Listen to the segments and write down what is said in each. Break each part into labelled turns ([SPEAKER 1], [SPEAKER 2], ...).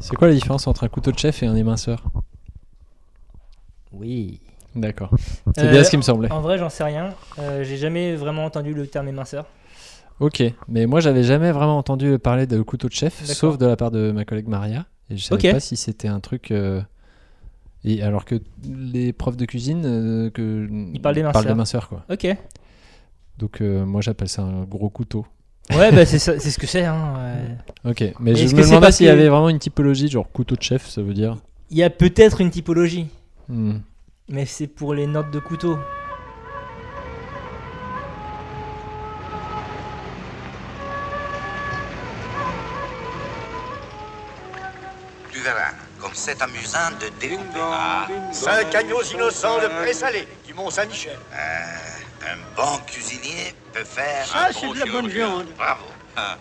[SPEAKER 1] C'est quoi la différence entre un couteau de chef et un éminceur
[SPEAKER 2] Oui.
[SPEAKER 1] D'accord. C'est bien
[SPEAKER 3] Euh,
[SPEAKER 1] ce qui me semblait.
[SPEAKER 3] En vrai, j'en sais rien. Euh, J'ai jamais vraiment entendu le terme éminceur.
[SPEAKER 1] Ok, mais moi j'avais jamais vraiment entendu parler de couteau de chef,
[SPEAKER 3] D'accord.
[SPEAKER 1] sauf de la part de ma collègue Maria. Et je savais
[SPEAKER 3] Ok.
[SPEAKER 1] pas si c'était un truc. euh, Et alors que les profs de cuisine euh, que
[SPEAKER 3] Ils parlent des minceurs.
[SPEAKER 1] de minceur quoi.
[SPEAKER 3] Ok.
[SPEAKER 1] Donc euh, moi j'appelle ça un gros couteau.
[SPEAKER 3] Ouais, bah c'est ça- c'est ce que c'est. hein, ouais.
[SPEAKER 1] Ok, mais
[SPEAKER 3] Est-ce
[SPEAKER 1] je
[SPEAKER 3] que
[SPEAKER 1] me
[SPEAKER 3] c'est
[SPEAKER 1] demandais
[SPEAKER 3] parce
[SPEAKER 1] s'il y
[SPEAKER 3] que-
[SPEAKER 1] avait vraiment une typologie genre couteau de chef, ça veut dire.
[SPEAKER 3] Il y a peut-être une typologie,
[SPEAKER 1] Hmm.
[SPEAKER 3] mais c'est pour les notes de couteau.
[SPEAKER 4] Tu verras, comme c'est amusant de découper Ah.
[SPEAKER 5] Cinq agneaux innocents de présalé du Mont-Saint-Michel.
[SPEAKER 4] Euh, un bon cuisinier peut faire
[SPEAKER 5] Ah,
[SPEAKER 4] un
[SPEAKER 5] c'est
[SPEAKER 4] bon
[SPEAKER 5] de la bonne
[SPEAKER 4] chirurgien.
[SPEAKER 5] viande.
[SPEAKER 4] Bravo. Ah.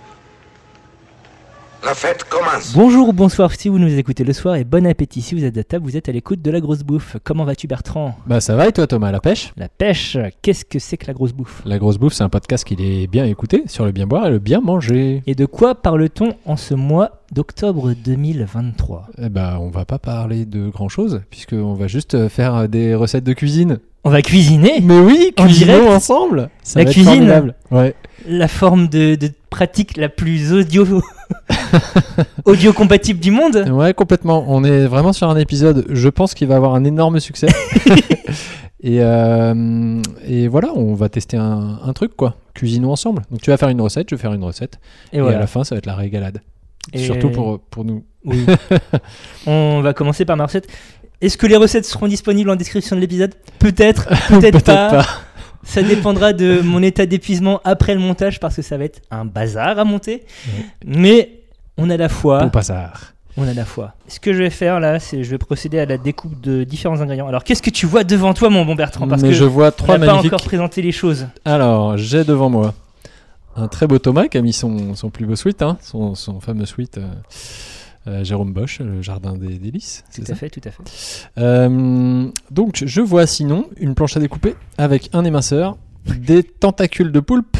[SPEAKER 4] La fête commence.
[SPEAKER 3] Bonjour ou bonsoir si vous nous écoutez le soir et bon appétit si vous êtes à table, vous êtes à l'écoute de la grosse bouffe. Comment vas-tu Bertrand
[SPEAKER 1] Bah ça va et toi Thomas, la pêche
[SPEAKER 3] La pêche, qu'est-ce que c'est que la grosse bouffe
[SPEAKER 1] La grosse bouffe, c'est un podcast qu'il est bien écouté sur le bien boire et le bien manger.
[SPEAKER 3] Et de quoi parle-t-on en ce mois d'octobre 2023
[SPEAKER 1] Eh bah on va pas parler de grand chose puisque on va juste euh, faire euh, des recettes de cuisine.
[SPEAKER 3] On va cuisiner
[SPEAKER 1] Mais oui,
[SPEAKER 3] En
[SPEAKER 1] cuisinons
[SPEAKER 3] direct
[SPEAKER 1] ensemble. Ça
[SPEAKER 3] La
[SPEAKER 1] va être
[SPEAKER 3] cuisine.
[SPEAKER 1] formidable. Ouais.
[SPEAKER 3] la forme de, de pratique la plus audio audio compatible du monde.
[SPEAKER 1] ouais, complètement. On est vraiment sur un épisode. Je pense qu'il va avoir un énorme succès. et, euh, et voilà, on va tester un, un truc quoi. Cuisinons ensemble. Donc tu vas faire une recette, je vais faire une recette.
[SPEAKER 3] Et,
[SPEAKER 1] Et, à
[SPEAKER 3] voilà.
[SPEAKER 1] la fin, ça va être la régalade.
[SPEAKER 3] Et-
[SPEAKER 1] Surtout pour pour nous.
[SPEAKER 3] Oui. On va commencer par ma recette. Est-ce que les recettes seront disponibles en description de l'épisode Peut-être, peut-être pas. Ça dépendra de mon état d'épuisement après le montage parce que ça va être un bazar à monter.
[SPEAKER 1] Ouais.
[SPEAKER 3] Mais on a la foi.
[SPEAKER 1] Bon passard.
[SPEAKER 3] On a la foi. Ce que je vais faire là, c'est je vais procéder à la découpe de différents ingrédients. Alors qu'est-ce que tu vois devant toi, mon bon Bertrand Parce
[SPEAKER 1] Mais
[SPEAKER 3] que
[SPEAKER 1] je vois
[SPEAKER 3] on
[SPEAKER 1] trois
[SPEAKER 3] n'a pas
[SPEAKER 1] magnifiques.
[SPEAKER 3] encore présenté les choses.
[SPEAKER 1] Alors, j'ai devant moi un très beau Thomas qui a mis son, son plus beau suite, hein, son, son fameux suite euh, euh, Jérôme Bosch, le jardin des délices.
[SPEAKER 3] Tout
[SPEAKER 1] c'est ça
[SPEAKER 3] à fait, tout à fait.
[SPEAKER 1] Euh, donc, je vois sinon une planche à découper avec un éminceur, des tentacules de poulpe.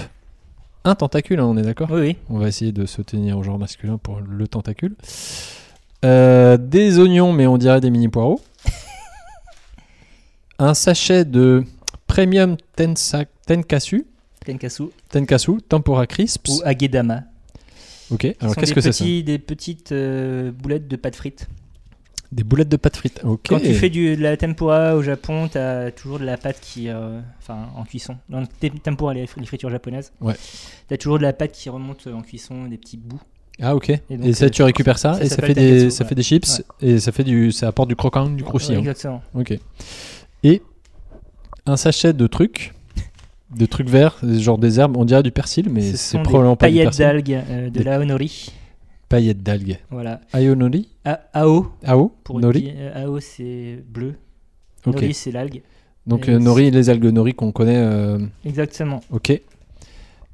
[SPEAKER 1] Un tentacule, hein, on est d'accord
[SPEAKER 3] Oui, oui.
[SPEAKER 1] On va essayer de se tenir au genre masculin pour le tentacule. Euh, des oignons, mais on dirait des mini poireaux. un sachet de premium tensa- tenkatsu,
[SPEAKER 3] Tenkasu
[SPEAKER 1] tenkatsu, tempura crisps.
[SPEAKER 3] ou Agedama.
[SPEAKER 1] Ok, alors
[SPEAKER 3] sont
[SPEAKER 1] qu'est-ce
[SPEAKER 3] des
[SPEAKER 1] que c'est ça
[SPEAKER 3] petits- Des petites euh, boulettes de pâte frites.
[SPEAKER 1] Des boulettes de pâte frite. Ok.
[SPEAKER 3] Quand tu fais du, de la tempura au Japon, t'as toujours de la pâte qui. euh, Enfin, en cuisson. Dans le te- tempura, les, fri- les fritures japonaises.
[SPEAKER 1] Ouais.
[SPEAKER 3] T'as toujours de la pâte qui remonte euh, en cuisson, des petits bouts.
[SPEAKER 1] Ah ok. Et,
[SPEAKER 3] donc,
[SPEAKER 1] ça,
[SPEAKER 3] euh,
[SPEAKER 1] tu récupères ça,
[SPEAKER 3] ça
[SPEAKER 1] et ça
[SPEAKER 3] s'appelle
[SPEAKER 1] fait des,
[SPEAKER 3] tenkatsu,
[SPEAKER 1] ça
[SPEAKER 3] ouais.
[SPEAKER 1] fait des chips et ça fait du, ça apporte du croquant, du
[SPEAKER 3] Ouais,
[SPEAKER 1] croustillant.
[SPEAKER 3] Exactement.
[SPEAKER 1] ok. Et un sachet de trucs, de trucs verts, genre des herbes. On dirait du persil, mais
[SPEAKER 3] Ce
[SPEAKER 1] c'est
[SPEAKER 3] sont des
[SPEAKER 1] probablement pas du
[SPEAKER 3] paillettes
[SPEAKER 1] persil.
[SPEAKER 3] d'algues euh, de
[SPEAKER 1] Des-
[SPEAKER 3] la Honori.
[SPEAKER 1] Paillettes d'algues.
[SPEAKER 3] Voilà.
[SPEAKER 1] Ayo nori.
[SPEAKER 3] A- Ao.
[SPEAKER 1] Ao.
[SPEAKER 3] Pour une
[SPEAKER 1] nori.
[SPEAKER 3] pi- euh, Ao, c'est bleu.
[SPEAKER 1] Ok.
[SPEAKER 3] Nori, c'est l'algue.
[SPEAKER 1] Donc
[SPEAKER 3] Et
[SPEAKER 1] euh,
[SPEAKER 3] c'est-
[SPEAKER 1] nori, les algues nori qu'on connaît. euh,
[SPEAKER 3] Exactement.
[SPEAKER 1] ok.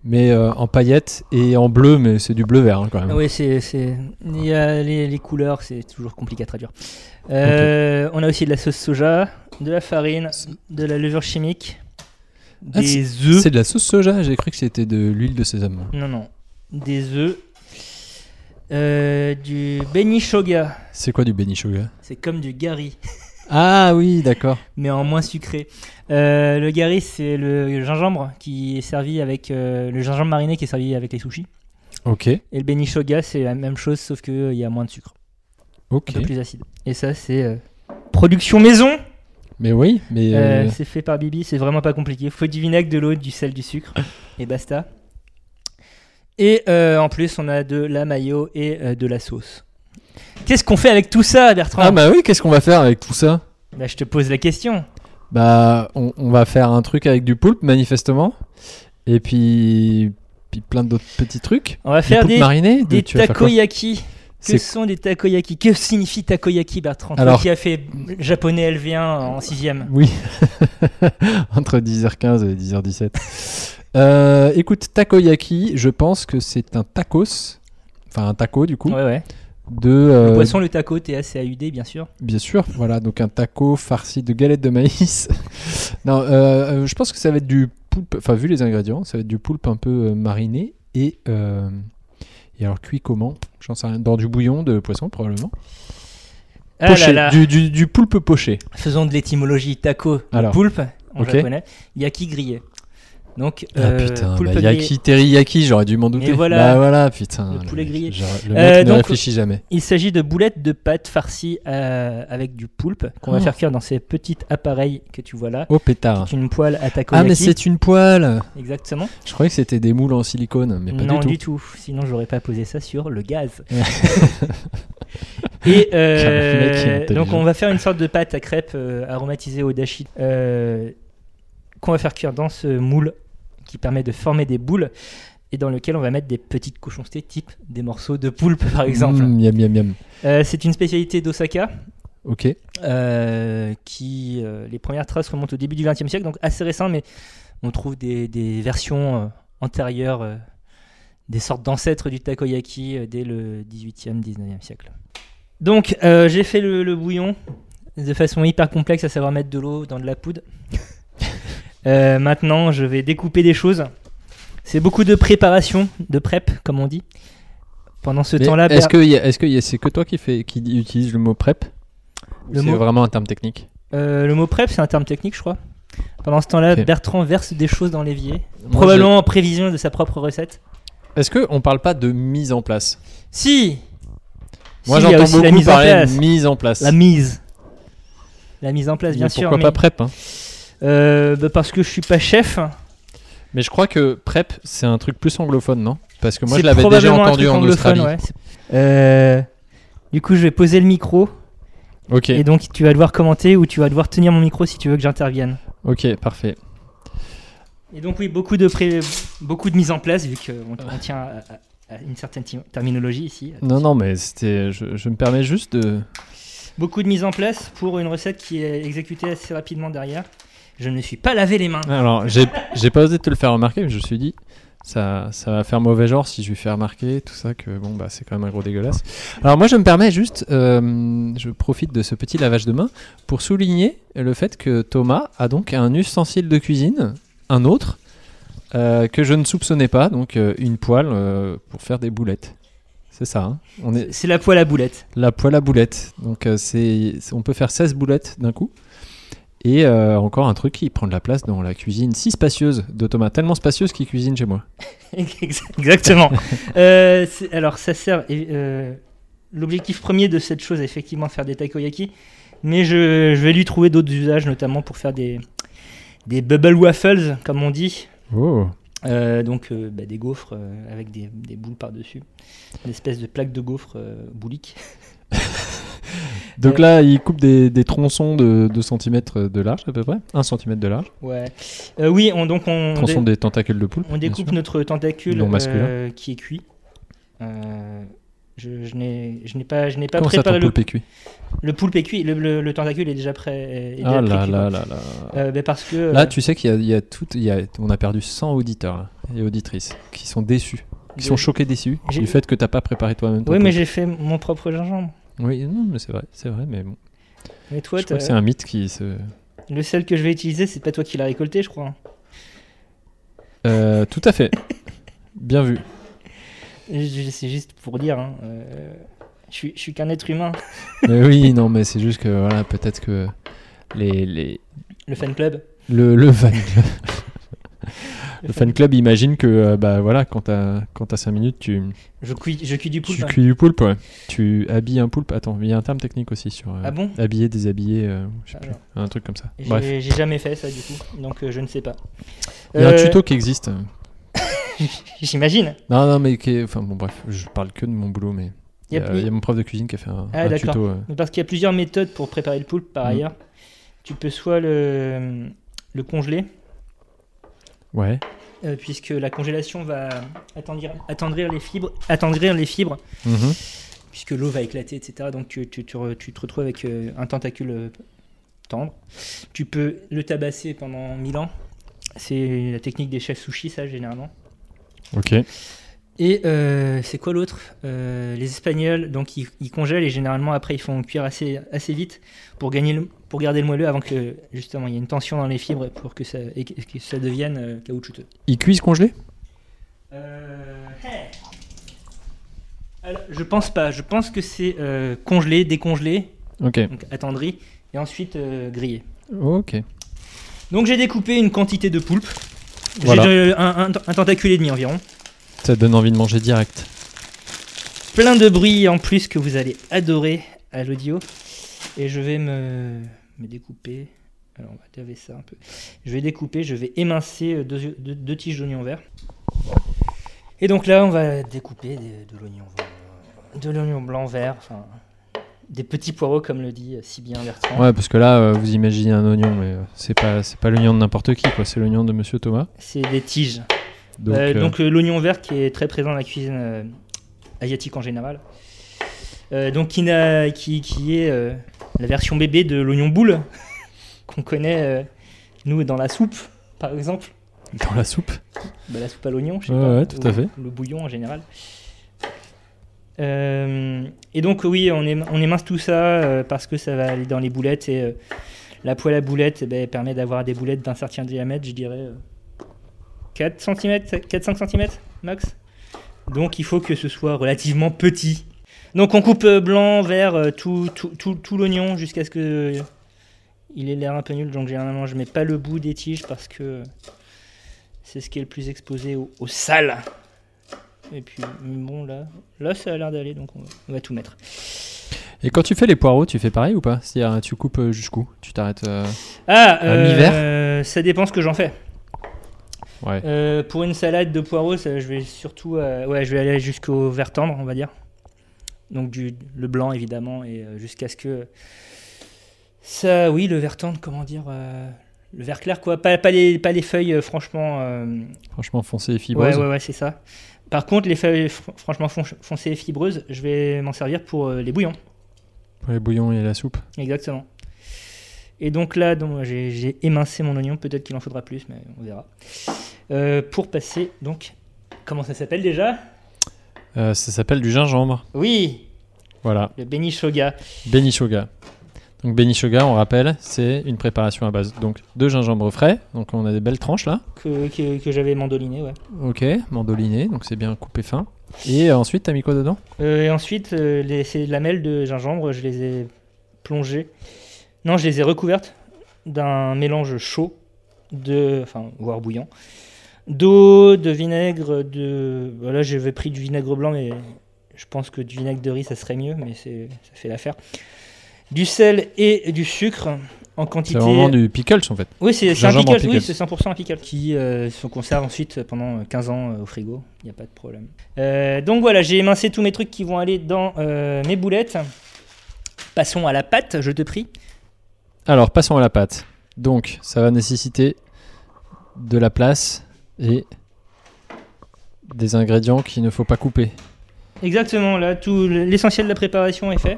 [SPEAKER 1] Mais euh, en paillettes et en bleu, mais c'est du bleu vert hein, quand même.
[SPEAKER 3] Oui, c'est. c'est- il y a Les, les couleurs, c'est toujours compliqué à traduire. Euh, On a aussi de la sauce soja, de la farine, de la levure chimique,
[SPEAKER 1] Ah,
[SPEAKER 3] des œufs.
[SPEAKER 1] C'est de la sauce soja. J'ai cru que c'était de l'huile de sésame.
[SPEAKER 3] Non, non. Des œufs. Euh, du benishoga.
[SPEAKER 1] C'est quoi du benishoga
[SPEAKER 3] C'est comme du gari,
[SPEAKER 1] Ah oui, d'accord.
[SPEAKER 3] mais en moins sucré. Euh, le gari, c'est le gingembre qui est servi avec euh, le gingembre mariné qui est servi avec les sushis.
[SPEAKER 1] Ok,
[SPEAKER 3] Et le benishoga, c'est la même chose sauf que euh, il y a moins de sucre, un
[SPEAKER 1] ok.
[SPEAKER 3] peu plus acide. Et ça, c'est euh, production maison.
[SPEAKER 1] Mais oui, mais
[SPEAKER 3] Euh,
[SPEAKER 1] euh,
[SPEAKER 3] c'est fait par Bibi, c'est vraiment pas compliqué. Faut du vinaigre, de l'eau, du sel, du sucre et basta. Et euh, en plus, on a de la mayo et euh, de la sauce. Qu'est-ce qu'on fait avec tout ça, Bertrand
[SPEAKER 1] ah bah oui, qu'est-ce qu'on va faire avec tout ça
[SPEAKER 3] Bah, Je te pose la question.
[SPEAKER 1] Bah, on, on va faire un truc avec du poulpe, manifestement, et puis puis plein d'autres petits trucs.
[SPEAKER 3] On va
[SPEAKER 1] Du
[SPEAKER 3] faire
[SPEAKER 1] poulpe
[SPEAKER 3] des,
[SPEAKER 1] mariné,
[SPEAKER 3] des
[SPEAKER 1] tu vas faire quoi
[SPEAKER 3] takoyaki. Que
[SPEAKER 1] C'est-
[SPEAKER 3] sont des takoyaki Que signifie takoyaki, Bertrand Toi
[SPEAKER 1] Alors-
[SPEAKER 3] qui a fait japonais LV1 en 6ème.
[SPEAKER 1] Oui, entre 10h15 et 10h17. Euh, écoute, takoyaki, je pense que c'est un tacos, enfin un taco du coup,
[SPEAKER 3] Ouais, ouais.
[SPEAKER 1] de
[SPEAKER 3] Le
[SPEAKER 1] euh,
[SPEAKER 3] poisson, le taco, T-A-C-A-U-D, bien sûr.
[SPEAKER 1] Bien sûr, voilà, donc un taco farci de galettes de maïs. non, euh, euh, je pense que ça va être du poulpe, enfin vu les ingrédients, ça va être du poulpe un peu euh, mariné et, euh, Et alors cuit comment J'en sais rien. Dans du bouillon de poisson probablement.
[SPEAKER 3] Ah
[SPEAKER 1] Poché,
[SPEAKER 3] là là.
[SPEAKER 1] Du, du- du poulpe poché.
[SPEAKER 3] Faisons de l'étymologie taco
[SPEAKER 1] Alors.
[SPEAKER 3] poulpe en
[SPEAKER 1] Ok.
[SPEAKER 3] japonais. Yaki grillé. Donc euh,
[SPEAKER 1] ah putain,
[SPEAKER 3] poulpe
[SPEAKER 1] bah,
[SPEAKER 3] grillé.
[SPEAKER 1] yaki, teriyaki, j'aurais dû m'en douter.
[SPEAKER 3] Et voilà.
[SPEAKER 1] Bah voilà, putain.
[SPEAKER 3] Le poulet
[SPEAKER 1] mec,
[SPEAKER 3] grillé.
[SPEAKER 1] genre, le mec
[SPEAKER 3] Euh,
[SPEAKER 1] ne
[SPEAKER 3] donc-
[SPEAKER 1] réfléchit jamais.
[SPEAKER 3] Il s'agit de boulettes de pâte farcies euh, avec du poulpe qu'on va
[SPEAKER 1] Oh.
[SPEAKER 3] faire cuire dans ces petits appareils que tu vois là.
[SPEAKER 1] Oh pétard.
[SPEAKER 3] C'est une poêle à takoyaki.
[SPEAKER 1] Ah mais c'est une poêle.
[SPEAKER 3] Exactement.
[SPEAKER 1] Je croyais que c'était des moules en silicone, mais pas
[SPEAKER 3] non,
[SPEAKER 1] du tout.
[SPEAKER 3] Sinon, j'aurais pas posé ça sur le gaz. Et euh,
[SPEAKER 1] Le mec est intelligent.
[SPEAKER 3] donc, on va faire une sorte de pâte à crêpes euh, aromatisée au dashi euh, qu'on va faire cuire dans ce moule qui permet de former des boules et dans lequel on va mettre des petites cochoncetés type des morceaux de poulpe, par exemple.
[SPEAKER 1] Mm, miam miam miam.
[SPEAKER 3] Euh, c'est une spécialité d'Osaka.
[SPEAKER 1] Ok.
[SPEAKER 3] euh, qui euh, les premières traces remontent au début du XXe siècle, donc assez récent, mais on trouve des, des versions euh, antérieures, euh, des sortes d'ancêtres du takoyaki euh, dès le XVIIIe, XIXe siècle. Donc euh, j'ai fait le, le bouillon de façon hyper complexe, à savoir mettre de l'eau dans de la poudre. Euh, maintenant, je vais découper des choses. C'est beaucoup de préparation, de prep, comme on dit. Pendant ce
[SPEAKER 1] Mais
[SPEAKER 3] temps-là,
[SPEAKER 1] Est-ce
[SPEAKER 3] Ber-
[SPEAKER 1] que, y a- est-ce que y a- c'est que toi qui, fais, qui utilise le mot prep Ou
[SPEAKER 3] Le
[SPEAKER 1] C'est
[SPEAKER 3] mot-
[SPEAKER 1] vraiment un terme technique.
[SPEAKER 3] Euh, le mot prep, c'est un terme technique, je crois. Pendant ce temps-là,
[SPEAKER 1] Ok.
[SPEAKER 3] Bertrand verse des choses dans l'évier,
[SPEAKER 1] Moi,
[SPEAKER 3] probablement en prévision de sa propre recette.
[SPEAKER 1] je- Est-ce qu'on parle pas de mise en place
[SPEAKER 3] Si
[SPEAKER 1] Moi
[SPEAKER 3] Si, il y a
[SPEAKER 1] j'entends
[SPEAKER 3] aussi
[SPEAKER 1] beaucoup
[SPEAKER 3] la mise en
[SPEAKER 1] parler
[SPEAKER 3] place.
[SPEAKER 1] de mise en place.
[SPEAKER 3] La mise. La mise en place, bien
[SPEAKER 1] Mais
[SPEAKER 3] sûr.
[SPEAKER 1] Pourquoi
[SPEAKER 3] mais-
[SPEAKER 1] pas prep hein
[SPEAKER 3] Euh, bah, Parce que je suis pas chef.
[SPEAKER 1] Mais je crois que prep c'est un truc plus anglophone, non Parce que moi
[SPEAKER 3] C'est
[SPEAKER 1] je l'avais déjà
[SPEAKER 3] probablement un
[SPEAKER 1] entendu
[SPEAKER 3] truc
[SPEAKER 1] en
[SPEAKER 3] anglophone,
[SPEAKER 1] Australie.
[SPEAKER 3] ouais. C'est- Euh, Du coup, je vais poser le micro
[SPEAKER 1] Ok,
[SPEAKER 3] et donc tu vas devoir commenter ou tu vas devoir tenir mon micro si tu veux que j'intervienne.
[SPEAKER 1] ok, parfait.
[SPEAKER 3] Et donc oui, beaucoup de, pré- beaucoup de mise en place vu qu'on on tient à, à- à une certaine ti- terminologie ici.
[SPEAKER 1] Non, non, mais c'était. Je, je me permets juste de.
[SPEAKER 3] Beaucoup de mise en place pour une recette qui est exécutée assez rapidement derrière. Je ne me suis pas lavé les mains.
[SPEAKER 1] Alors, j'ai j'ai pas osé te le faire remarquer, mais je me suis dit, ça, ça va faire mauvais genre si je lui fais remarquer tout ça, que bon, bah, c'est quand même un gros dégueulasse. Alors, moi, je me permets juste, euh, je profite de ce petit lavage de main pour souligner le fait que Thomas a donc un ustensile de cuisine, un autre, euh, que je ne soupçonnais pas, donc euh, une poêle euh, pour faire des boulettes. C'est ça, hein. on est
[SPEAKER 3] C'est la poêle à boulettes.
[SPEAKER 1] la poêle à boulettes. Donc euh, c'est, c'est- on peut faire 16 boulettes d'un coup. Et euh, encore un truc qui prend de la place dans la cuisine si spacieuse de Thomas, tellement spacieuse qu'il cuisine chez moi.
[SPEAKER 3] Exactement. Euh, c'est- alors ça sert... et, euh, L'objectif premier de cette chose est effectivement faire des takoyaki, mais je, je vais lui trouver d'autres usages, notamment pour faire des, des bubble waffles, comme on dit.
[SPEAKER 1] Oh.
[SPEAKER 3] Euh, donc euh, bah, des gaufres euh, avec des, des boules par-dessus, une espèce de plaque de gaufres euh, boulique.
[SPEAKER 1] Donc là, il coupe des, des tronçons de 2 cm de large à peu près, 1 cm de large,
[SPEAKER 3] Ouais. Euh, oui, on, donc on,
[SPEAKER 1] tronçon des tentacules de poule.
[SPEAKER 3] On découpe notre tentacule
[SPEAKER 1] Non masculin.
[SPEAKER 3] euh, qui est cuit. Euh, je je n'ai je n'ai pas, je n'ai pas
[SPEAKER 1] Comment ça,
[SPEAKER 3] préparé
[SPEAKER 1] ton
[SPEAKER 3] le,
[SPEAKER 1] poulpe est cuit
[SPEAKER 3] le poulpe est cuit. Le, le- le tentacule est déjà prêt. est déjà
[SPEAKER 1] Ah là
[SPEAKER 3] pré-cuit,
[SPEAKER 1] là
[SPEAKER 3] quoi.
[SPEAKER 1] là là.
[SPEAKER 3] Euh, ben parce que
[SPEAKER 1] Là, tu sais qu'il y a, il y a tout, il y a- on a perdu 100 auditeurs hein, et auditrices qui sont déçus, qui sont choqués déçus
[SPEAKER 3] J'ai-
[SPEAKER 1] du fait que t'as pas préparé toi-même. ton
[SPEAKER 3] Oui, mais
[SPEAKER 1] poulpe.
[SPEAKER 3] j'ai fait mon propre gingembre.
[SPEAKER 1] oui, non, mais c'est vrai, c'est vrai, mais bon.
[SPEAKER 3] Mais toi,
[SPEAKER 1] Je crois
[SPEAKER 3] t'as-
[SPEAKER 1] que c'est un mythe qui se.
[SPEAKER 3] le sel que je vais utiliser, c'est pas toi qui l'as récolté, je crois.
[SPEAKER 1] Euh, tout à fait. Bien vu.
[SPEAKER 3] Je- je- C'est juste pour dire. hein, euh, je suis, je suis qu'un être humain.
[SPEAKER 1] Mais oui, non, mais c'est juste que voilà, peut-être que les, les
[SPEAKER 3] Le fan club.
[SPEAKER 1] le, le fan club, le fan club imagine que euh, bah voilà, quand t'as quand t'as 5 minutes, tu
[SPEAKER 3] Je cuis, je cuis du poulpe.
[SPEAKER 1] tu
[SPEAKER 3] hein.
[SPEAKER 1] cuis du poulpe, ouais. Tu habilles un poulpe. Attends, il y a un terme technique aussi sur euh,
[SPEAKER 3] Ah bon
[SPEAKER 1] habiller, déshabiller, euh, je sais plus,
[SPEAKER 3] Alors.
[SPEAKER 1] un truc comme ça. Bref,
[SPEAKER 3] J'ai j'ai jamais fait ça du coup, donc euh, je ne sais pas.
[SPEAKER 1] il y a un
[SPEAKER 3] Euh,
[SPEAKER 1] tuto qui existe.
[SPEAKER 3] J'imagine.
[SPEAKER 1] Non, non, mais qui est- enfin bon, bref, je parle que de mon boulot, mais il y, a-
[SPEAKER 3] plus-
[SPEAKER 1] il y a mon prof de cuisine qui a fait un,
[SPEAKER 3] Ah,
[SPEAKER 1] un
[SPEAKER 3] d'accord.
[SPEAKER 1] tuto. euh,
[SPEAKER 3] Mais Parce qu'il y a plusieurs méthodes pour préparer le poulpe par
[SPEAKER 1] Mm.
[SPEAKER 3] ailleurs. Tu peux soit le, le congeler,
[SPEAKER 1] Ouais.
[SPEAKER 3] euh, puisque la congélation va attendrir, attendrir les fibres, attendrir les fibres,
[SPEAKER 1] Mhm.
[SPEAKER 3] puisque l'eau va éclater, etc. Donc tu, tu- tu re- tu te retrouves avec euh, un tentacule euh, tendre. Tu peux le tabasser pendant 1000 ans. C'est la technique des chefs sushi, ça, généralement.
[SPEAKER 1] Ok.
[SPEAKER 3] Et euh, c'est quoi l'autre Euh, Les Espagnols, donc ils, ils congèlent et généralement après ils font cuire assez, assez vite pour, gagner le- pour garder le moelleux avant que justement il y ait une tension dans les fibres pour que ça, et que que ça devienne euh, caoutchouteux.
[SPEAKER 1] Ils cuisent congelés
[SPEAKER 3] Euh, Alors, je pense pas. Je pense que c'est euh, congelé, décongelé,
[SPEAKER 1] Ok.
[SPEAKER 3] donc attendri, et ensuite euh, grillé.
[SPEAKER 1] Ok.
[SPEAKER 3] Donc j'ai découpé une quantité de poulpe. J'ai
[SPEAKER 1] Voilà.
[SPEAKER 3] euh, un, un- un tentacule et demi environ.
[SPEAKER 1] Ça donne envie de manger direct.
[SPEAKER 3] Plein de bruit en plus que vous allez adorer à l'audio. Et je vais me, me découper. Alors on va laver ça un peu. Je vais découper, je vais émincer euh, deux, deux- deux tiges d'oignon vert. Et donc là on va découper de, de l'oignon vert- de l'oignon blanc vert, enfin des petits poireaux comme le dit euh, si bien Bertrand.
[SPEAKER 1] Ouais, parce que là, euh, vous imaginez un oignon, mais euh, c'est pas, c'est pas l'oignon de n'importe qui, quoi. C'est l'oignon de Monsieur Thomas.
[SPEAKER 3] C'est des tiges.
[SPEAKER 1] Donc,
[SPEAKER 3] Euh,
[SPEAKER 1] euh,
[SPEAKER 3] donc, euh, l'oignon vert qui est très présent dans la cuisine euh, asiatique en général. Euh, donc qui, n'a- qui, qui est euh, la version bébé de l'oignon boule qu'on connaît euh, nous dans la soupe par exemple.
[SPEAKER 1] dans la soupe.
[SPEAKER 3] Bah, la soupe à l'oignon, je sais
[SPEAKER 1] Ouais,
[SPEAKER 3] pas.
[SPEAKER 1] ouais, tout à
[SPEAKER 3] ou
[SPEAKER 1] fait.
[SPEAKER 3] Le bouillon en général. Euh, et donc oui, on, émin- on émince tout ça euh, parce que ça va aller dans les boulettes et euh, la poêle à boulettes eh ben, permet d'avoir des boulettes d'un certain diamètre, je dirais euh, 4 cm, 4-5 cm max. Donc il faut que ce soit relativement petit. Donc on coupe euh, blanc, vert, euh, tout, tout, tout, tout l'oignon jusqu'à ce que euh, il ait l'air un peu nul. Donc généralement je mets pas le bout des tiges parce que euh, c'est ce qui est le plus exposé au, au sale. Et puis bon là, là ça a l'air d'aller donc on va, on va tout mettre.
[SPEAKER 1] Et quand tu fais les poireaux, tu fais pareil ou pas C'est-à-dire, tu coupes euh, jusqu'où Tu t'arrêtes. euh,
[SPEAKER 3] Ah,
[SPEAKER 1] À mi-vert
[SPEAKER 3] euh, ça dépend ce que j'en fais.
[SPEAKER 1] Ouais.
[SPEAKER 3] Euh, pour une salade de poireaux, ça, je vais surtout, euh, ouais, je vais aller jusqu'au vert tendre, on va dire. Donc du le blanc évidemment et euh, jusqu'à ce que ça, oui, le vert tendre, comment dire, euh, le vert clair quoi, pas, pas les pas les feuilles euh, franchement. euh,
[SPEAKER 1] Franchement, foncé et fibreux.
[SPEAKER 3] Ouais, ouais, ouais, c'est ça. Par contre, les feuilles fr- franchement fon- foncées et fibreuses, je vais m'en servir pour euh, les bouillons.
[SPEAKER 1] Pour les bouillons et la soupe.
[SPEAKER 3] Exactement. Et donc là, donc, j'ai j'ai émincé mon oignon. Peut-être qu'il en faudra plus, mais on verra. Euh, pour passer, donc, comment ça s'appelle déjà
[SPEAKER 1] Euh, ça s'appelle du gingembre.
[SPEAKER 3] Oui,
[SPEAKER 1] Voilà.
[SPEAKER 3] le benishoga.
[SPEAKER 1] Benishoga. Donc, benishoga, on rappelle, c'est une préparation à base donc de gingembre frais. Donc, on a des belles tranches là.
[SPEAKER 3] que, que, que j'avais mandoliné, ouais.
[SPEAKER 1] Ok, mandoliné, donc c'est bien coupé fin. Et euh, ensuite, t'as mis quoi dedans
[SPEAKER 3] Euh, et ensuite, euh, les, ces lamelles de gingembre, je les ai plongées. Non, je les ai recouvertes d'un mélange chaud, de, enfin, voire bouillant, d'eau, de vinaigre, de. Voilà, j'avais pris du vinaigre blanc, mais je pense que du vinaigre de riz, ça serait mieux, mais c'est, ça fait l'affaire. Du sel et du sucre en
[SPEAKER 1] C'est
[SPEAKER 3] quantité.
[SPEAKER 1] vraiment du pickles en fait.
[SPEAKER 3] Oui, c'est c'est un
[SPEAKER 1] Gingembre en
[SPEAKER 3] pickle, oui,
[SPEAKER 1] pickle.
[SPEAKER 3] c'est 100% un pickle. Qui euh, se conserve ensuite pendant 15 ans euh, au frigo, il n'y a pas de problème. Euh, donc voilà, j'ai émincé tous mes trucs qui vont aller dans euh, mes boulettes. Passons à la pâte, je te prie.
[SPEAKER 1] Alors, passons à la pâte. Donc, ça va nécessiter de la place et des ingrédients qu'il ne faut pas couper.
[SPEAKER 3] Exactement, là, tout l- l'essentiel de la préparation est fait.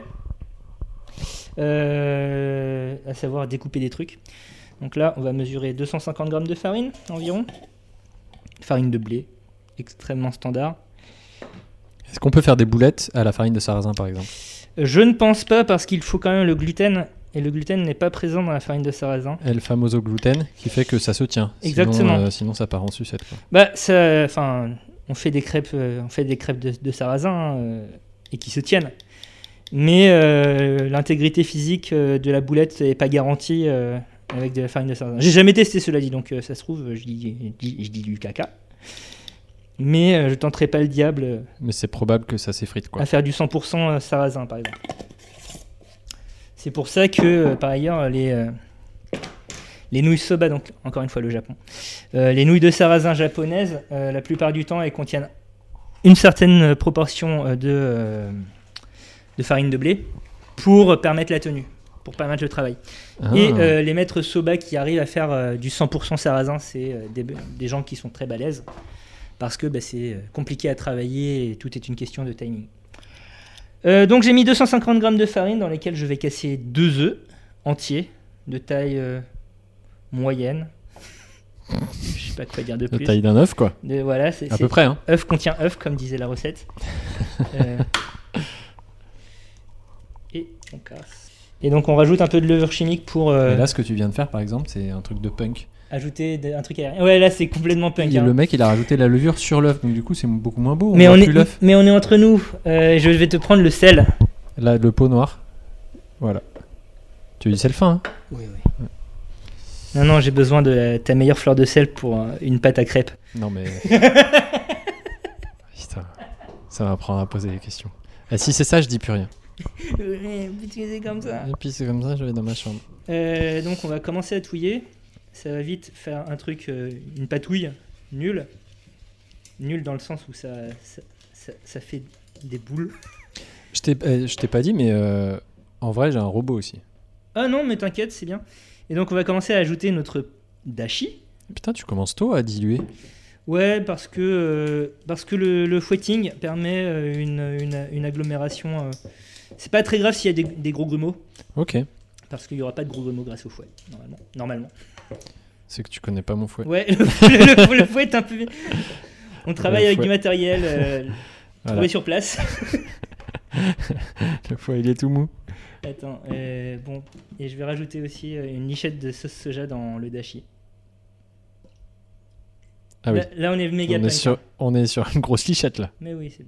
[SPEAKER 3] Euh, à savoir découper des trucs. Donc là, on va mesurer 250 grammes de farine environ. Farine de blé, extrêmement standard.
[SPEAKER 1] Est-ce qu'on peut faire des boulettes à la farine de sarrasin par exemple
[SPEAKER 3] Je ne pense pas parce qu'il faut quand même le gluten et le gluten n'est pas présent dans la farine de sarrasin.
[SPEAKER 1] El famoso gluten qui fait que ça se tient. Sinon,
[SPEAKER 3] Exactement.
[SPEAKER 1] euh, Sinon, ça part en sucette. quoi.
[SPEAKER 3] Bah ça, enfin, on fait des crêpes, euh, on fait des crêpes de, de sarrasin hein, euh, et qui se tiennent. Mais euh, l'intégrité physique euh, de la boulette n'est pas garantie euh, avec de la farine de sarrasin. J'ai jamais testé cela dit, donc euh, ça se trouve, je dis, je dis- je dis du caca. Mais euh, je tenterai pas le diable euh,
[SPEAKER 1] Mais c'est probable que ça s'effrite quoi.
[SPEAKER 3] à faire du 100% euh, sarrasin, par exemple. C'est pour ça que, euh, par ailleurs, les, euh, les nouilles soba, donc encore une fois le Japon, euh, les nouilles de sarrasin japonaises, euh, la plupart du temps, elles contiennent une certaine proportion euh, de, euh, de farine de blé pour permettre la tenue, pour permettre le travail.
[SPEAKER 1] Ah,
[SPEAKER 3] Et euh, les maîtres soba qui arrivent à faire euh, du 100% sarrasin, c'est euh, des, des gens qui sont très balèzes parce que bah, c'est euh, compliqué à travailler et tout est une question de timing. Euh, donc j'ai mis 250 grammes de farine dans lesquelles je vais casser deux œufs entiers de taille euh, moyenne. Je sais pas quoi dire de
[SPEAKER 1] la
[SPEAKER 3] plus.
[SPEAKER 1] taille d'un œuf quoi.
[SPEAKER 3] De- voilà, c'est
[SPEAKER 1] À
[SPEAKER 3] c'est-
[SPEAKER 1] peu près. Hein.
[SPEAKER 3] œuf contient œuf, comme disait la recette. Euh, Et on casse. Et donc on rajoute un peu de levure chimique pour. euh,
[SPEAKER 1] Mais là, ce que tu viens de faire par exemple, c'est un truc de punk.
[SPEAKER 3] ajouter des- un truc aérien. Ouais, là, c'est complètement punk.
[SPEAKER 1] Et
[SPEAKER 3] hein.
[SPEAKER 1] le mec, il a rajouté la levure sur l'œuf, donc du coup, c'est beaucoup moins beau.
[SPEAKER 3] Mais,
[SPEAKER 1] voit
[SPEAKER 3] on
[SPEAKER 1] plus l'œuf.
[SPEAKER 3] est, mais on est entre nous. Euh, je vais te prendre le sel.
[SPEAKER 1] Là, le pot noir. Voilà. Tu dis, c'est le fin. hein.
[SPEAKER 3] Oui, oui. Non, non, j'ai besoin de la- ta meilleure fleur de sel pour euh, une pâte à crêpes.
[SPEAKER 1] Non, mais. Putain, ça m'apprend à poser des questions. Et si c'est ça, je dis plus rien.
[SPEAKER 3] comme ça.
[SPEAKER 1] Ah, Et puis c'est comme ça, je vais dans ma chambre.
[SPEAKER 3] Euh, donc, on va commencer à touiller. Ça va vite faire un truc, euh, une patouille nulle. Nulle dans le sens où ça, ça, ça- ça fait des boules.
[SPEAKER 1] Je t'ai, euh, je t'ai pas dit, mais euh, en vrai, j'ai un robot aussi.
[SPEAKER 3] Ah non, mais t'inquiète, c'est bien. Et donc, on va commencer à ajouter notre dashi.
[SPEAKER 1] Putain, tu commences tôt à diluer.
[SPEAKER 3] Ouais, parce que, euh, parce que le, le fouetting permet euh, une, une- une agglomération. euh, C'est pas très grave s'il y a des, des gros grumeaux,
[SPEAKER 1] Ok.
[SPEAKER 3] parce qu'il n'y aura pas de gros grumeaux grâce au fouet, normalement. normalement.
[SPEAKER 1] C'est que tu connais pas mon fouet.
[SPEAKER 3] Ouais, le, le- le fouet est un peu. On travaille
[SPEAKER 1] Le
[SPEAKER 3] avec
[SPEAKER 1] fouet.
[SPEAKER 3] du matériel euh,
[SPEAKER 1] Voilà.
[SPEAKER 3] trouvé sur place.
[SPEAKER 1] Le fouet, il est tout mou.
[SPEAKER 3] Attends, euh, bon, et je vais rajouter aussi euh, une lichette de sauce soja dans le dashi.
[SPEAKER 1] Ah oui.
[SPEAKER 3] là, là, on est méga
[SPEAKER 1] On est,
[SPEAKER 3] punk,
[SPEAKER 1] sur,
[SPEAKER 3] hein.
[SPEAKER 1] on est sur une grosse lichette là.
[SPEAKER 3] Mais oui, c'est.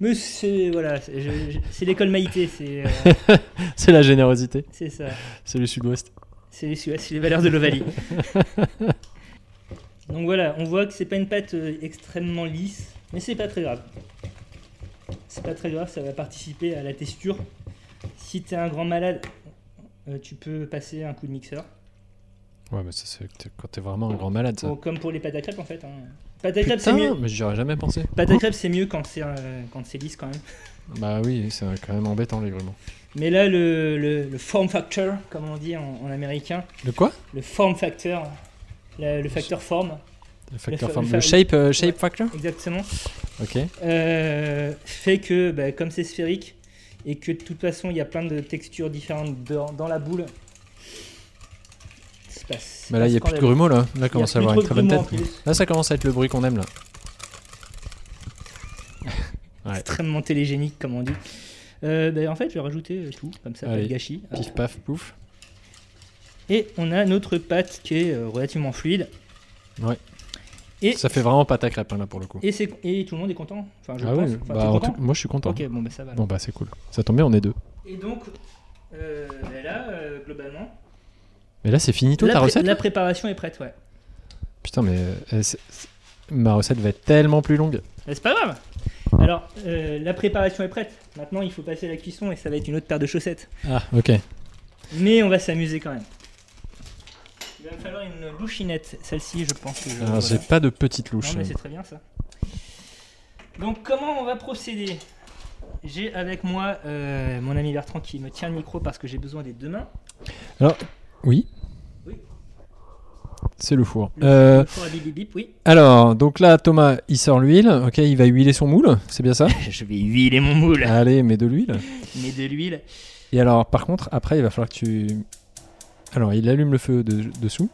[SPEAKER 3] Mais c'est. Voilà, c'est je- je- c'est l'école Maïté, c'est euh,
[SPEAKER 1] C'est la générosité.
[SPEAKER 3] c'est ça.
[SPEAKER 1] C'est le sud-ouest.
[SPEAKER 3] C'est les, c'est les valeurs de l'Ovalie. Donc voilà, on voit que c'est pas une pâte euh, extrêmement lisse, mais c'est pas très grave. C'est pas très grave, ça va participer à la texture. Si t'es un grand malade, euh, tu peux passer un coup de mixeur.
[SPEAKER 1] Ouais, mais ça, c'est quand t'es vraiment un grand malade ça.
[SPEAKER 3] Bon, comme pour les pâtes à crêpes en fait. Hein. Pâte à crêpes c'est
[SPEAKER 1] Putain,
[SPEAKER 3] mieux.
[SPEAKER 1] mais j'y aurais jamais pensé.
[SPEAKER 3] Pâte à crêpes c'est mieux quand c'est euh, quand c'est lisse quand même.
[SPEAKER 1] Bah oui, c'est quand même embêtant les grumons.
[SPEAKER 3] Mais là le, le- le form factor, comme on dit en, en américain,
[SPEAKER 1] Le quoi
[SPEAKER 3] le form factor, la- le facteur forme,
[SPEAKER 1] Le facteur
[SPEAKER 3] fa-
[SPEAKER 1] forme.
[SPEAKER 3] le
[SPEAKER 1] Le
[SPEAKER 3] fa-
[SPEAKER 1] shape, euh, shape
[SPEAKER 3] Ouais.
[SPEAKER 1] factor
[SPEAKER 3] exactement.
[SPEAKER 1] Ok.
[SPEAKER 3] Euh, fait que bah, comme c'est sphérique et que de toute façon il y a plein de textures différentes dans, dans la boule. c'est pas- c'est
[SPEAKER 1] Bah là,
[SPEAKER 3] pas
[SPEAKER 1] il n'y a plus de
[SPEAKER 3] scandaleux.
[SPEAKER 1] grumeaux là. Là,
[SPEAKER 3] Il y a
[SPEAKER 1] commence à
[SPEAKER 3] plus
[SPEAKER 1] avoir
[SPEAKER 3] trop
[SPEAKER 1] une
[SPEAKER 3] de
[SPEAKER 1] très bonne
[SPEAKER 3] grumeaux en
[SPEAKER 1] tête.
[SPEAKER 3] plus.
[SPEAKER 1] Là, ça commence à être le bruit qu'on aime là. Ouais.
[SPEAKER 3] Extrêmement télégénique comme on dit. Euh, bah, en fait je vais rajouter euh, tout comme ça pas de
[SPEAKER 1] Allez.
[SPEAKER 3] gâchis.
[SPEAKER 1] Pif paf pouf.
[SPEAKER 3] Et on a notre pâte qui est euh, relativement fluide Et-
[SPEAKER 1] Ça fait vraiment pas ta crêpe hein, là pour le coup.
[SPEAKER 3] et, c'est- et tout le monde est content. Enfin je
[SPEAKER 1] Ah
[SPEAKER 3] pense.
[SPEAKER 1] oui,
[SPEAKER 3] Enfin,
[SPEAKER 1] bah,
[SPEAKER 3] t'es
[SPEAKER 1] en
[SPEAKER 3] content
[SPEAKER 1] tout- moi je suis content.
[SPEAKER 3] Ok bon bah ça va.
[SPEAKER 1] Bon
[SPEAKER 3] alors.
[SPEAKER 1] bah c'est cool. Ça tombe bien, on est deux.
[SPEAKER 3] Et donc euh, bah, là euh, globalement
[SPEAKER 1] Mais là c'est fini tout
[SPEAKER 3] la,
[SPEAKER 1] ta
[SPEAKER 3] pré-
[SPEAKER 1] recette
[SPEAKER 3] la préparation est prête ouais.
[SPEAKER 1] Putain mais euh, c'est- c'est- ma recette va être tellement plus longue.
[SPEAKER 3] Mais c'est pas grave. Alors, euh, la préparation est prête. Maintenant, il faut passer à la cuisson et ça va être une autre paire de chaussettes.
[SPEAKER 1] Ah ok.
[SPEAKER 3] Euh, Mais on va s'amuser quand même. Il va me falloir une louchinette. Celle-ci, je pense que je.
[SPEAKER 1] Alors
[SPEAKER 3] voilà.
[SPEAKER 1] j'ai pas de petite
[SPEAKER 3] Non,
[SPEAKER 1] louche.
[SPEAKER 3] mais c'est très bien ça. Donc, comment on va procéder J'ai avec moi euh, mon ami Bertrand qui me tient le micro parce que j'ai besoin des deux mains.
[SPEAKER 1] Oui.
[SPEAKER 3] Oui.
[SPEAKER 1] C'est le four.
[SPEAKER 3] Le-
[SPEAKER 1] Euh,
[SPEAKER 3] le four à bip, bip, bip, oui.
[SPEAKER 1] alors, donc là, Thomas, il sort l'huile. Ok, il va huiler son moule, c'est bien ça
[SPEAKER 3] Je vais huiler mon moule.
[SPEAKER 1] Allez, mets de l'huile.
[SPEAKER 3] Mais de l'huile.
[SPEAKER 1] Et alors, par contre, après, il va falloir que tu. Alors, il allume le feu de- dessous.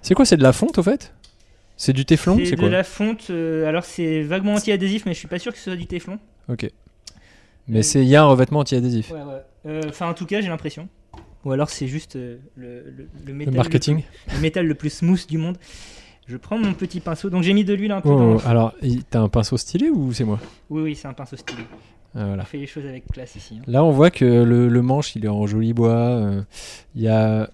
[SPEAKER 1] C'est quoi C'est de la fonte, au fait C'est du téflon
[SPEAKER 3] C'est
[SPEAKER 1] C'est
[SPEAKER 3] de
[SPEAKER 1] quoi
[SPEAKER 3] la fonte. euh, alors, c'est vaguement anti-adhésif, mais je suis pas sûr que ce soit du téflon.
[SPEAKER 1] Ok. Mais c'est il y a un revêtement anti-adhésif.
[SPEAKER 3] Ouais, ouais. Euh, Enfin, en tout cas, j'ai l'impression. Ou alors, c'est juste euh, le, le, le
[SPEAKER 1] le
[SPEAKER 3] métal.
[SPEAKER 1] marketing.
[SPEAKER 3] Le, le métal le plus smooth du monde. Je prends mon petit pinceau. Donc, j'ai mis de l'huile un peu.
[SPEAKER 1] Oh,
[SPEAKER 3] dans-
[SPEAKER 1] alors, il- t'as un pinceau stylé ou c'est moi
[SPEAKER 3] Oui, oui, c'est un pinceau stylé.
[SPEAKER 1] Ah,
[SPEAKER 3] On
[SPEAKER 1] voilà.
[SPEAKER 3] fait les choses avec classe ici. hein.
[SPEAKER 1] Là, on voit que le, le manche, il est en joli bois. euh, Il y a.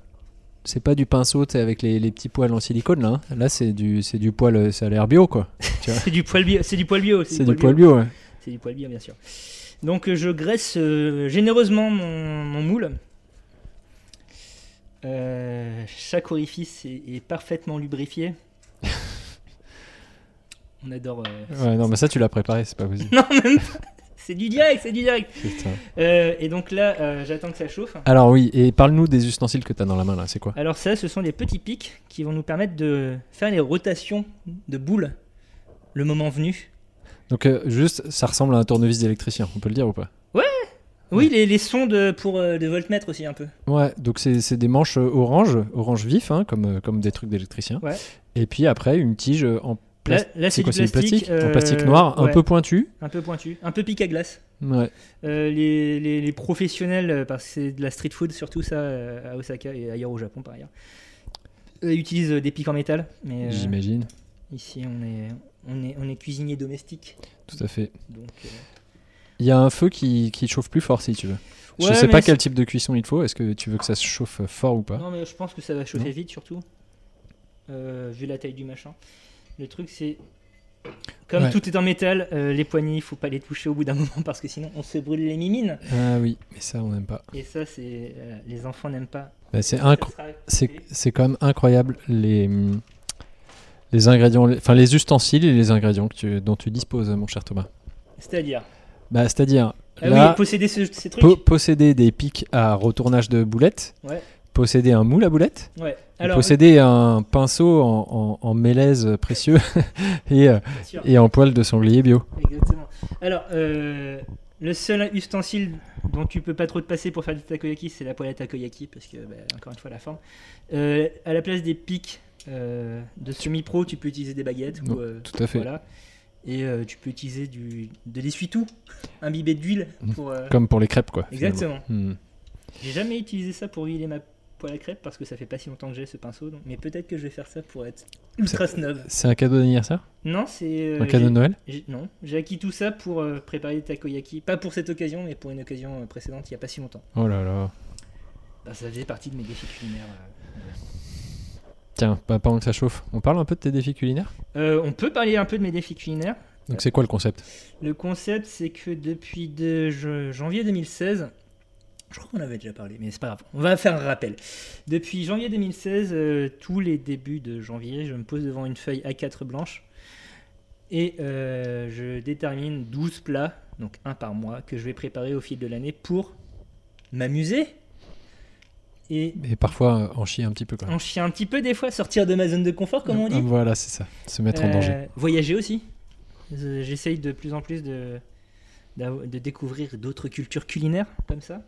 [SPEAKER 1] C'est pas du pinceau, tu sais, avec les, les petits poils en silicone, là. hein. Là, c'est du, c'est du poil, euh, ça a l'air bio, quoi.
[SPEAKER 3] C'est du poil bio. C'est du poil bio.
[SPEAKER 1] C'est du poil bio, ouais.
[SPEAKER 3] C'est du poil bio, bien sûr. Donc, euh, je graisse euh, généreusement mon, mon moule. Euh, chaque orifice est, est parfaitement lubrifié. On adore. euh,
[SPEAKER 1] Ouais, non, mais ça, tu l'as préparé, c'est pas possible.
[SPEAKER 3] Non, même pas. C'est du direct, c'est du direct.
[SPEAKER 1] Putain.
[SPEAKER 3] Euh, et donc là, euh, j'attends que ça chauffe.
[SPEAKER 1] Alors, oui, et parle-nous des ustensiles que t'as dans la main, là. C'est quoi
[SPEAKER 3] Alors ça, ce sont des petits pics qui vont nous permettre de faire les rotations de boules le moment venu.
[SPEAKER 1] Donc, euh, juste, ça ressemble à un tournevis d'électricien, on peut le dire ou pas
[SPEAKER 3] Oui, les, les sons de, pour euh, de voltmètre aussi un peu.
[SPEAKER 1] Ouais, donc c'est c'est des manches euh, orange, orange vif, hein, comme, euh, comme des trucs d'électricien.
[SPEAKER 3] Ouais.
[SPEAKER 1] Et puis après, une tige euh, en
[SPEAKER 3] Là,
[SPEAKER 1] plastique.
[SPEAKER 3] là, c'est du
[SPEAKER 1] quoi,
[SPEAKER 3] plastique,
[SPEAKER 1] En plastique
[SPEAKER 3] euh,
[SPEAKER 1] noir,
[SPEAKER 3] ouais,
[SPEAKER 1] un peu pointu.
[SPEAKER 3] un peu pointu, un peu pic à glace.
[SPEAKER 1] Ouais.
[SPEAKER 3] Euh, les, les- les professionnels, euh, parce que c'est de la street food surtout ça euh, à Osaka et ailleurs au Japon par ailleurs. Eux, Ils utilisent euh, des pics en métal, mais euh,
[SPEAKER 1] J'imagine,
[SPEAKER 3] ici on est, on est, on est cuisinier domestique.
[SPEAKER 1] tout à fait.
[SPEAKER 3] Donc, euh,
[SPEAKER 1] Il y a un feu qui, qui chauffe plus fort si tu veux. je
[SPEAKER 3] Ouais,
[SPEAKER 1] sais
[SPEAKER 3] mais
[SPEAKER 1] pas
[SPEAKER 3] c'est-
[SPEAKER 1] quel type de cuisson il faut. Est-ce que tu veux que ça se chauffe fort ou pas
[SPEAKER 3] Non, mais je pense que ça va chauffer
[SPEAKER 1] Non.
[SPEAKER 3] vite, surtout. Euh, vu la taille du machin. Le truc, c'est. Comme
[SPEAKER 1] Ouais.
[SPEAKER 3] tout est en métal, euh, les poignées, il faut pas les toucher au bout d'un moment parce que sinon on se brûle les mimines.
[SPEAKER 1] Ah oui, mais ça on n'aime pas.
[SPEAKER 3] Et ça, c'est. euh, les enfants n'aiment pas.
[SPEAKER 1] Bah, c'est
[SPEAKER 3] Ça
[SPEAKER 1] incro-
[SPEAKER 3] sera-
[SPEAKER 1] c'est c'est quand même incroyable les les ingrédients, les- enfin les ustensiles et les ingrédients que tu- dont tu disposes, mon cher Thomas.
[SPEAKER 3] C'est-à-dire.
[SPEAKER 1] Bah, c'est-à-dire
[SPEAKER 3] Ah
[SPEAKER 1] là,
[SPEAKER 3] oui, posséder ce- ces trucs.
[SPEAKER 1] po- posséder des pics à retournage de boulettes,
[SPEAKER 3] Ouais.
[SPEAKER 1] posséder un moule à boulettes.
[SPEAKER 3] Ouais.
[SPEAKER 1] Et
[SPEAKER 3] Alors,
[SPEAKER 1] posséder un pinceau en, en, en mélèze précieux et, euh,
[SPEAKER 3] bien sûr.
[SPEAKER 1] et en poil de sanglier bio.
[SPEAKER 3] Exactement. Alors, euh, le seul ustensile dont tu peux pas trop te passer pour faire du takoyaki, c'est la poêle à takoyaki, parce que, bah, encore une fois, la forme. Euh, à la place des pics euh, de semi-pro, tu peux utiliser des baguettes.
[SPEAKER 1] Non,
[SPEAKER 3] ou, euh,
[SPEAKER 1] tout à fait.
[SPEAKER 3] Voilà. Et euh, tu peux utiliser du, de l'essuie-tout, imbibé d'huile. pour. euh,
[SPEAKER 1] Comme pour les crêpes, quoi. finalement.
[SPEAKER 3] Exactement.
[SPEAKER 1] Hmm.
[SPEAKER 3] J'ai jamais utilisé ça pour huiler ma poêle à crêpe, parce que ça fait pas si longtemps que j'ai ce pinceau, donc- mais peut-être que je vais faire ça pour être ultra snob.
[SPEAKER 1] C'est un cadeau d'anniversaire
[SPEAKER 3] Non, c'est. euh,
[SPEAKER 1] Un cadeau de
[SPEAKER 3] j'ai-
[SPEAKER 1] Noël
[SPEAKER 3] j'ai- Non, j'ai acquis tout ça pour euh, préparer des takoyaki. Pas pour cette occasion, mais pour une occasion euh, précédente il n'y a pas si longtemps.
[SPEAKER 1] Oh là là.
[SPEAKER 3] Bah, ça faisait partie de mes défis culinaires. euh.
[SPEAKER 1] Tiens, bah, pendant que ça chauffe, on parle un peu de tes défis culinaires
[SPEAKER 3] Euh, on peut parler un peu de mes défis culinaires.
[SPEAKER 1] Donc c'est quoi le concept
[SPEAKER 3] Le concept, c'est que depuis de- je- janvier 2016, je crois qu'on avait déjà parlé, mais c'est pas grave, on va faire un rappel. Depuis janvier 2016, euh, tous les débuts de janvier, je me pose devant une feuille A4 blanche et euh, je détermine 12 plats, donc un par mois, que je vais préparer au fil de l'année pour m'amuser et
[SPEAKER 1] Et parfois euh, en chier un petit peu, quoi.
[SPEAKER 3] en chier un petit peu des fois, sortir de ma zone de confort, comme on dit.
[SPEAKER 1] Ah, Voilà, c'est ça. Se mettre en
[SPEAKER 3] Euh,
[SPEAKER 1] danger.
[SPEAKER 3] Voyager aussi. Je- J'essaye de plus en plus de, d'av- de découvrir d'autres cultures culinaires comme ça.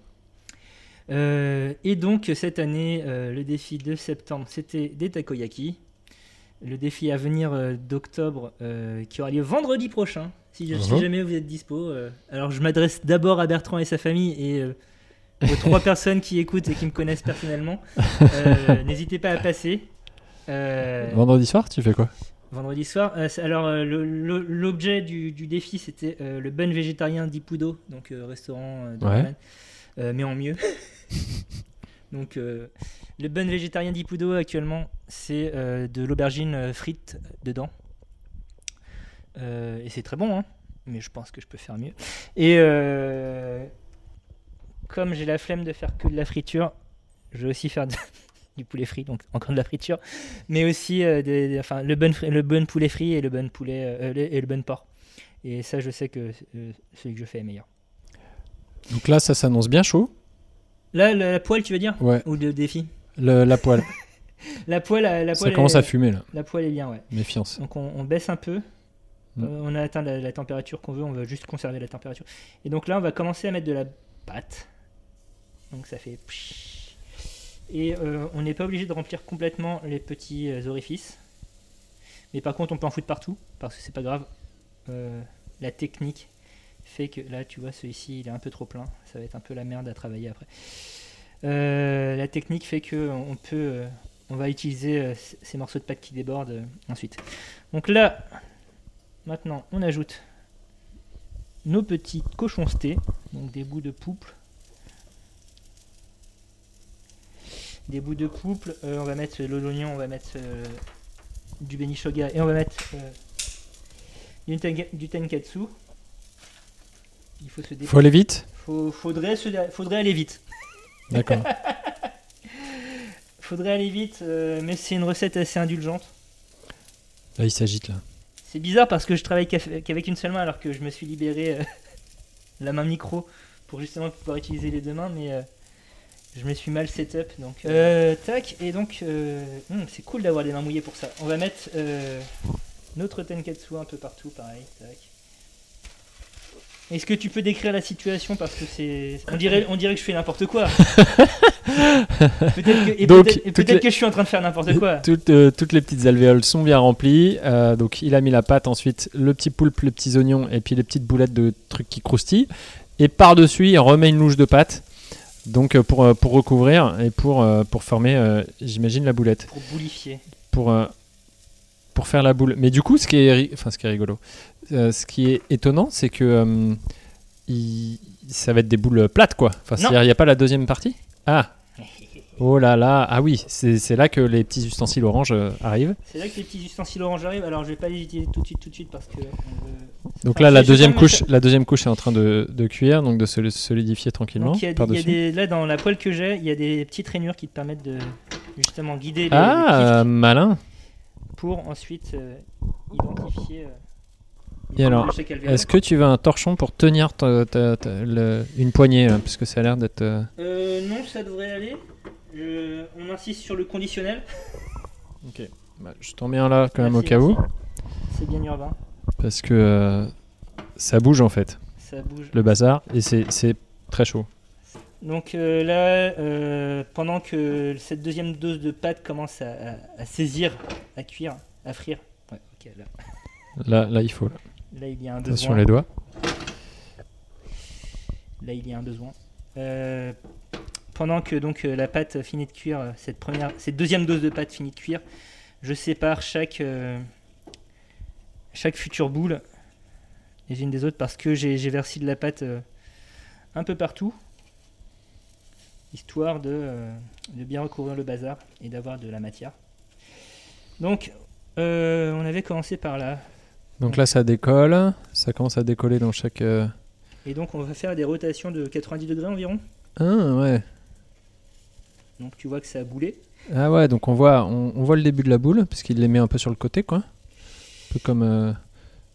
[SPEAKER 3] Euh, et donc cette année, euh, le défi de septembre, c'était des takoyaki. Le défi à venir euh, d'octobre, euh, qui aura lieu vendredi prochain, si, je- si
[SPEAKER 1] Mhm.
[SPEAKER 3] jamais vous êtes dispo. euh. alors je m'adresse d'abord à Bertrand et sa famille et euh, aux trois personnes qui écoutent et qui me connaissent personnellement. Euh, N'hésitez pas à passer. Euh,
[SPEAKER 1] Vendredi soir, tu fais quoi
[SPEAKER 3] Vendredi soir. euh, c'est- alors, euh, le- le- l'objet du, du défi, c'était euh, le bun végétarien d'Ipudo, donc euh, restaurant euh, de
[SPEAKER 1] Ouais.
[SPEAKER 3] Roman, euh, mais en mieux. donc, euh, le bun végétarien d'Ipudo, actuellement, c'est euh, de l'aubergine euh, frite dedans. Euh, et c'est très bon, hein, mais je pense que je peux faire mieux. Et euh, comme j'ai la flemme de faire que de la friture, je vais aussi faire de- du poulet frit, donc encore de la friture mais aussi euh, des, des- enfin, le, bon, fri- le bon poulet frit et le bon poulet euh, le- et le bon porc. Et ça, je sais que euh, celui que je fais est meilleur.
[SPEAKER 1] Donc là, ça s'annonce bien chaud.
[SPEAKER 3] Là, la, la poêle, tu veux dire
[SPEAKER 1] Ouais,
[SPEAKER 3] Ou le défi
[SPEAKER 1] le- la poêle.
[SPEAKER 3] La poêle, la, la
[SPEAKER 1] ça
[SPEAKER 3] poêle
[SPEAKER 1] commence
[SPEAKER 3] est,
[SPEAKER 1] à fumer, là.
[SPEAKER 3] la poêle est bien, ouais.
[SPEAKER 1] Méfiance.
[SPEAKER 3] Donc on, on baisse un peu.
[SPEAKER 1] Mm.
[SPEAKER 3] Euh, on a atteint la, la température qu'on veut, on veut juste conserver la température. Et donc là, on va commencer à mettre de la pâte. Donc ça fait. psh. Et euh, on n'est pas obligé de remplir complètement les petits euh, orifices. Mais par contre, on peut en foutre partout, parce que c'est pas grave. Euh, la technique fait que là, tu vois, celui-ci, il est un peu trop plein. Ça va être un peu la merde à travailler après. Euh, la technique fait que on peut, euh, on va utiliser euh, c- ces morceaux de pâte qui débordent euh, ensuite. Donc là, maintenant, on ajoute nos petits cochons stés, donc des bouts de pouple. Des bouts de pouple, euh, on va mettre de l'oignon, on va mettre euh, du benishoga et on va mettre euh, du, tenga- du tenkatsu. Il faut se dé-
[SPEAKER 1] Faut aller vite
[SPEAKER 3] faut- faudrait, se- faudrait aller vite.
[SPEAKER 1] D'accord.
[SPEAKER 3] Faudrait aller vite, euh, mais c'est une recette assez indulgente.
[SPEAKER 1] Là, il s'agite, là.
[SPEAKER 3] C'est bizarre parce que je travaille qu'af- qu'avec une seule main alors que je me suis libéré euh, la main micro pour justement pouvoir utiliser les deux mains, mais euh, je me suis mal setup donc. euh, tac, et donc euh, hum, c'est cool d'avoir des mains mouillées pour ça. On va mettre euh, notre tenkatsu un peu partout, pareil. Tac. Est-ce que tu peux décrire la situation parce que c'est on dirait on dirait que je fais n'importe quoi. peut-être que, et
[SPEAKER 1] Donc,
[SPEAKER 3] peut-être- et
[SPEAKER 1] toutes
[SPEAKER 3] peut-être
[SPEAKER 1] les-
[SPEAKER 3] que je suis en train de faire n'importe quoi.
[SPEAKER 1] Toutes, euh, toutes les petites alvéoles sont bien remplies. Euh, donc, il a mis la pâte, ensuite le petit poulpe, les petits oignons et puis les petites boulettes de trucs qui croustillent. Et par-dessus, il remet une louche de pâte. Donc euh, pour, euh, pour recouvrir et pour, euh, pour former, euh, j'imagine, la boulette.
[SPEAKER 3] Pour boulifier.
[SPEAKER 1] Pour, euh, pour faire la boule. Mais du coup, ce qui est, ri- enfin, ce qui est rigolo, euh, ce qui est étonnant, c'est que euh, il- ça va être des boules plates, quoi. Enfin,
[SPEAKER 3] Non.
[SPEAKER 1] c'est-à-dire, il n'y a pas la deuxième partie Ah Oh là là Ah oui, c'est c'est là que les petits ustensiles orange euh, arrivent.
[SPEAKER 3] C'est là que les petits ustensiles orange arrivent, alors je vais pas les utiliser tout de suite, tout de suite parce que. on veut-
[SPEAKER 1] Donc
[SPEAKER 3] Ah,
[SPEAKER 1] là,
[SPEAKER 3] je-
[SPEAKER 1] la
[SPEAKER 3] je
[SPEAKER 1] deuxième,
[SPEAKER 3] ferme le
[SPEAKER 1] couche, la deuxième couche est en train de, de cuire, donc de se solidifier tranquillement.
[SPEAKER 3] Donc il y a, des- il y a
[SPEAKER 1] par-dessus.
[SPEAKER 3] des, là dans la poêle que j'ai, il y a des petites rainures qui te permettent de justement guider les, les
[SPEAKER 1] Ah, malin
[SPEAKER 3] pistes pour ensuite euh, identifier. euh,
[SPEAKER 1] Et alors,
[SPEAKER 3] le chèque alvéolaire.
[SPEAKER 1] Est-ce que tu veux un torchon pour tenir ta- ta- ta- le- une poignée là, Parce que ça a l'air d'être. euh,
[SPEAKER 3] Euh, non, ça devrait aller. Je- On insiste sur le conditionnel.
[SPEAKER 1] bah, je t'en mets un là quand même au
[SPEAKER 3] Merci,
[SPEAKER 1] cas où.
[SPEAKER 3] merci. C'est bien urbain.
[SPEAKER 1] Parce que euh, ça bouge en fait,
[SPEAKER 3] Ça bouge.
[SPEAKER 1] le bazar. Et c'est c'est très chaud.
[SPEAKER 3] Donc euh, là, euh, pendant que cette deuxième dose de pâte commence à, à- à saisir, à cuire, à frire. Ouais, ok, là,
[SPEAKER 1] Là, là il faut. là.
[SPEAKER 3] là, il y a un
[SPEAKER 1] Attention
[SPEAKER 3] besoin.
[SPEAKER 1] les doigts.
[SPEAKER 3] Là, il y a un besoin. Euh, pendant que donc euh, la pâte finit de cuire, euh, cette première, cette deuxième dose de pâte finit de cuire, je sépare chaque euh, chaque future boule les unes des autres parce que j'ai j'ai versé de la pâte euh, un peu partout, histoire de, euh, de bien recouvrir le bazar et d'avoir de la matière. Donc, euh, on avait commencé par là.
[SPEAKER 1] Donc là, ça décolle. Ça commence à décoller dans chaque. euh,
[SPEAKER 3] Et donc, on va faire des rotations de 90 degrés environ.
[SPEAKER 1] Ah ouais.
[SPEAKER 3] Donc, tu vois que ça a boulé.
[SPEAKER 1] Ah ouais, donc on voit, on, on voit le début de la boule, parce qu'il les met un peu sur le côté, quoi. Un peu comme euh,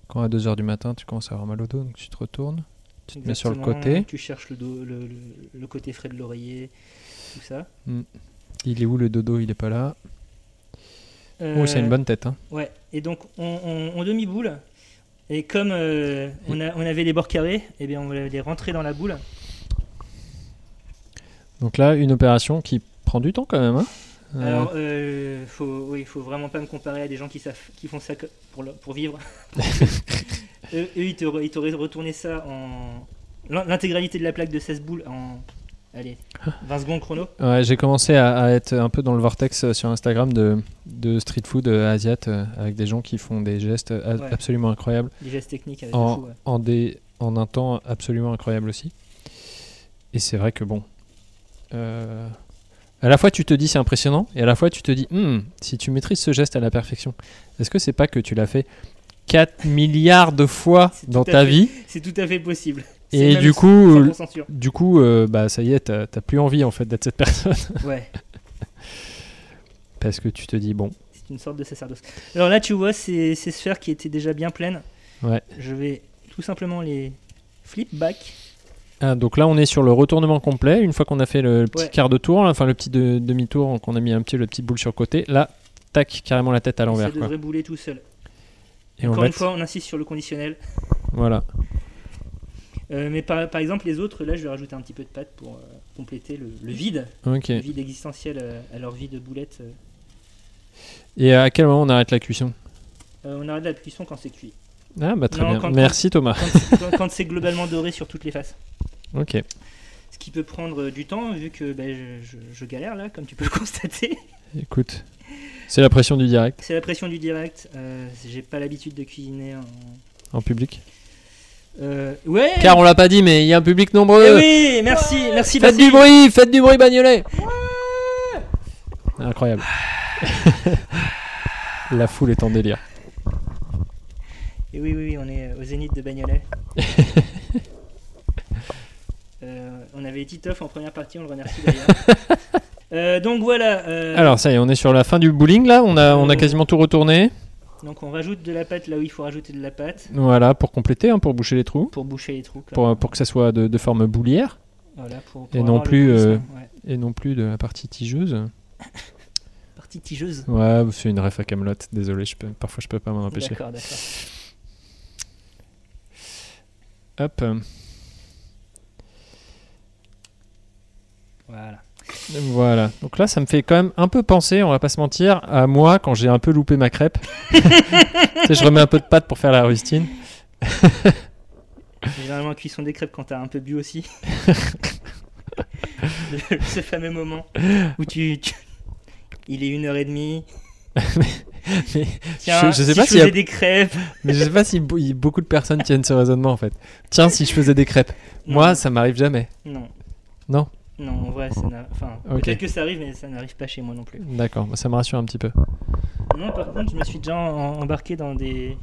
[SPEAKER 1] quand à 2h du matin, tu commences à avoir mal au dos, donc tu te retournes.
[SPEAKER 3] Tu
[SPEAKER 1] te mets sur le côté.
[SPEAKER 3] Tu cherches le, dos- le, le- le côté frais de l'oreiller, tout ça.
[SPEAKER 1] Il est où le dodo Il est pas là. Oh, c'est une
[SPEAKER 3] Euh,
[SPEAKER 1] bonne tête. Hein.
[SPEAKER 3] Ouais, et donc on, on- on demi-boule. Et comme euh, on, a- on avait les bords carrés, et bien on va les rentrer dans la boule.
[SPEAKER 1] Donc là, une opération qui prend du temps quand même. Hein Euh,
[SPEAKER 3] Alors, euh, faut, oui, faut vraiment pas me comparer à des gens qui, savent, qui font ça que- pour, le- pour vivre. eux, eux, ils te re- ils t'auraient retourné ça en. l'in- L'intégralité de la plaque de 16 boules en. Allez,
[SPEAKER 1] Ah.
[SPEAKER 3] 20 secondes chrono.
[SPEAKER 1] Ouais, j'ai commencé à, à être un peu dans le vortex euh, sur Instagram de, de street food euh, asiat euh, avec des gens qui font des gestes euh, a-
[SPEAKER 3] Ouais.
[SPEAKER 1] absolument incroyables
[SPEAKER 3] Des gestes techniques avec le
[SPEAKER 1] en,
[SPEAKER 3] fou, ouais.
[SPEAKER 1] en des, en un temps absolument incroyable aussi. Et c'est vrai que bon, euh, à la fois tu te dis c'est impressionnant et à la fois tu te dis Hmm, si tu maîtrises ce geste à la perfection, est-ce que c'est pas que tu l'as fait 4 milliards de fois
[SPEAKER 3] C'est
[SPEAKER 1] dans
[SPEAKER 3] tout à
[SPEAKER 1] ta
[SPEAKER 3] fait-
[SPEAKER 1] vie
[SPEAKER 3] C'est tout à fait possible. C'est
[SPEAKER 1] et
[SPEAKER 3] même
[SPEAKER 1] du coup
[SPEAKER 3] 100% sûr.
[SPEAKER 1] du coup, euh, bah, ça y est, t'as t'as plus envie en fait d'être cette personne
[SPEAKER 3] Ouais,
[SPEAKER 1] parce que tu te dis bon,
[SPEAKER 3] c'est une sorte de sacerdoce. Alors là, tu vois ces, ces sphères qui étaient déjà bien pleines.
[SPEAKER 1] ouais.
[SPEAKER 3] Je vais tout simplement les flip back.
[SPEAKER 1] Ah, donc là, on est sur le retournement complet. Une fois qu'on a fait le petit
[SPEAKER 3] Ouais.
[SPEAKER 1] quart de tour, là, enfin le petit de- demi-tour, qu'on a mis un petit le petit boule sur le côté, là, tac, carrément la tête à
[SPEAKER 3] Ça
[SPEAKER 1] l'envers. quoi.
[SPEAKER 3] devrait bouler tout seul.
[SPEAKER 1] Et on
[SPEAKER 3] Encore
[SPEAKER 1] va
[SPEAKER 3] une
[SPEAKER 1] être-
[SPEAKER 3] fois, on insiste sur le conditionnel.
[SPEAKER 1] Voilà.
[SPEAKER 3] Euh, mais par, par exemple, les autres, là, je vais rajouter un petit peu de pâte pour euh, compléter le, le vide,
[SPEAKER 1] Ok.
[SPEAKER 3] le vide existentiel euh, à leur vie de boulette. euh.
[SPEAKER 1] Et à quel moment on arrête la cuisson
[SPEAKER 3] Euh, on arrête la cuisson quand c'est cuit.
[SPEAKER 1] Ah, bah très
[SPEAKER 3] Non,
[SPEAKER 1] bien.
[SPEAKER 3] quand-
[SPEAKER 1] Merci Thomas.
[SPEAKER 3] Quand c'est- quand- quand c'est globalement doré sur toutes les faces.
[SPEAKER 1] Ok.
[SPEAKER 3] Ce qui peut prendre euh, du temps, vu que ben, je- je- je galère là, comme tu peux le constater.
[SPEAKER 1] Écoute, c'est la pression du direct
[SPEAKER 3] C'est la pression du direct. euh, j'ai pas l'habitude de cuisiner. En...
[SPEAKER 1] en public.
[SPEAKER 3] Eh Euh, ouais.
[SPEAKER 1] Car on l'a pas dit, mais il y a un public
[SPEAKER 3] Eh
[SPEAKER 1] nombreux.
[SPEAKER 3] oui, merci, merci.
[SPEAKER 1] Faites
[SPEAKER 3] Bastien.
[SPEAKER 1] du bruit, faites du bruit, bagnolet Incroyable. La foule est en délire.
[SPEAKER 3] Et oui, oui, oui, on est euh, au zénith de Bagnolet. Euh, on avait Titoff en première partie, on le remercie d'ailleurs. Euh, donc voilà. euh,
[SPEAKER 1] Alors ça y est, on est sur la fin du bowling là, on a, on a quasiment tout retourné.
[SPEAKER 3] Donc on rajoute de la pâte là où il faut rajouter de la pâte
[SPEAKER 1] Voilà, pour compléter, hein, pour boucher les trous,
[SPEAKER 3] pour boucher les trous. quoi.
[SPEAKER 1] pour, pour que ça soit de, de forme boulière
[SPEAKER 3] Voilà, pour-
[SPEAKER 1] Et
[SPEAKER 3] pour
[SPEAKER 1] non
[SPEAKER 3] avoir le
[SPEAKER 1] plus,
[SPEAKER 3] coulissin,
[SPEAKER 1] euh,
[SPEAKER 3] ouais.
[SPEAKER 1] et non plus de la partie tigeuse.
[SPEAKER 3] Partie tigeuse.
[SPEAKER 1] Ouais, c'est une ref à Camelot, désolé, je peux, parfois je peux pas m'en empêcher.
[SPEAKER 3] D'accord, d'accord.
[SPEAKER 1] Hop, euh,
[SPEAKER 3] Voilà.
[SPEAKER 1] voilà. Donc là, ça me fait quand même un peu penser, on va pas se mentir, à moi quand j'ai un peu loupé ma crêpe. tu sais, je remets un peu de pâte pour faire la rustine.
[SPEAKER 3] Généralement, cuisson des crêpes quand t'as un peu bu aussi. Le- Ce fameux moment où tu. tu- Il est une heure et demie.
[SPEAKER 1] Mais
[SPEAKER 3] Tiens,
[SPEAKER 1] je sais
[SPEAKER 3] si
[SPEAKER 1] pas
[SPEAKER 3] je
[SPEAKER 1] s'il y a-
[SPEAKER 3] faisais des crêpes.
[SPEAKER 1] Mais je sais pas si bou- beaucoup de personnes tiennent ce raisonnement en fait. Tiens, si je faisais des crêpes. Moi, ça m'arrive jamais.
[SPEAKER 3] Non.
[SPEAKER 1] Non.
[SPEAKER 3] Non, en vrai, ça n'a. Enfin,
[SPEAKER 1] Ok.
[SPEAKER 3] peut-être que ça arrive, mais ça n'arrive pas chez moi non plus.
[SPEAKER 1] D'accord, bah, ça me rassure un petit peu.
[SPEAKER 3] Non, par contre, je me suis déjà en- embarqué dans des.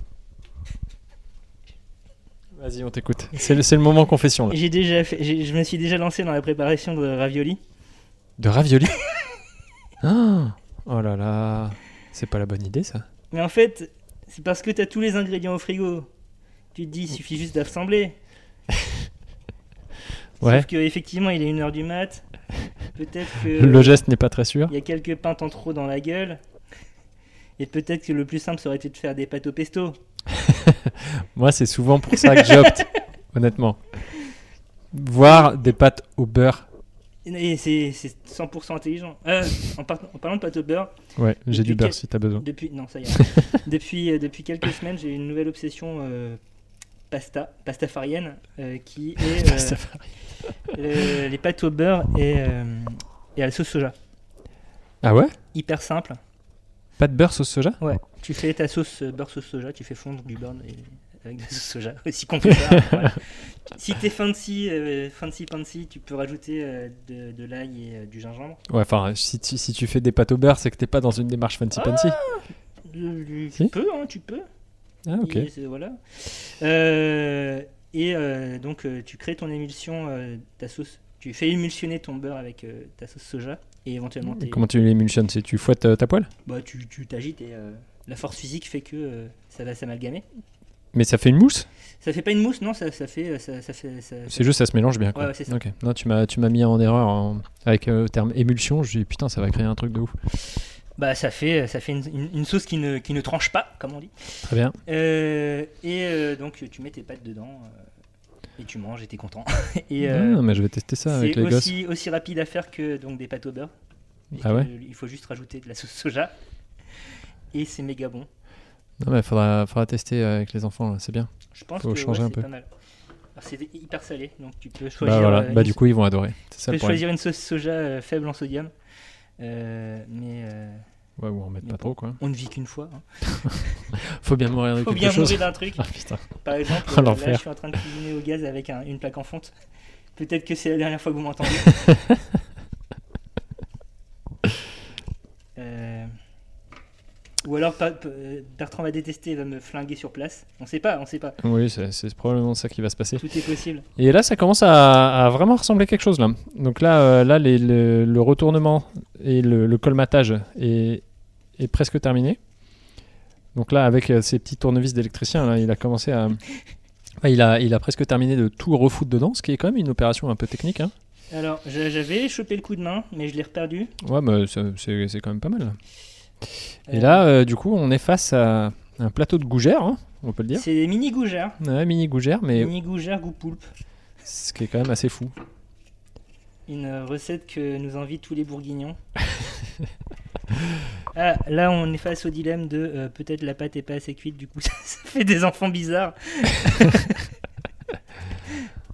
[SPEAKER 1] Vas-y, on t'écoute. C'est le, c'est le moment confession là.
[SPEAKER 3] J'ai déjà fait... j'ai- Je me suis déjà lancé dans la préparation de ravioli.
[SPEAKER 1] De ravioli Ah, Oh là là. C'est pas la bonne idée ça.
[SPEAKER 3] Mais en fait, c'est parce que t'as tous les ingrédients au frigo. Tu te dis, il suffit juste d'assembler.
[SPEAKER 1] Ouais.
[SPEAKER 3] Sauf qu'effectivement, il est 1h du mat. Peut-être que.
[SPEAKER 1] Le geste n'est pas très sûr.
[SPEAKER 3] Il y a quelques pintes en trop dans la gueule. Et peut-être que le plus simple, ça aurait été de faire des pâtes au pesto.
[SPEAKER 1] Moi, c'est souvent pour ça que j'opte, honnêtement. Voir des pâtes au beurre.
[SPEAKER 3] Et c'est c'est 100% intelligent. Euh, en, par- en parlant de pâtes au beurre,
[SPEAKER 1] Ouais, j'ai du
[SPEAKER 3] Depuis
[SPEAKER 1] beurre
[SPEAKER 3] quel-
[SPEAKER 1] si t'as besoin.
[SPEAKER 3] depuis, non, ça y est. depuis, euh, depuis quelques semaines, j'ai une nouvelle obsession euh, pasta, pastafarienne, euh, qui est euh, le- les pâtes au beurre et, euh, et à la sauce soja.
[SPEAKER 1] Ah ouais
[SPEAKER 3] Hyper simple.
[SPEAKER 1] Pas de beurre sauce soja
[SPEAKER 3] Ouais. Tu fais ta sauce euh, beurre sauce soja, tu fais fondre du beurre et- avec de la sauce soja, aussi compliqué. Si t'es fancy, euh, fancy, fancy, tu peux rajouter euh, de, de l'ail et euh, du gingembre.
[SPEAKER 1] Ouais, enfin, si, tu- si tu fais des pâtes au beurre, c'est que t'es pas dans une démarche fancy-pancy.
[SPEAKER 3] Euh, Tu
[SPEAKER 1] Si.
[SPEAKER 3] peux, hein, tu peux.
[SPEAKER 1] Ah, ok.
[SPEAKER 3] Et c'est- voilà. Euh, et euh, donc, euh, tu crées ton émulsion, euh, ta sauce. Tu fais émulsionner ton beurre avec euh, ta sauce soja et éventuellement tes-
[SPEAKER 1] Comment tu l'émulsionnes C'est tu fouettes euh, ta poêle
[SPEAKER 3] bah, tu tu t'agites et euh, la force physique fait que euh, ça va s'amalgamer.
[SPEAKER 1] Mais ça fait une mousse
[SPEAKER 3] Ça fait pas une mousse, non Ça, ça fait, euh, ça, ça fait. ça-
[SPEAKER 1] C'est juste ça se mélange bien quoi.
[SPEAKER 3] Ouais, ouais, c'est ça.
[SPEAKER 1] Ok. Non, tu m'as tu m'as mis en erreur en- avec euh, le terme émulsion, j'ai dit putain, ça va créer un truc de ouf.
[SPEAKER 3] Bah, ça fait, ça fait une, une- une sauce qui ne, qui ne tranche pas, comme on dit.
[SPEAKER 1] Très bien.
[SPEAKER 3] Euh, et euh, donc, tu mets tes pâtes dedans euh, et tu manges et t'es content. et euh,
[SPEAKER 1] Ah, mais je vais tester ça avec
[SPEAKER 3] c'est
[SPEAKER 1] les gosses.
[SPEAKER 3] aussi, aussi rapide à faire que donc, des pâtes au beurre. Et
[SPEAKER 1] Ah
[SPEAKER 3] que,
[SPEAKER 1] ouais
[SPEAKER 3] euh, Il faut juste rajouter de la sauce soja. Et c'est méga bon.
[SPEAKER 1] Non, mais faudra faudra tester euh, avec les enfants, là, c'est bien.
[SPEAKER 3] Je pense
[SPEAKER 1] Faut
[SPEAKER 3] que
[SPEAKER 1] changer
[SPEAKER 3] ouais,
[SPEAKER 1] un
[SPEAKER 3] c'est
[SPEAKER 1] peu.
[SPEAKER 3] pas mal. Alors, C'est hyper salé, donc tu peux choisir,
[SPEAKER 1] Bah voilà,
[SPEAKER 3] euh, une,
[SPEAKER 1] bah du coup, ils vont adorer. C'est
[SPEAKER 3] tu
[SPEAKER 1] ça
[SPEAKER 3] peux
[SPEAKER 1] le problème.
[SPEAKER 3] choisir une sauce soja euh, faible en sodium. Euh, mais euh,
[SPEAKER 1] Ouais, ou en mettre pas trop quoi.
[SPEAKER 3] on ne vit qu'une fois. hein.
[SPEAKER 1] Faut bien mourir de
[SPEAKER 3] Faut
[SPEAKER 1] Ah quelque
[SPEAKER 3] bien
[SPEAKER 1] chose.
[SPEAKER 3] manger d'un truc.
[SPEAKER 1] Ah putain.
[SPEAKER 3] Par exemple,
[SPEAKER 1] Oh,
[SPEAKER 3] euh, là,
[SPEAKER 1] l'enfer.
[SPEAKER 3] je suis en train de cuisiner au gaz avec un- une plaque en fonte. Peut-être que c'est la dernière fois que vous m'entendez. Euh, Ou alors pa- pa- euh, Bertrand va détester, va me flinguer sur place. On sait pas, on sait pas.
[SPEAKER 1] Oui, c'est c'est probablement ça qui va se passer.
[SPEAKER 3] Tout est possible.
[SPEAKER 1] Et là, ça commence à, à vraiment ressembler à quelque chose. Là. Donc là, euh, là les- le, le retournement et le, le colmatage est, est presque terminé. Donc là, avec euh, ces petits tournevis d'électricien, là, il a commencé à... Enfin, il, a, il a presque terminé de tout refoutre dedans, ce qui est quand même une opération un peu technique. hein.
[SPEAKER 3] Alors, je- j'avais chopé le coup de main, mais je l'ai reperdu.
[SPEAKER 1] Ouais, mais ça- c'est c'est quand même pas mal. là. Et
[SPEAKER 3] Euh,
[SPEAKER 1] là, euh, du coup, on est face à un plateau de gougères, hein, on peut le dire.
[SPEAKER 3] c'est des mini gougères.
[SPEAKER 1] Ouais, mini gougères, mais
[SPEAKER 3] Mini gougères goût poulpe.
[SPEAKER 1] ce qui est quand même assez fou.
[SPEAKER 3] Une euh, recette que nous envient tous les bourguignons. Ah, là, on est face au dilemme de euh, peut-être la pâte est pas assez cuite, du coup, ça, fait des enfants bizarres.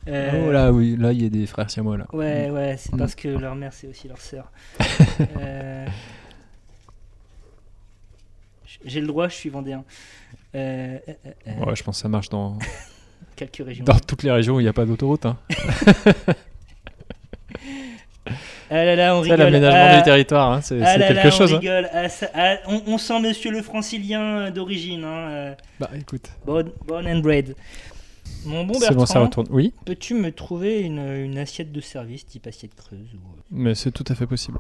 [SPEAKER 3] Euh,
[SPEAKER 1] Oh là, oui, là, il y a des frères siamois, là.
[SPEAKER 3] Ouais, ouais, c'est
[SPEAKER 1] Mm.
[SPEAKER 3] parce que leur mère, c'est aussi leur sœur. Euh, j- J'ai le droit, je suis vendéen. Euh, euh, euh, euh,
[SPEAKER 1] Ouais, je pense que ça marche dans,
[SPEAKER 3] Quelques régions.
[SPEAKER 1] Dans toutes les régions où il n'y a pas d'autoroute. Hein.
[SPEAKER 3] Ah là là, on
[SPEAKER 1] C'est
[SPEAKER 3] rigole.
[SPEAKER 1] l'aménagement
[SPEAKER 3] Ah,
[SPEAKER 1] du territoire, hein, c'est
[SPEAKER 3] ah
[SPEAKER 1] c'est
[SPEAKER 3] là
[SPEAKER 1] quelque
[SPEAKER 3] là,
[SPEAKER 1] chose.
[SPEAKER 3] On,
[SPEAKER 1] hein.
[SPEAKER 3] rigole. Ah, ça- ah, on, on sent monsieur le francilien euh, d'origine. Hein, euh,
[SPEAKER 1] Bah écoute,
[SPEAKER 3] born, born and bred. Mon bon
[SPEAKER 1] c'est bon, ça
[SPEAKER 3] Bertrand,
[SPEAKER 1] retourne. Oui,
[SPEAKER 3] peux-tu me trouver une, une assiette de service type assiette creuse ou... euh,
[SPEAKER 1] mais c'est tout à fait possible.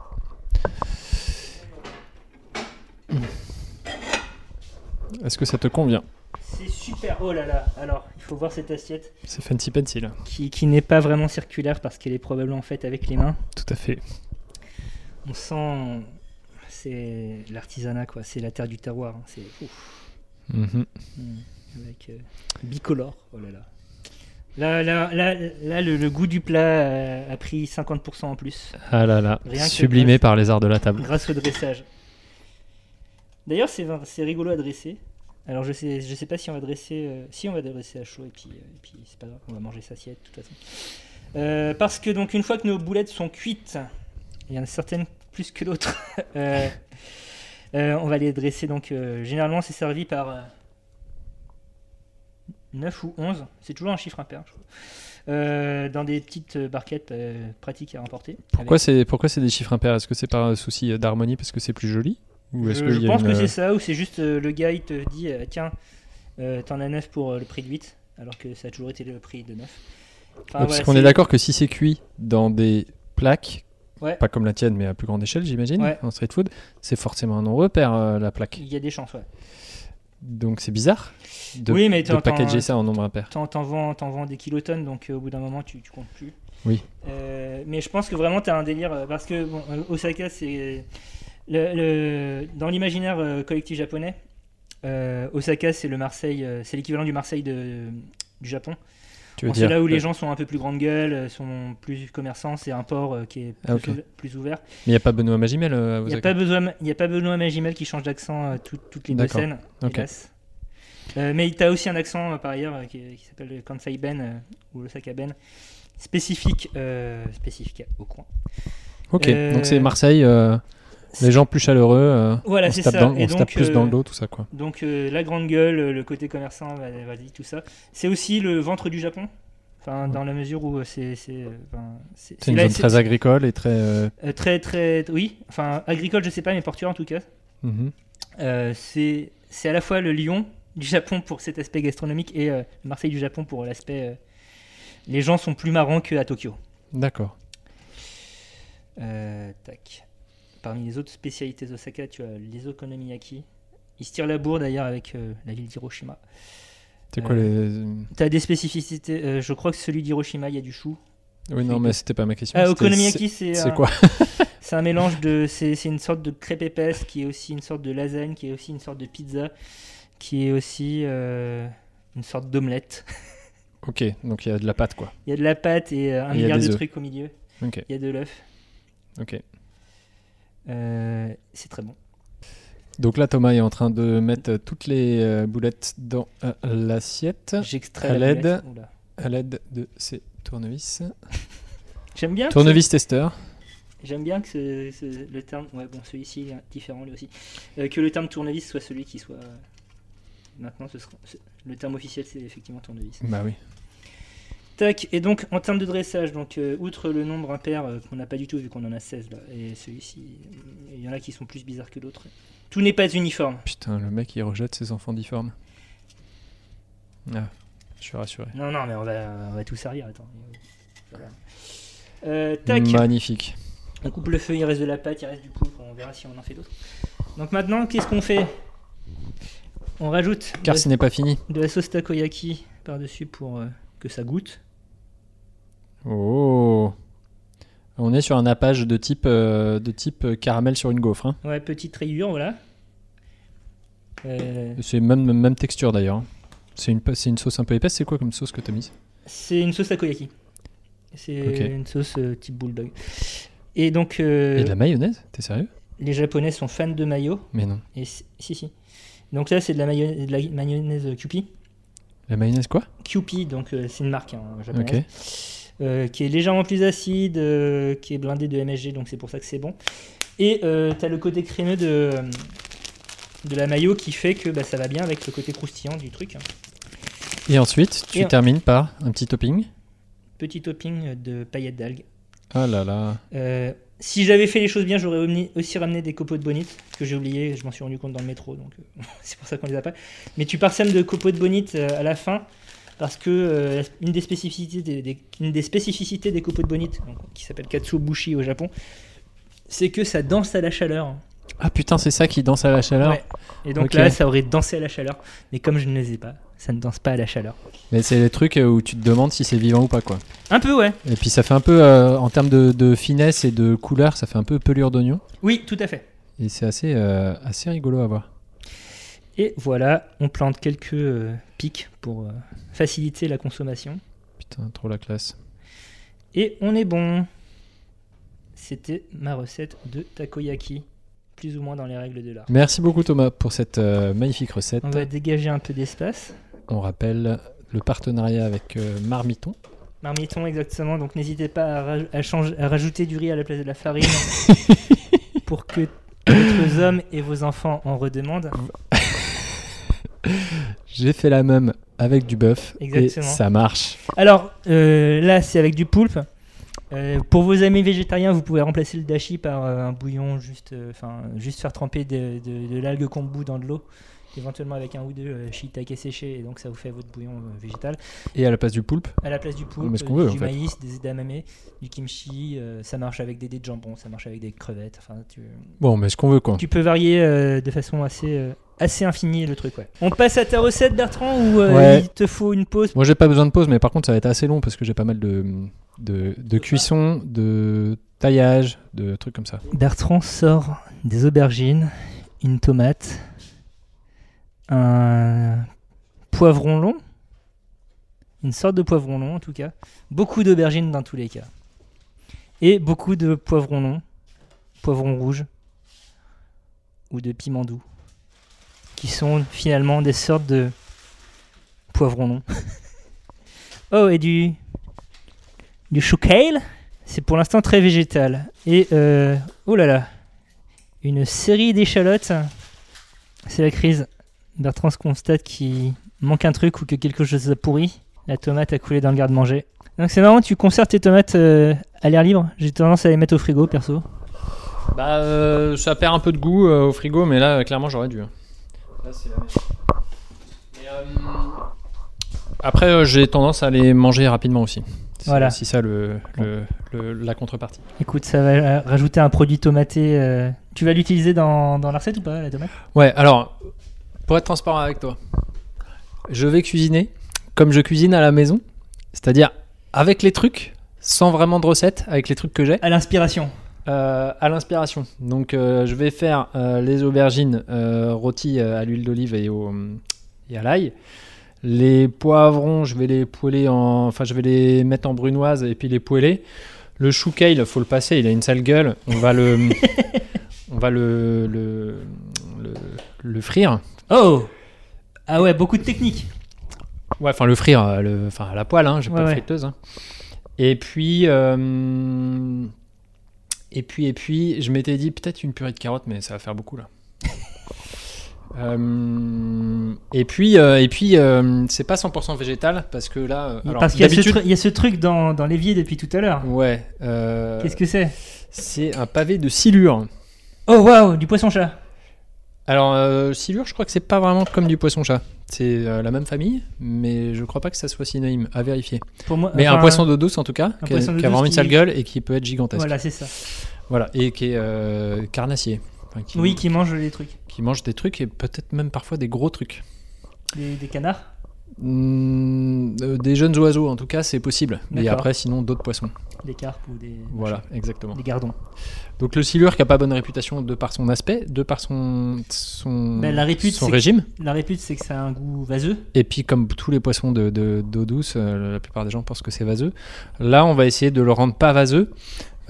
[SPEAKER 1] Est-ce que ça te convient
[SPEAKER 3] C'est super. Oh là là. Alors, il faut voir cette assiette
[SPEAKER 1] C'est fancy fancy là.
[SPEAKER 3] qui, qui n'est pas vraiment circulaire parce qu'elle est probablement faite avec les mains.
[SPEAKER 1] Tout à fait.
[SPEAKER 3] On sent. C'est l'artisanat, quoi. C'est la terre du terroir. hein. C'est ouf.
[SPEAKER 1] Mhm.
[SPEAKER 3] Avec euh, bicolore. Oh là là. Là, là, là, là, le, le goût du plat euh, a pris 50% en plus
[SPEAKER 1] Ah là là,
[SPEAKER 3] Rien que
[SPEAKER 1] sublimé
[SPEAKER 3] grâce-
[SPEAKER 1] par les arts de la table.
[SPEAKER 3] grâce au dressage. D'ailleurs, c'est c'est rigolo à dresser. Alors, je sais, je sais pas si on va dresser. euh, si on va dresser à chaud, et puis, euh, et puis c'est pas grave, on va manger sa assiette de toute façon. Euh, parce que donc une fois que nos boulettes sont cuites, il y en a certaines plus que d'autres. euh, euh, on va les dresser donc euh, généralement c'est servi par euh, 9 ou 11, c'est toujours un chiffre impair je crois. Euh, dans des petites euh, barquettes euh, pratiques à emporter.
[SPEAKER 1] Pourquoi c'est pourquoi c'est des chiffres impairs Est-ce que c'est par un souci euh, d'harmonie parce que c'est plus joli ou est-ce
[SPEAKER 3] je,
[SPEAKER 1] qu'il
[SPEAKER 3] je
[SPEAKER 1] y a
[SPEAKER 3] pense
[SPEAKER 1] une,
[SPEAKER 3] que
[SPEAKER 1] euh,
[SPEAKER 3] c'est ça, ou c'est juste euh, le gars il te dit euh, tiens, euh, t'en as 9 pour euh, le prix de 8, alors que ça a toujours été le prix de 9. Enfin,
[SPEAKER 1] Ouais,
[SPEAKER 3] voilà,
[SPEAKER 1] parce qu'on
[SPEAKER 3] Ah c'est-
[SPEAKER 1] est d'accord que si c'est cuit dans des plaques,
[SPEAKER 3] Ouais.
[SPEAKER 1] pas comme la tienne, mais à plus grande échelle, j'imagine,
[SPEAKER 3] Ouais.
[SPEAKER 1] en street food, c'est forcément un non-repère, euh, la plaque.
[SPEAKER 3] Il y a des chances, ouais.
[SPEAKER 1] Donc c'est bizarre de,
[SPEAKER 3] oui, mais
[SPEAKER 1] de
[SPEAKER 3] t'entends- hein.
[SPEAKER 1] packager ça en nombre impair.
[SPEAKER 3] T'en, t'en vends, t'en vends des kilotonnes, donc euh, au bout d'un moment, tu, tu comptes plus.
[SPEAKER 1] Oui.
[SPEAKER 3] Euh, mais je pense que vraiment, tu as un délire. euh, Parce que bon, euh, Osaka, c'est. le- le- dans l'imaginaire euh, collectif japonais, euh, Osaka, c'est, le Marseille, euh, c'est l'équivalent du Marseille de- du Japon.
[SPEAKER 1] Tu veux
[SPEAKER 3] Bon,
[SPEAKER 1] dire
[SPEAKER 3] c'est là où les
[SPEAKER 1] euh,
[SPEAKER 3] gens sont un peu plus grande gueule, euh, sont plus commerçants, c'est un port euh, qui est plus,
[SPEAKER 1] Ah, ok.
[SPEAKER 3] ouv- plus ouvert.
[SPEAKER 1] Mais il n'y a pas Benoît Magimel euh, à
[SPEAKER 3] Il n'y a,
[SPEAKER 1] Osaka.
[SPEAKER 3] pas besoin- y a pas Benoît Magimel qui change d'accent euh, tout- toutes les deux
[SPEAKER 1] D'accord.
[SPEAKER 3] scènes,
[SPEAKER 1] Ok.
[SPEAKER 3] hélas. Euh, mais tu as aussi un accent, euh, par ailleurs, euh, qui, qui s'appelle le Kansai Ben euh, ou Osaka Ben, spécifique, euh, spécifique au coin.
[SPEAKER 1] Ok,
[SPEAKER 3] Euh,
[SPEAKER 1] donc c'est Marseille, euh, les
[SPEAKER 3] c'est-
[SPEAKER 1] gens plus chaleureux, euh,
[SPEAKER 3] Voilà,
[SPEAKER 1] on, se
[SPEAKER 3] c'est
[SPEAKER 1] tape
[SPEAKER 3] ça.
[SPEAKER 1] dans-
[SPEAKER 3] Et
[SPEAKER 1] on se
[SPEAKER 3] donc,
[SPEAKER 1] tape plus dans
[SPEAKER 3] euh,
[SPEAKER 1] le dos, tout ça quoi.
[SPEAKER 3] Donc euh, la grande gueule, euh, le côté commerçant, va- vas-y, tout ça. C'est aussi le ventre du Japon, enfin, dans la mesure où euh, c'est... c'est, euh, enfin, c'est-
[SPEAKER 1] C'est
[SPEAKER 3] c'est
[SPEAKER 1] une
[SPEAKER 3] là-
[SPEAKER 1] zone
[SPEAKER 3] c'est-
[SPEAKER 1] très agricole et très. euh,
[SPEAKER 3] euh, très, très... Oui, enfin, agricole, je sais pas, mais portuaire en tout cas.
[SPEAKER 1] mhm.
[SPEAKER 3] Euh, c'est c'est à la fois le Lyon du Japon pour cet aspect gastronomique et euh, le Marseille du Japon pour l'aspect. euh, les gens sont plus marrants qu'à Tokyo.
[SPEAKER 1] D'accord.
[SPEAKER 3] Euh, tac. Parmi les autres spécialités d'Osaka, tu as les okonomiyaki. Ils se tirent la bourre d'ailleurs avec euh, la ville d'Hiroshima.
[SPEAKER 1] C'est quoi les. euh,
[SPEAKER 3] Tu as des spécificités. euh, je crois que celui d'Hiroshima, il y a du chou.
[SPEAKER 1] Oui, non, mais c'était pas ma question.
[SPEAKER 3] Ah,
[SPEAKER 1] c'était-
[SPEAKER 3] okonomiyaki, c'est
[SPEAKER 1] C'est
[SPEAKER 3] un-
[SPEAKER 1] quoi
[SPEAKER 3] c'est un mélange de. C'est c'est une sorte de crêpe épaisse qui est aussi une sorte de lasagne, qui est aussi une sorte de pizza, qui est aussi euh, une sorte d'omelette.
[SPEAKER 1] Ok, donc il y a de la pâte quoi.
[SPEAKER 3] Il y a de la pâte et euh, un
[SPEAKER 1] Il y a
[SPEAKER 3] milliard
[SPEAKER 1] des
[SPEAKER 3] de
[SPEAKER 1] œufs.
[SPEAKER 3] trucs au milieu.
[SPEAKER 1] Ok,
[SPEAKER 3] Il y a de l'œuf.
[SPEAKER 1] ok.
[SPEAKER 3] Euh, c'est très bon.
[SPEAKER 1] Donc là, Thomas est en train de mettre toutes les euh, boulettes dans euh, l'assiette
[SPEAKER 3] J'extrais
[SPEAKER 1] à
[SPEAKER 3] la
[SPEAKER 1] l'aide.
[SPEAKER 3] boulette. Oula.
[SPEAKER 1] à l'aide de ses tournevis.
[SPEAKER 3] J'aime bien. que
[SPEAKER 1] Tournevis testeur.
[SPEAKER 3] ce- J'aime bien que ce- ce- le terme. Ouais, bon, celui-ci il est différent lui aussi. Euh, que le terme tournevis soit celui qui soit. euh, Maintenant, ce sera... ce- le terme officiel, c'est effectivement tournevis.
[SPEAKER 1] Bah oui.
[SPEAKER 3] Tac. Et donc, en termes de dressage, donc euh, outre le nombre impair euh, qu'on n'a pas du tout vu qu'on en a 16 là, et celui-ci, il y en a qui sont plus bizarres que d'autres. Tout n'est pas uniforme.
[SPEAKER 1] Putain, le mec, il rejette ses enfants difformes. Ah, je suis rassuré.
[SPEAKER 3] Non, non, mais on va, on va tout servir. Attends. Voilà. Euh, tac.
[SPEAKER 1] Magnifique.
[SPEAKER 3] On coupe le feu, il reste de la pâte, il reste du poulpe, on verra si on en fait d'autres. Donc maintenant, qu'est-ce qu'on fait On rajoute de,
[SPEAKER 1] Car ce n'est pas fini.
[SPEAKER 3] de la sauce takoyaki par-dessus pour euh, que ça goûte.
[SPEAKER 1] Oh. On est sur un appage de type, euh, de type euh, caramel sur une gaufre. hein.
[SPEAKER 3] Ouais, petite rayure, voilà. Euh,
[SPEAKER 1] C'est même, même, même texture d'ailleurs. C'est une, pa- c'est une sauce un peu épaisse. C'est quoi comme sauce que t'as mise
[SPEAKER 3] c'est une sauce takoyaki. C'est
[SPEAKER 1] Ok.
[SPEAKER 3] une sauce euh, type bulldog. Et donc, euh,
[SPEAKER 1] Et de la mayonnaise T'es sérieux
[SPEAKER 3] les Japonais sont fans de mayo.
[SPEAKER 1] Mais non.
[SPEAKER 3] Et si, si. si. Donc là, c'est de la, mayo- de la mayonnaise euh, Kewpie.
[SPEAKER 1] La mayonnaise quoi
[SPEAKER 3] Kewpie, donc euh, c'est une marque hein, japonaise.
[SPEAKER 1] Ok.
[SPEAKER 3] euh, qui est légèrement plus acide, euh, qui est blindé de MSG, donc c'est pour ça que c'est bon. Et euh, t'as le côté crémeux de, euh, de la mayo qui fait que bah, ça va bien avec le côté croustillant du truc. hein.
[SPEAKER 1] Et ensuite, tu
[SPEAKER 3] Et en-
[SPEAKER 1] termines par un petit topping.
[SPEAKER 3] Petit topping de paillettes d'algues.
[SPEAKER 1] Ah là là.
[SPEAKER 3] Euh, si j'avais fait les choses bien, j'aurais omni- aussi ramené des copeaux de bonite, que j'ai oublié, je m'en suis rendu compte dans le métro, donc euh, c'est pour ça qu'on les a pas. Mais tu parsèmes de copeaux de bonite euh, à la fin, parce que euh, une, des spécificités des, des- une des spécificités des copeaux de bonite, donc, qui s'appelle Katsuobushi au Japon, c'est que ça danse à la chaleur.
[SPEAKER 1] Ah putain, c'est ça qui danse à la chaleur.
[SPEAKER 3] Ouais. Et donc
[SPEAKER 1] Ok.
[SPEAKER 3] là, ça aurait dansé à la chaleur, mais comme je ne les ai pas, ça ne danse pas à la chaleur.
[SPEAKER 1] Mais c'est les trucs où tu te demandes si c'est vivant ou pas quoi.
[SPEAKER 3] Un peu, ouais.
[SPEAKER 1] Et puis ça fait un peu, euh, en termes de, de finesse et de couleur, ça fait un peu pelure d'oignon.
[SPEAKER 3] Oui, tout à fait.
[SPEAKER 1] Et c'est assez, euh, assez rigolo à voir.
[SPEAKER 3] Et voilà, on plante quelques euh, pics pour euh, faciliter la consommation.
[SPEAKER 1] Putain, trop la classe.
[SPEAKER 3] Et on est bon. C'était ma recette de takoyaki, plus ou moins dans les règles de l'art.
[SPEAKER 1] Merci beaucoup Thomas pour cette euh, magnifique recette.
[SPEAKER 3] On va dégager un peu d'espace.
[SPEAKER 1] On rappelle le partenariat avec euh, Marmiton
[SPEAKER 3] Marmiton, exactement. Donc n'hésitez pas à, raj- à change- à rajouter du riz à la place de la farine pour que votre hommes et vos enfants en redemandent.
[SPEAKER 1] J'ai fait la même avec du bœuf et
[SPEAKER 3] Exactement.
[SPEAKER 1] ça marche.
[SPEAKER 3] Alors euh, là, c'est avec du poulpe. Euh, pour vos amis végétariens, vous pouvez remplacer le dashi par euh, un bouillon, juste, euh, enfin, juste faire tremper de, de- de l'algue kombu dans de l'eau, éventuellement avec un ou deux euh, shiitake séchés, et donc ça vous fait votre bouillon euh, végétal.
[SPEAKER 1] Et à la place du poulpe,
[SPEAKER 3] À la place du poulpe,
[SPEAKER 1] Mais ce
[SPEAKER 3] euh,
[SPEAKER 1] qu'on veut, en
[SPEAKER 3] du
[SPEAKER 1] fait.
[SPEAKER 3] maïs, des edamame, du kimchi, euh, ça marche avec des dés de jambon, ça marche avec des crevettes. Enfin, tu,
[SPEAKER 1] bon, mais ce qu'on veut quoi.
[SPEAKER 3] tu peux varier euh, de façon assez, euh, assez infinie le truc. ouais. On passe à ta recette, Bertrand, ou euh,
[SPEAKER 1] Ouais.
[SPEAKER 3] il te faut une pause
[SPEAKER 1] Moi, j'ai pas besoin de pause, mais par contre, ça va être assez long parce que j'ai pas mal de, de, de cuisson, de taillage, de trucs comme ça.
[SPEAKER 3] Bertrand sort des aubergines, une tomate, un poivron long, une sorte de poivron long en tout cas, beaucoup d'aubergines dans tous les cas, et beaucoup de poivrons longs, poivrons rouges ou de piments doux, qui sont finalement des sortes de poivrons longs. oh, et du du chou kale c'est pour l'instant très végétal. Et euh, oh là là, une série d'échalotes. C'est la crise. Bertrand se constate qu'il manque un truc ou que quelque chose a pourri. La tomate a coulé dans le garde-manger. Donc c'est marrant, tu conserves tes tomates euh, à l'air libre. J'ai tendance à les mettre au frigo, perso.
[SPEAKER 1] Bah, euh, ça perd un peu de goût euh, au frigo, mais là, euh, clairement, j'aurais dû. Mais, euh, Après, euh, j'ai tendance à les manger rapidement aussi. C'est
[SPEAKER 3] Voilà.
[SPEAKER 1] aussi ça le, le- le- la contrepartie.
[SPEAKER 3] Écoute, ça va euh, rajouter un produit tomaté. euh, Tu vas l'utiliser dans, dans la recette ou pas, la tomate
[SPEAKER 1] Ouais, alors, pour être transparent avec toi, je vais cuisiner comme je cuisine à la maison, c'est-à-dire avec les trucs, sans vraiment de recette, avec les trucs que j'ai.
[SPEAKER 3] À l'inspiration.
[SPEAKER 1] Euh, à l'inspiration. Donc, euh, je vais faire euh, les aubergines euh, rôties euh, à l'huile d'olive et, au, et à l'ail. Les poivrons, je vais les poêler en, enfin, je vais les mettre en brunoise et puis les poêler. Le chou kale, faut le passer, il a une sale gueule. On va le, on va le, le, le, le frire.
[SPEAKER 3] Oh Ah ouais, beaucoup de technique.
[SPEAKER 1] Ouais, enfin le frire, euh, le, enfin à la poêle, hein, j'ai
[SPEAKER 3] Ouais,
[SPEAKER 1] pas de
[SPEAKER 3] ouais.
[SPEAKER 1] friteuse. hein. Et puis, euh, et puis, et puis, je m'étais dit peut-être une purée de carottes, mais ça va faire beaucoup là. Euh, et puis, euh, et puis, euh, c'est pas 100% végétal parce que là, euh, alors,
[SPEAKER 3] Parce qu'il y, a ce
[SPEAKER 1] d'habitude-
[SPEAKER 3] tru- il y a ce truc dans, dans l'évier depuis tout à l'heure.
[SPEAKER 1] ouais, euh,
[SPEAKER 3] Qu'est-ce que c'est
[SPEAKER 1] c'est un pavé de silure.
[SPEAKER 3] Oh waouh, du poisson-chat.
[SPEAKER 1] Alors, euh, silure, je crois que c'est pas vraiment comme du poisson-chat. C'est euh, la même famille, mais je crois pas que ça soit synonyme. À vérifier.
[SPEAKER 3] Pour moi,
[SPEAKER 1] Mais
[SPEAKER 3] enfin,
[SPEAKER 1] un poisson de douce en tout cas, qui a,
[SPEAKER 3] poisson d'eau
[SPEAKER 1] qui a vraiment
[SPEAKER 3] douce
[SPEAKER 1] une sale
[SPEAKER 3] qui-
[SPEAKER 1] gueule et qui peut être gigantesque. Voilà,
[SPEAKER 3] Voilà, c'est ça.
[SPEAKER 1] et qui est euh, carnassier. Enfin, qui,
[SPEAKER 3] Oui, qui mange les trucs.
[SPEAKER 1] qui mange des trucs et peut-être même parfois des gros trucs.
[SPEAKER 3] Des, des canards.
[SPEAKER 1] Hmm, euh, des jeunes oiseaux en tout cas, c'est possible. Mais
[SPEAKER 3] D'accord.
[SPEAKER 1] après, sinon d'autres poissons.
[SPEAKER 3] Des carpes ou des.
[SPEAKER 1] Voilà, exactement.
[SPEAKER 3] Des gardons.
[SPEAKER 1] Donc le silure qui a pas bonne réputation de par son aspect, de par son son,
[SPEAKER 3] Ben, la répute,
[SPEAKER 1] son
[SPEAKER 3] c'est-
[SPEAKER 1] régime.
[SPEAKER 3] La répute, c'est que ça a un goût vaseux.
[SPEAKER 1] Et puis comme tous les poissons de- de- d'eau douce, euh, la plupart des gens pensent que c'est vaseux. Là, on va essayer de le rendre pas vaseux.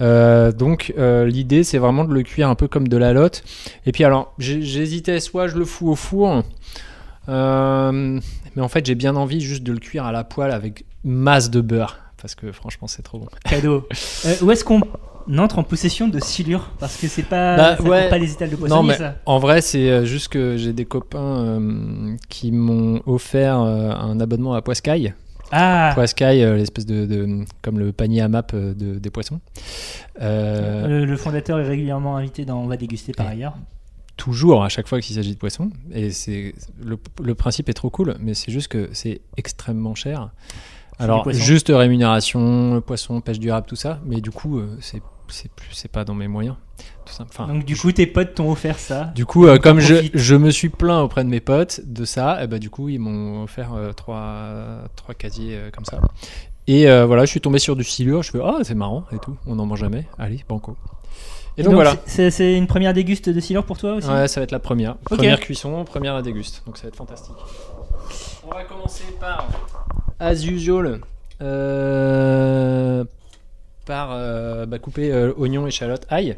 [SPEAKER 1] Euh, donc euh, l'idée, c'est vraiment de le cuire un peu comme de la lotte. Et puis alors, j'ai- j'hésitais, soit je le fous au four, euh, mais en fait, j'ai bien envie juste de le cuire à la poêle avec masse de beurre. Parce que franchement, c'est trop bon.
[SPEAKER 3] Cadeau. Euh, où est-ce qu'on entre en possession de silure Parce que c'est pas.
[SPEAKER 1] Bah,
[SPEAKER 3] ça
[SPEAKER 1] ouais.
[SPEAKER 3] compte pas les étals de
[SPEAKER 1] Non,
[SPEAKER 3] poissonnier,
[SPEAKER 1] mais
[SPEAKER 3] ça.
[SPEAKER 1] en vrai, c'est euh, juste que j'ai des copains euh, qui m'ont offert euh, un abonnement à Poiscaille.
[SPEAKER 3] Ah
[SPEAKER 1] Poiscaille, euh, l'espèce de, de- comme le panier à map euh, de- des poissons. Euh,
[SPEAKER 3] le, le fondateur est régulièrement invité dans On va déguster par
[SPEAKER 1] Ouais.
[SPEAKER 3] ailleurs.
[SPEAKER 1] Toujours à chaque fois qu'il s'agit de poissons. Et c'est le, le principe est trop cool, mais c'est juste que c'est extrêmement cher.
[SPEAKER 3] C'est du
[SPEAKER 1] Alors
[SPEAKER 3] poisson.
[SPEAKER 1] juste rémunération, poisson, pêche durable, tout ça. Mais du coup, euh, c'est c'est plus- c'est pas dans mes moyens. Tout simple. Enfin,
[SPEAKER 3] Donc, du coup, tes potes t'ont offert ça.
[SPEAKER 1] Du coup, euh, comme je,
[SPEAKER 3] profites.
[SPEAKER 1] je me suis plaint auprès de mes potes de ça, et bah, du coup, ils m'ont offert euh, trois, trois casiers euh, comme ça. Et euh, voilà, je suis tombé sur du silure, je fais Ah, c'est marrant et tout, on n'en mange jamais. Allez, banco. Et donc, voilà,
[SPEAKER 3] C'est c'est une première déguste de silure pour toi aussi
[SPEAKER 1] ouais, ça va être la première. Première cuisson, première à déguste, donc ça va être fantastique. On va commencer par, as usual, euh, par euh, bah, couper euh, oignon, échalote, ail.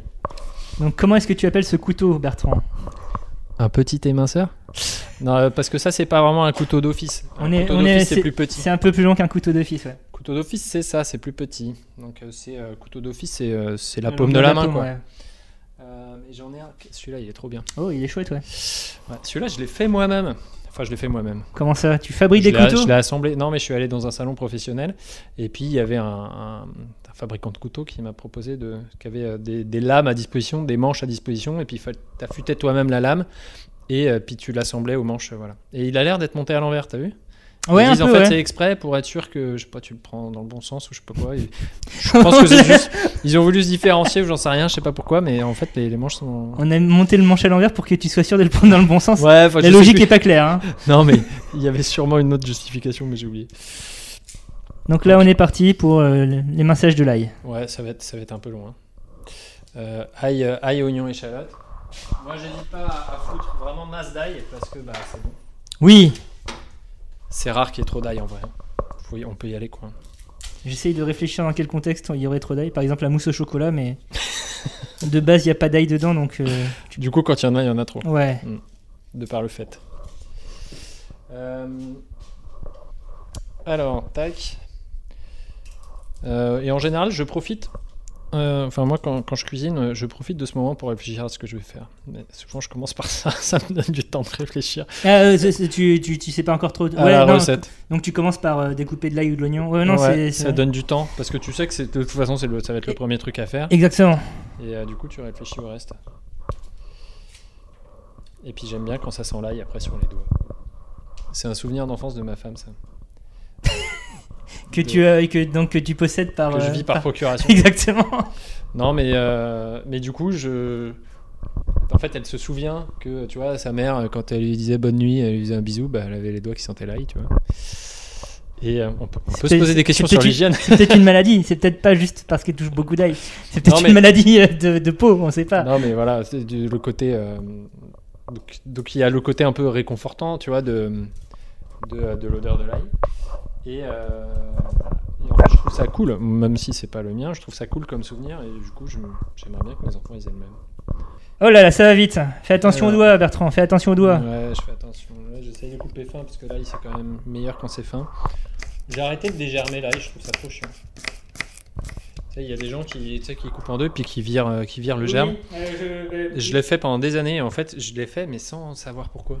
[SPEAKER 3] Donc, comment est-ce que tu appelles ce couteau, Bertrand
[SPEAKER 1] Un petit éminceur Non, euh, parce que ça, c'est pas vraiment un couteau d'office. Un
[SPEAKER 3] On est-
[SPEAKER 1] couteau
[SPEAKER 3] on est-
[SPEAKER 1] d'office, c'est plus petit.
[SPEAKER 3] C'est un peu plus long qu'un couteau d'office, ouais.
[SPEAKER 1] Couteau d'office, c'est ça, c'est plus petit. Donc, euh, c'est euh, couteau d'office, c'est euh, c'est la paume de la, main,
[SPEAKER 3] paume,
[SPEAKER 1] quoi.
[SPEAKER 3] ouais.
[SPEAKER 1] Euh, et j'en ai un. Celui-là, il est trop bien.
[SPEAKER 3] Oh, il est chouette, ouais.
[SPEAKER 1] Ouais, Celui-là, je l'ai fait moi-même. Enfin, je l'ai fait moi-même.
[SPEAKER 3] Comment ça Tu fabriques
[SPEAKER 1] je
[SPEAKER 3] des
[SPEAKER 1] l'ai-
[SPEAKER 3] couteaux
[SPEAKER 1] Je l'ai assemblé. Non, mais je suis allé dans un salon professionnel et puis il y avait un, un- un fabricant de couteaux qui m'a proposé de, qui avait euh, des, des lames à disposition, des manches à disposition et puis tu affûtais toi-même la lame et euh, puis tu l'assemblais aux manches, voilà. Et il a l'air d'être monté à l'envers, t'as vu
[SPEAKER 3] Ouais,
[SPEAKER 1] Ils
[SPEAKER 3] un
[SPEAKER 1] disent,
[SPEAKER 3] peu,
[SPEAKER 1] en fait
[SPEAKER 3] ouais.
[SPEAKER 1] c'est exprès pour être sûr que je sais pas, tu le prends dans le bon sens ou je sais pas quoi. Et Je pense que c'est juste, ils ont voulu se différencier ou j'en sais rien, je sais pas pourquoi, mais en fait les, les manches sont.
[SPEAKER 3] On a monté le manche à l'envers pour que tu sois sûr de le prendre dans le bon sens.
[SPEAKER 1] Ouais, enfin, je
[SPEAKER 3] La
[SPEAKER 1] sais
[SPEAKER 3] logique
[SPEAKER 1] plus.
[SPEAKER 3] est pas claire. hein.
[SPEAKER 1] Non mais il y avait sûrement une autre justification, mais j'ai oublié.
[SPEAKER 3] Donc là, on est parti pour euh, les massages de l'ail.
[SPEAKER 1] Ouais, ça va être, ça va être un peu loin. Euh, ail, euh, ail, oignon, échalote. Moi, j'hésite pas à, à foutre vraiment masse d'ail parce que bah, c'est bon.
[SPEAKER 3] Oui,
[SPEAKER 1] C'est rare qu'il y ait trop d'ail en vrai. Faut y- on peut y aller quoi.
[SPEAKER 3] j'essaye de réfléchir dans quel contexte il y aurait trop d'ail. Par exemple, la mousse au chocolat, mais de base, il n'y a pas d'ail dedans, donc euh,
[SPEAKER 1] Du coup, quand il y en a, il y en a trop,
[SPEAKER 3] ouais.
[SPEAKER 1] de par le fait. Euh, Alors, tac. Euh, et en général, je profite. euh, Enfin, moi, quand, quand je cuisine, euh, je profite de ce moment pour réfléchir à ce que je vais faire. Mais souvent, je commence par ça. Ça me donne du temps de réfléchir
[SPEAKER 3] Ah, euh, c'est- c'est- tu, tu, tu sais pas encore trop.
[SPEAKER 1] à
[SPEAKER 3] ouais,
[SPEAKER 1] la
[SPEAKER 3] non,
[SPEAKER 1] recette.
[SPEAKER 3] Donc tu commences par euh, découper de l'ail ou de l'oignon. Ouais, non,
[SPEAKER 1] Ouais,
[SPEAKER 3] c'est-
[SPEAKER 1] ça
[SPEAKER 3] c'est.
[SPEAKER 1] donne du temps parce que tu sais que c'est- de toute façon c'est le, ça va être le
[SPEAKER 3] Et-
[SPEAKER 1] premier truc à faire
[SPEAKER 3] Exactement.
[SPEAKER 1] et euh, du coup tu réfléchis au reste. Et puis j'aime bien quand ça sent l'ail après sur les doigts. C'est un souvenir d'enfance de ma femme ça.
[SPEAKER 3] Que
[SPEAKER 1] De-
[SPEAKER 3] tu, as- que, donc, que tu possèdes par.
[SPEAKER 1] que je
[SPEAKER 3] euh,
[SPEAKER 1] vis par procuration.
[SPEAKER 3] Exactement.
[SPEAKER 1] non mais euh, mais du coup je en fait elle se souvient que tu vois sa mère quand elle lui disait bonne nuit, elle lui faisait un bisou, bah elle avait les doigts qui sentaient l'ail, tu vois. Et euh, on peut, on peut se
[SPEAKER 3] C'est-
[SPEAKER 1] poser des
[SPEAKER 3] c'est-
[SPEAKER 1] questions
[SPEAKER 3] c'est
[SPEAKER 1] sur
[SPEAKER 3] peut-être-
[SPEAKER 1] l'hygiène.
[SPEAKER 3] C'est peut-être une maladie. C'est peut-être pas juste parce qu'il touche beaucoup d'ail. C'est peut-être
[SPEAKER 1] Non,
[SPEAKER 3] une
[SPEAKER 1] mais-
[SPEAKER 3] maladie euh, de, de peau, on sait pas.
[SPEAKER 1] Non, mais voilà, c'est du- le côté. euh, donc, donc il y a le côté un peu réconfortant, tu vois, de, de, de l'odeur de l'ail. Et, euh, et en fait, je trouve ça cool, même si c'est pas le mien, je trouve ça cool comme souvenir. Et du coup, je- j'aimerais bien que mes enfants ils aient le même.
[SPEAKER 3] Oh là là, ça va vite. Fais attention
[SPEAKER 1] Ouais.
[SPEAKER 3] aux doigts, Bertrand. Fais attention aux doigts.
[SPEAKER 1] Ouais, je fais attention. Là, J'essaye de couper fin parce que l'ail c'est quand même meilleur quand c'est fin. J'ai arrêté de dégermer l'ail, je trouve ça trop chiant. Tu sais, Il y a des gens qui, tu sais, qui coupent en deux puis qui virent, euh, qui virent le germe. Je l'ai fait pendant des années, en fait, je l'ai fait, mais sans savoir pourquoi.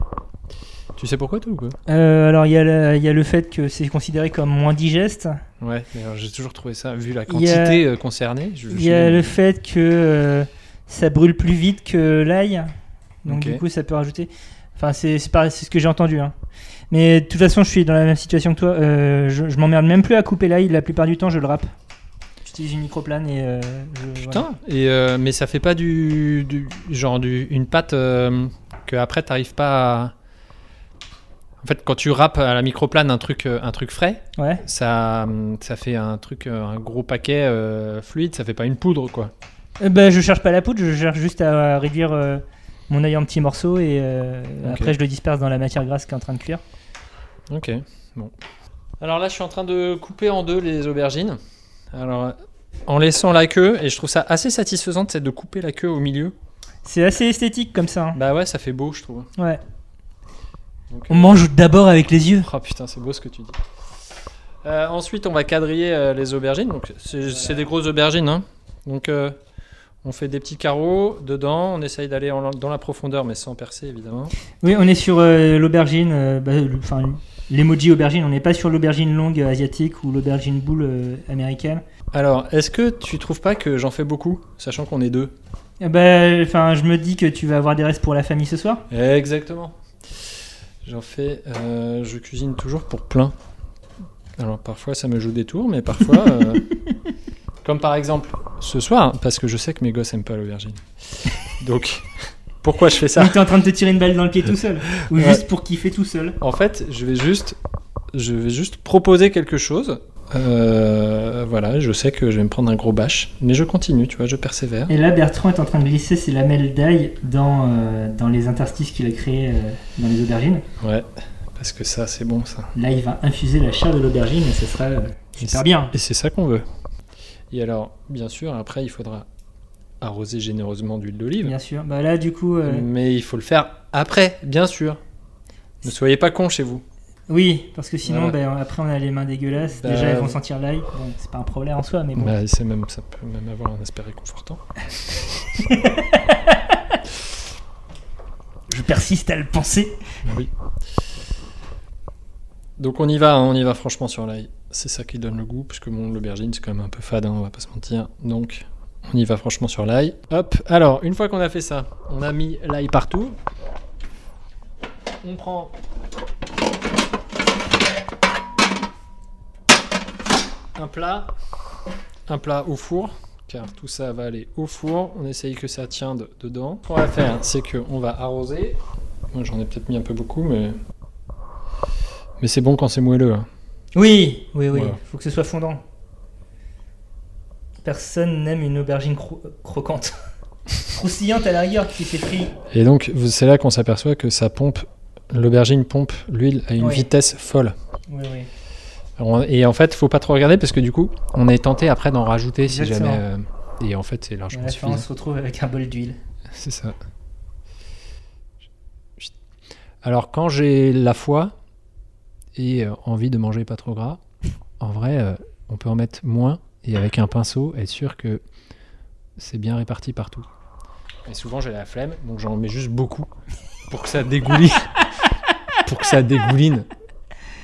[SPEAKER 1] Tu sais pourquoi, toi, ou quoi
[SPEAKER 3] Euh, alors, il y, a le- il y a le fait que c'est considéré comme moins digeste.
[SPEAKER 1] Ouais, mais alors, j'ai toujours trouvé ça, vu la
[SPEAKER 3] Il y a-
[SPEAKER 1] quantité euh, concernée. je-
[SPEAKER 3] Il
[SPEAKER 1] je-
[SPEAKER 3] y a le fait que euh, ça brûle plus vite que l'ail. Donc,
[SPEAKER 1] Ok.
[SPEAKER 3] du coup, ça peut rajouter. Enfin, c'est c'est pareil, c'est ce que j'ai entendu. hein. Mais de toute façon, je suis dans la même situation que toi. Euh, je je m'emmerde même plus à couper l'ail. La plupart du temps, je le râpe. J'utilise une microplane et. euh, je- voilà.
[SPEAKER 1] Putain, et, euh, mais ça fait pas du. du- genre, du, une pâte euh, que après, t'arrives pas à. En fait, quand tu râpes à la microplane un truc, euh, un truc frais,
[SPEAKER 3] Ouais.
[SPEAKER 1] ça, hum, ça fait un truc, euh, un gros paquet euh, fluide, ça fait pas une poudre, quoi.
[SPEAKER 3] Euh, ben, je cherche pas la poudre, je cherche juste à réduire euh, mon ail en petits morceaux et euh,
[SPEAKER 1] Ok.
[SPEAKER 3] après je le disperse dans la matière grasse qui est en train de cuire.
[SPEAKER 1] Ok, bon. Alors là, je suis en train de couper en deux les aubergines. Alors, euh, en laissant la queue, et je trouve ça assez satisfaisant, c'est de couper la queue au milieu.
[SPEAKER 3] C'est assez esthétique comme ça. hein.
[SPEAKER 1] Bah ouais, ça fait beau, je trouve.
[SPEAKER 3] Ouais.
[SPEAKER 1] Donc,
[SPEAKER 3] On mange d'abord avec les yeux.
[SPEAKER 1] Oh putain, c'est beau ce que tu dis. Euh, ensuite, on va quadriller euh, les aubergines. Donc, c'est c'est des grosses aubergines. hein. Donc, euh, on fait des petits carreaux dedans. On essaye d'aller en- dans la profondeur, mais sans percer, évidemment.
[SPEAKER 3] Oui, on est sur euh, l'aubergine, euh, bah, le- enfin l'emoji aubergine, on n'est pas sur l'aubergine longue euh, asiatique ou l'aubergine boule euh, américaine.
[SPEAKER 1] Alors, est-ce que tu trouves pas que j'en fais beaucoup, sachant qu'on est deux
[SPEAKER 3] Eh ben, enfin, je me dis que tu vas avoir des restes pour la famille ce soir.
[SPEAKER 1] Exactement. J'en fais. euh, je cuisine toujours pour plein. Alors parfois ça me joue des tours, mais parfois. euh, comme par exemple ce soir, hein, parce que je sais que mes gosses aiment pas l'aubergine. Donc pourquoi je fais ça
[SPEAKER 3] Donc t'es en train de te tirer une balle dans le pied tout seul. Ou
[SPEAKER 1] Ouais.
[SPEAKER 3] juste pour kiffer tout seul.
[SPEAKER 1] En fait, je vais juste, je vais juste proposer quelque chose. Euh, voilà, je sais que je vais me prendre un gros bâche, mais je continue, tu vois, je persévère.
[SPEAKER 3] Et là, Bertrand est en train de glisser ses lamelles d'ail dans, euh, dans les interstices qu'il a créés euh, dans les aubergines.
[SPEAKER 1] Ouais, parce que ça, c'est bon, ça.
[SPEAKER 3] Là, il va infuser la chair de l'aubergine et ce sera euh,
[SPEAKER 1] Et
[SPEAKER 3] super bien.
[SPEAKER 1] Et c'est ça qu'on veut. Et alors, bien sûr, après, il faudra arroser généreusement d'huile d'olive.
[SPEAKER 3] Bien sûr. Bah là, du coup, euh,
[SPEAKER 1] Mais il faut le faire après, bien sûr. Ne soyez pas cons chez vous.
[SPEAKER 3] oui, parce que sinon,
[SPEAKER 1] Voilà.
[SPEAKER 3] bah, après, on a les mains dégueulasses.
[SPEAKER 1] Bah,
[SPEAKER 3] Déjà, elles vont
[SPEAKER 1] ouais.
[SPEAKER 3] sentir l'ail. Bon, c'est pas un problème en soi, mais bon.
[SPEAKER 1] Bah, c'est même, ça peut même avoir un aspect réconfortant.
[SPEAKER 3] Je persiste à le penser.
[SPEAKER 1] Oui. Donc on y va, hein, on y va franchement sur l'ail. C'est ça qui donne le goût, parce que bon, l'aubergine c'est quand même un peu fade, hein, on va pas se mentir. Donc on y va franchement sur l'ail. Hop, alors une fois qu'on a fait ça, on a mis l'ail partout. On prend. Un plat, un plat au four, car tout ça va aller au four. On essaye que ça tiende dedans. Ce qu'on va faire, c'est qu'on va arroser. Moi j'en ai peut-être mis un peu beaucoup, mais. Mais c'est bon quand c'est moelleux. hein.
[SPEAKER 3] Oui, oui, oui.
[SPEAKER 1] Voilà.
[SPEAKER 3] Faut que ce soit fondant. Personne n'aime une aubergine cro- croquante. Croustillante à la rigueur, qui s'est pris.
[SPEAKER 1] Et donc vous- c'est là qu'on s'aperçoit que ça pompe. L'aubergine pompe l'huile à une
[SPEAKER 3] Oui.
[SPEAKER 1] vitesse folle.
[SPEAKER 3] Oui, oui.
[SPEAKER 1] Alors, on- Et en fait, faut pas trop regarder parce que du coup, on est tenté après d'en rajouter si
[SPEAKER 3] Exactement.
[SPEAKER 1] jamais. euh, Et en fait, c'est
[SPEAKER 3] Et à
[SPEAKER 1] largement
[SPEAKER 3] la fin, on
[SPEAKER 1] suffisant.
[SPEAKER 3] se retrouve avec un bol d'huile.
[SPEAKER 1] C'est ça. Alors quand j'ai la foi et euh, envie de manger pas trop gras, en vrai, euh, on peut en mettre moins et avec un pinceau être sûr que c'est bien réparti partout. Et souvent j'ai la flemme, donc j'en mets juste beaucoup pour que ça dégouline, pour que ça dégouline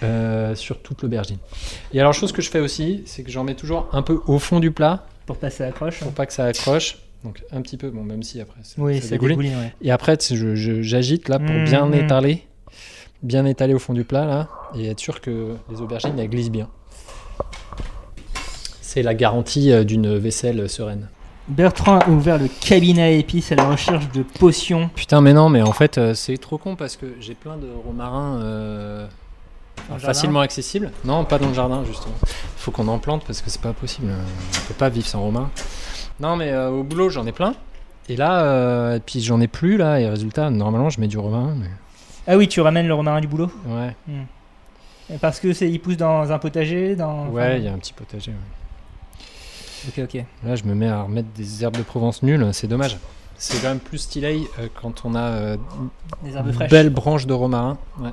[SPEAKER 1] euh, sur toute l'aubergine. Et alors chose que je fais aussi, c'est que j'en mets toujours un peu au fond du plat
[SPEAKER 3] Pour passer à la croche.
[SPEAKER 1] pour pas que ça accroche. Donc un petit peu, bon même si après ça,
[SPEAKER 3] Oui,
[SPEAKER 1] ça
[SPEAKER 3] ça
[SPEAKER 1] dégouline.
[SPEAKER 3] dégouline, ouais.
[SPEAKER 1] Et après, tu sais, je- je- j'agite là pour
[SPEAKER 3] Mm,
[SPEAKER 1] bien
[SPEAKER 3] mm.
[SPEAKER 1] étaler, bien étaler au fond du plat là, et être sûr que les aubergines elles glissent bien. C'est la garantie euh, d'une vaisselle sereine.
[SPEAKER 3] Bertrand a ouvert le cabinet à épices à la recherche de potions.
[SPEAKER 1] Putain, mais non, mais en fait, euh, c'est trop con parce que j'ai plein de romarins euh,
[SPEAKER 3] Dans le
[SPEAKER 1] facilement accessibles. Non, pas dans le jardin justement. Faut qu'on en plante parce que c'est pas possible. On peut pas vivre sans romarin. Non, mais euh, au boulot j'en ai plein. Et là, euh, et puis j'en ai plus là. Et résultat, normalement, je mets du romarin. Mais...
[SPEAKER 3] Ah oui, tu ramènes le romarin du boulot Euh,
[SPEAKER 1] Ouais.
[SPEAKER 3] Parce que c'est, il pousse dans un potager, dans. enfin,
[SPEAKER 1] Ouais, il y a un petit potager. ouais.
[SPEAKER 3] Ok, ok.
[SPEAKER 1] Là, je me mets à remettre des herbes de Provence nulles, c'est dommage. C'est quand même plus stylé euh, quand on a euh,
[SPEAKER 3] Des herbes
[SPEAKER 1] une
[SPEAKER 3] fraîches.
[SPEAKER 1] belle branche de romarin. Ouais.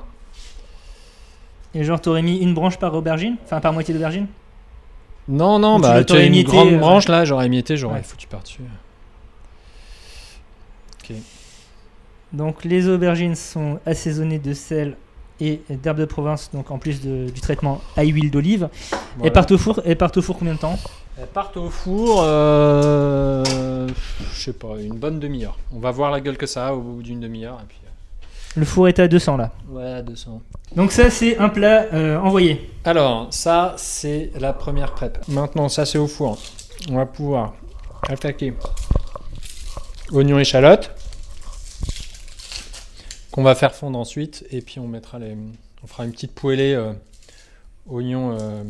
[SPEAKER 3] Et genre, t'aurais mis une branche par aubergine Enfin, par moitié d'aubergine
[SPEAKER 1] Non, non,
[SPEAKER 3] Ou tu
[SPEAKER 1] bah
[SPEAKER 3] l'aurais
[SPEAKER 1] tu as une
[SPEAKER 3] émietté,
[SPEAKER 1] grande
[SPEAKER 3] euh,
[SPEAKER 1] branche là, j'aurais émietté, j'aurais
[SPEAKER 3] Ouais.
[SPEAKER 1] foutu par-dessus.
[SPEAKER 3] Donc, les aubergines sont assaisonnées de sel et d'herbes de province, donc en plus de- du traitement à huile d'olive. Et
[SPEAKER 1] Voilà.
[SPEAKER 3] partent au four, et partent au four combien de temps
[SPEAKER 1] Elles partent au four, euh, je sais pas, une bonne demi-heure. On va voir la gueule que ça a au bout d'une demi-heure. et puis,
[SPEAKER 3] Le four est à 200 là.
[SPEAKER 1] euh, Ouais, 200.
[SPEAKER 3] Donc, ça, c'est un plat euh, envoyé.
[SPEAKER 1] Alors, ça, c'est la première prep. Maintenant, ça, c'est au four. On va pouvoir attaquer oignons échalotes qu'on va faire fondre ensuite. Et puis, on mettra les... On fera une petite poêlée euh, oignons, euh,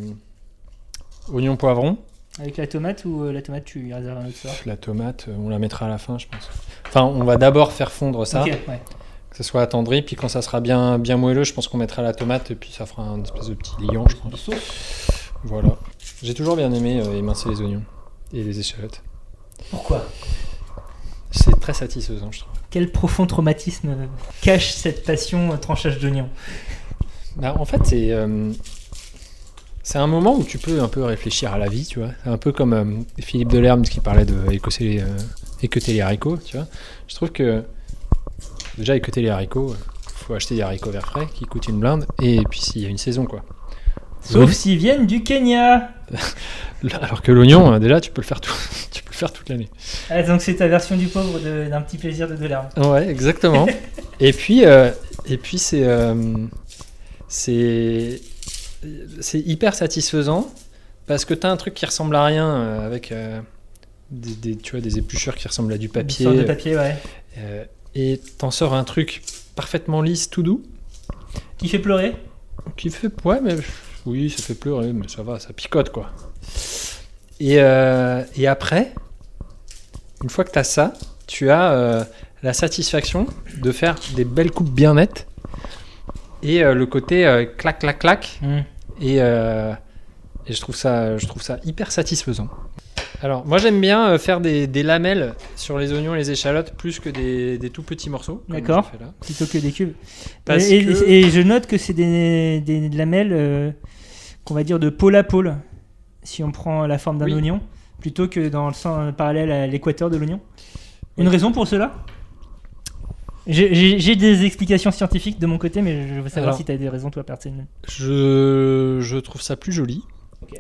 [SPEAKER 1] oignons poivrons.
[SPEAKER 3] Avec la tomate ou euh, la tomate, tu lui réserves un autre sort
[SPEAKER 1] La tomate, euh, on la mettra à la fin, je pense. Enfin, on va d'abord faire fondre ça,
[SPEAKER 3] Ok, ouais.
[SPEAKER 1] que ça soit attendri. Puis, quand ça sera bien, bien moelleux, je pense qu'on mettra la tomate. Et puis, ça fera un espèce de petit liant, je pense. Voilà. J'ai toujours bien aimé euh, émincer les oignons et les échalotes.
[SPEAKER 3] Pourquoi
[SPEAKER 1] C'est très satisfaisant, je trouve.
[SPEAKER 3] Quel profond traumatisme euh, cache cette passion euh, tranchage d'oignon
[SPEAKER 1] Bah, en fait, c'est euh, c'est un moment où tu peux un peu réfléchir à la vie, tu vois. C'est un peu comme euh, Philippe Delerme qui parlait de écosser les, euh, équeuter les haricots, tu vois. Je trouve que déjà équeuter les haricots, euh, faut acheter des haricots verts frais qui coûtent une blinde et puis s'il y a une saison, quoi.
[SPEAKER 3] Sauf s'ils viennent du Kenya
[SPEAKER 1] Là, Alors que l'oignon, euh, déjà, tu peux le faire tout, tu peux le faire toute l'année.
[SPEAKER 3] Ah, donc c'est ta version du pauvre de- d'un petit plaisir de dollars.
[SPEAKER 1] Ouais, exactement. et puis, euh, et puis c'est, euh, c'est, c'est hyper satisfaisant parce que t'as un truc qui ressemble à rien euh, avec euh, des, des- tu vois, des épluchures qui ressemblent à du
[SPEAKER 3] Une
[SPEAKER 1] papier.
[SPEAKER 3] sorte de papier, ouais.
[SPEAKER 1] euh, et t'en sors un truc parfaitement lisse, tout doux,
[SPEAKER 3] Qui fait pleurer
[SPEAKER 1] qui fait, ouais, mais oui, ça fait pleurer, mais ça va, ça picote quoi. Et, euh, et après, une fois que t'as ça, tu as euh, la satisfaction de faire des belles coupes bien nettes et euh, le côté euh, clac clac
[SPEAKER 3] Hmm.
[SPEAKER 1] clac et, euh, et je trouve ça je trouve ça hyper satisfaisant. Alors, moi j'aime bien euh, faire des, des lamelles sur les oignons et les échalotes plus que des, des tout petits morceaux. comme
[SPEAKER 3] D'accord.
[SPEAKER 1] je fais là.
[SPEAKER 3] plutôt que des cubes.
[SPEAKER 1] Parce
[SPEAKER 3] et, et-
[SPEAKER 1] que-
[SPEAKER 3] et je note que c'est des, des lamelles euh, qu'on va dire de pôle à pôle, si on prend la forme d'un
[SPEAKER 1] Oui.
[SPEAKER 3] oignon, plutôt que dans le sens euh, parallèle à l'équateur de l'oignon. Une
[SPEAKER 1] Oui.
[SPEAKER 3] raison pour cela J'ai- J'ai j'ai des explications scientifiques de mon côté, mais je veux savoir
[SPEAKER 1] Alors.
[SPEAKER 3] si tu as des raisons, toi, personnellement.
[SPEAKER 1] Je, je trouve ça plus joli.
[SPEAKER 3] Ok.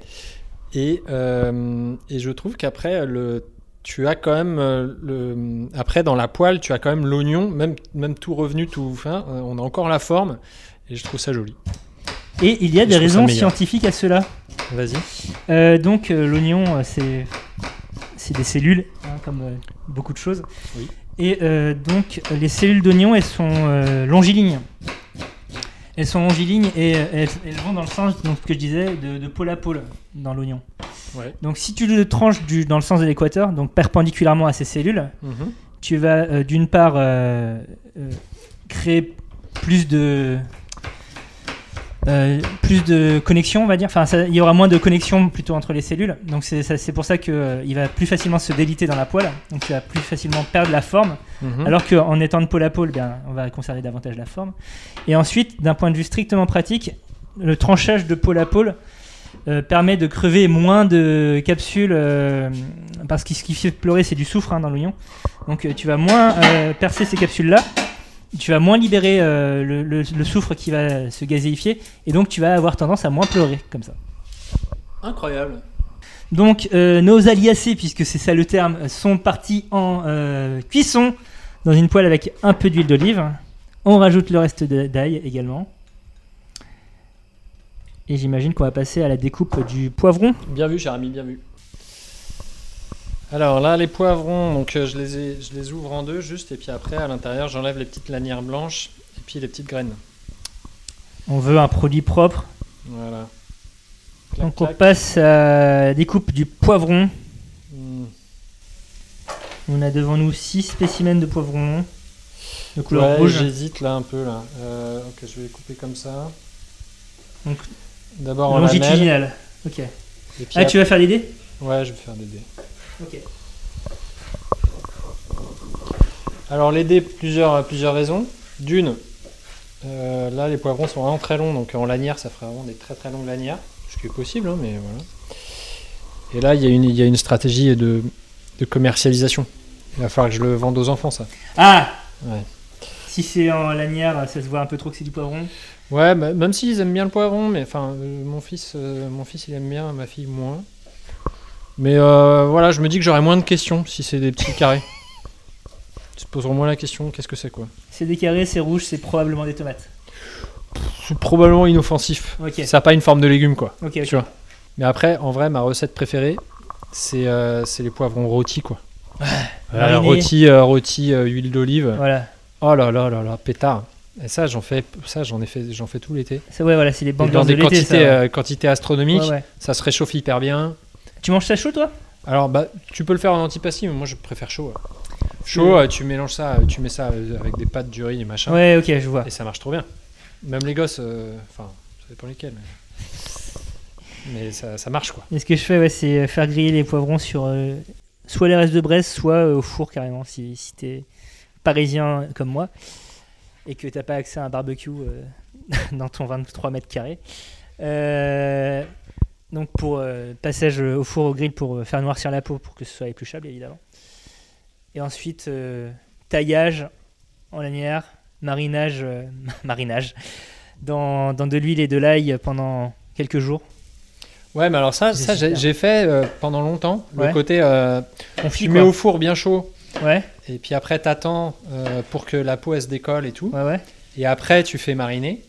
[SPEAKER 1] Et, euh, et je trouve qu'après, le, tu as quand même euh, le, après dans la poêle, tu as quand même l'oignon, même, même tout revenu, tout fin. euh, On a encore la forme et je trouve ça joli.
[SPEAKER 3] Et il y a
[SPEAKER 1] Et
[SPEAKER 3] des
[SPEAKER 1] je trouve ça
[SPEAKER 3] raisons
[SPEAKER 1] meilleur.
[SPEAKER 3] scientifiques à cela.
[SPEAKER 1] Vas-y.
[SPEAKER 3] Euh, donc euh, l'oignon, euh, c'est c'est des cellules, hein, comme euh, beaucoup de choses.
[SPEAKER 1] Oui.
[SPEAKER 3] Et euh, donc euh, les cellules d'oignon, elles sont euh, longilignes. Elles sont longilignes et euh, elles, elles vont dans le sens, donc ce que je disais, de, de pôle à pôle dans l'oignon.
[SPEAKER 1] Ouais.
[SPEAKER 3] Donc si tu le tranches du, dans le sens de l'équateur, donc perpendiculairement à ces cellules,
[SPEAKER 1] Mhm.
[SPEAKER 3] tu vas euh, d'une part euh, euh, créer plus de euh, plus de connexions, on va dire. Enfin, ça- il y aura moins de connexions plutôt entre les cellules. Donc c'est ça- c'est pour ça que euh, il va plus facilement se déliter dans la poêle. Donc tu vas plus facilement perdre la forme.
[SPEAKER 1] Mhm.
[SPEAKER 3] Alors qu'en étant de pôle à pôle, ben, on va conserver davantage la forme. Et ensuite, d'un point de vue strictement pratique, le tranchage de pôle à pôle euh, permet de crever moins de capsules, euh, parce que ce qui fait pleurer, c'est du soufre hein, dans l'oignon. Donc euh, tu vas moins euh, percer ces capsules-là, tu vas moins libérer euh, le, le- le soufre qui va se gazéifier, et donc tu vas avoir tendance à moins pleurer comme ça.
[SPEAKER 1] Incroyable.
[SPEAKER 3] Donc euh, nos aliacés, puisque c'est ça le terme, sont partis en euh, cuisson dans une poêle avec un peu d'huile d'olive. On rajoute le reste de- d'ail également. Et j'imagine qu'on va passer à la découpe du poivron.
[SPEAKER 1] Bien vu, cher ami, bien vu. Alors là, les poivrons, donc euh, je les, ai- je les ouvre en deux juste, et puis après, à l'intérieur, j'enlève les petites lanières blanches et puis les petites graines.
[SPEAKER 3] On veut un produit propre.
[SPEAKER 1] Voilà. Clac,
[SPEAKER 3] Donc on
[SPEAKER 1] clac.
[SPEAKER 3] passe à la découpe du poivron.
[SPEAKER 1] Mm.
[SPEAKER 3] On a devant nous 6 spécimens de poivron de couleur
[SPEAKER 1] Ouais,
[SPEAKER 3] rouge.
[SPEAKER 1] J'hésite là un peu là. Euh, ok, je vais les couper comme ça.
[SPEAKER 3] Donc
[SPEAKER 1] D'abord en lamelles.
[SPEAKER 3] longitudinal. Ok.
[SPEAKER 1] et puis
[SPEAKER 3] Ah, tu vas faire les dés
[SPEAKER 1] après- Ouais, je vais faire des dés.
[SPEAKER 3] Ok.
[SPEAKER 1] Alors les dés, plusieurs, plusieurs raisons. D'une, euh, là les poivrons sont vraiment très longs, donc en lanière ça fera vraiment des très très longues lanières, ce qui est possible, hein, mais voilà. Et là il y, a une- il y a une stratégie de, de commercialisation. Il va falloir que je le vende aux enfants ça.
[SPEAKER 3] Ah
[SPEAKER 1] Ouais.
[SPEAKER 3] Si c'est en lanière, ça se voit un peu trop que c'est du poivron.
[SPEAKER 1] Ouais, bah, même s'ils aiment bien le poivron, mais enfin, euh, mon fils, euh, mon fils, il aime bien, ma fille moins. Mais euh, voilà, je me dis que j'aurai moins de questions si c'est des petits carrés. Ils se poseront moins la question, qu'est-ce que c'est quoi
[SPEAKER 3] C'est des carrés, c'est rouge, c'est probablement des tomates.
[SPEAKER 1] C'est probablement inoffensif.
[SPEAKER 3] Ok,
[SPEAKER 1] Ça n'a pas une forme de légume quoi.
[SPEAKER 3] ok, ok.
[SPEAKER 1] Tu vois. Mais après, en vrai, ma recette préférée, c'est euh, c'est les poivrons rôtis quoi. Ouais,
[SPEAKER 3] marinés.
[SPEAKER 1] rôtis, euh, rôtis, euh, huile d'olive.
[SPEAKER 3] Voilà.
[SPEAKER 1] Oh là là là là, pétard. Et ça, j'en fais, ça j'en ai fait, j'en fais tout l'été.
[SPEAKER 3] Ça, ouais, voilà, c'est les bandes
[SPEAKER 1] Dans
[SPEAKER 3] de
[SPEAKER 1] des
[SPEAKER 3] l'été. ça,
[SPEAKER 1] quantités,
[SPEAKER 3] ouais.
[SPEAKER 1] euh, quantités astronomiques.
[SPEAKER 3] Ouais, ouais.
[SPEAKER 1] Ça se réchauffe hyper bien.
[SPEAKER 3] Tu manges ça chaud, toi
[SPEAKER 1] Alors, bah, tu peux le faire en antipasti, mais moi je préfère chaud. ouais. Chaud, euh, tu mélanges ça, euh, tu mets ça euh, avec des pâtes, du riz et machin,
[SPEAKER 3] Ouais, ok, je vois.
[SPEAKER 1] et ça marche trop bien. Même les gosses, euh, enfin, ça dépend lesquels. Mais, mais ça, ça marche quoi.
[SPEAKER 3] Et ce que je fais, ouais, c'est euh, faire griller les poivrons sur euh, soit les restes de Bresse, soit euh, au four carrément, si, si t'es parisien comme moi et que t'as pas accès à un barbecue euh, dans ton 23 mètres carrés. Euh, donc pour euh, passage euh, au four au grill pour euh, faire noircir la peau pour que ce soit épluchable évidemment. Et ensuite euh, taillage en lanière, marinage, euh, marinage dans, dans de l'huile et de l'ail pendant quelques jours.
[SPEAKER 1] Ouais, mais alors ça,
[SPEAKER 3] C'est
[SPEAKER 1] ça j'ai
[SPEAKER 3] super.
[SPEAKER 1] j'ai fait euh, pendant longtemps
[SPEAKER 3] Ouais.
[SPEAKER 1] le côté euh,
[SPEAKER 3] Confit
[SPEAKER 1] tu mets
[SPEAKER 3] quoi.
[SPEAKER 1] au four bien chaud,
[SPEAKER 3] Ouais,
[SPEAKER 1] et puis après t'attends euh, pour que la peau elle se décolle et tout,
[SPEAKER 3] ouais, ouais.
[SPEAKER 1] et après tu fais mariner.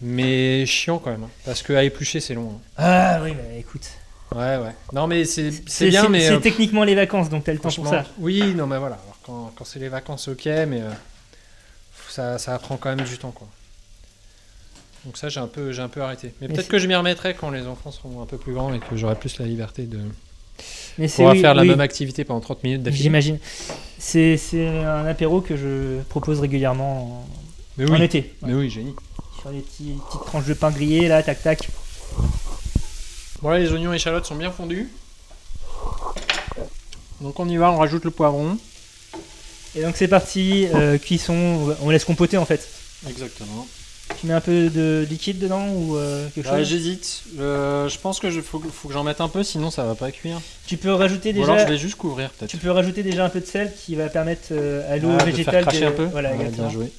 [SPEAKER 1] Mais chiant quand même, hein, parce que à éplucher c'est long. hein.
[SPEAKER 3] Ah oui, bah écoute.
[SPEAKER 1] Ouais, ouais. Non, mais c'est c'est bien, mais.
[SPEAKER 3] C'est
[SPEAKER 1] euh,
[SPEAKER 3] techniquement les vacances, donc t'as le temps pour
[SPEAKER 1] Franchement,
[SPEAKER 3] ça.
[SPEAKER 1] oui, non, mais voilà. Alors, quand quand c'est les vacances, ok, mais euh, ça, ça prend quand même du temps, quoi. Donc ça, j'ai un peu, j'ai un peu arrêté. Mais,
[SPEAKER 3] Mais
[SPEAKER 1] peut-être
[SPEAKER 3] c'est-
[SPEAKER 1] que je m'y remettrai quand les enfants seront un peu plus grands et que j'aurai plus la liberté de
[SPEAKER 3] Mais c'est
[SPEAKER 1] pouvoir
[SPEAKER 3] oui,
[SPEAKER 1] faire la
[SPEAKER 3] oui,
[SPEAKER 1] même activité pendant 30 minutes d'affilée.
[SPEAKER 3] J'imagine. C'est c'est un apéro que je propose régulièrement
[SPEAKER 1] Mais
[SPEAKER 3] en, en
[SPEAKER 1] oui,
[SPEAKER 3] été.
[SPEAKER 1] mais oui, génie.
[SPEAKER 3] Sur des petits- petites tranches de pain grillé, là, tac tac.
[SPEAKER 1] Voilà, les oignons et échalotes sont bien fondus. Donc on y va, on rajoute le poivron.
[SPEAKER 3] Et donc c'est parti, euh, cuisson, on laisse compoter en fait.
[SPEAKER 1] Exactement. Bah,
[SPEAKER 3] Tu mets un peu de liquide dedans ou euh, quelque chose
[SPEAKER 1] J'hésite. Euh, je pense que faut, que j'en mette un peu, sinon ça va pas cuire.
[SPEAKER 3] Tu peux rajouter
[SPEAKER 1] Ou alors
[SPEAKER 3] déjà
[SPEAKER 1] je vais juste couvrir peut-être.
[SPEAKER 3] tu peux rajouter déjà un peu de sel qui va permettre euh, à l'eau
[SPEAKER 1] Ah, de faire
[SPEAKER 3] végétale
[SPEAKER 1] cracher
[SPEAKER 3] de-
[SPEAKER 1] un peu.
[SPEAKER 3] voilà,
[SPEAKER 1] Ouais,
[SPEAKER 3] exactement.
[SPEAKER 1] bien joué.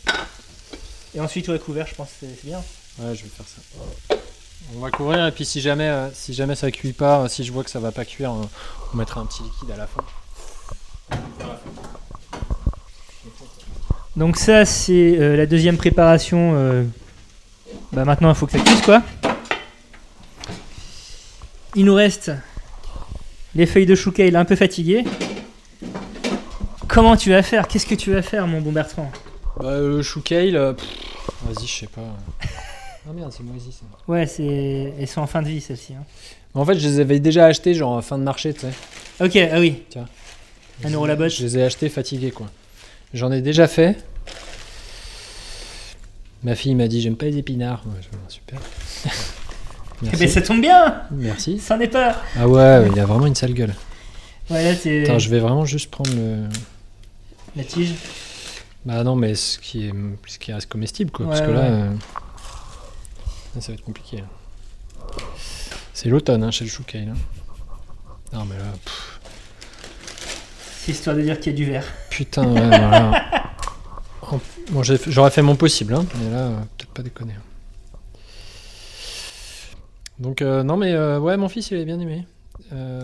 [SPEAKER 3] Et ensuite ouais couvert, je pense que c'est c'est bien.
[SPEAKER 1] Ouais, je vais faire ça. On va couvrir et puis si jamais, euh, si jamais ça cuit pas, euh, si je vois que ça va pas cuire, euh, on mettra un petit liquide à la fin.
[SPEAKER 3] Donc ça c'est euh, la deuxième préparation. euh, Bah maintenant il faut que ça cuise quoi. Il nous reste les feuilles de chouka, il est un peu fatigué. Comment tu vas faire Qu'est-ce que tu vas faire mon bon Bertrand
[SPEAKER 1] Bah, euh, chou kale, euh, pff, vas-y, je sais pas. Ah merde, c'est moisi ça.
[SPEAKER 3] Ouais c'est. Elles sont en fin de vie celles-ci. hein.
[SPEAKER 1] En fait, je les avais déjà achetés, genre à fin de marché, tu sais.
[SPEAKER 3] Ok, ah oui. Un
[SPEAKER 1] Je
[SPEAKER 3] euro
[SPEAKER 1] les-
[SPEAKER 3] la botte.
[SPEAKER 1] Je les ai achetés fatigués, quoi. J'en ai déjà fait. Ma fille m'a dit, j'aime pas les épinards. Ouais, je- super.
[SPEAKER 3] Eh ben,
[SPEAKER 1] Merci.
[SPEAKER 3] ça tombe bien
[SPEAKER 1] Merci.
[SPEAKER 3] Ça n'est pas
[SPEAKER 1] Ah ouais, il a vraiment une sale gueule.
[SPEAKER 3] Ouais, là, c'est
[SPEAKER 1] Attends, je vais vraiment juste prendre le.
[SPEAKER 3] la tige.
[SPEAKER 1] Bah non, mais ce qui, est, ce qui reste comestible, quoi.
[SPEAKER 3] Ouais,
[SPEAKER 1] parce que là,
[SPEAKER 3] ouais.
[SPEAKER 1] euh, là, ça va être compliqué. hein. C'est l'automne hein, chez le choucaille. Hein. Non, mais là, pff,
[SPEAKER 3] C'est histoire de dire qu'il y a du verre.
[SPEAKER 1] putain, ouais, voilà. En- Bon, j'ai- j'aurais fait mon possible, hein, mais là, euh, peut-être pas déconner. Donc, euh, non, mais euh, ouais, mon fils, il avait bien aimé. Euh,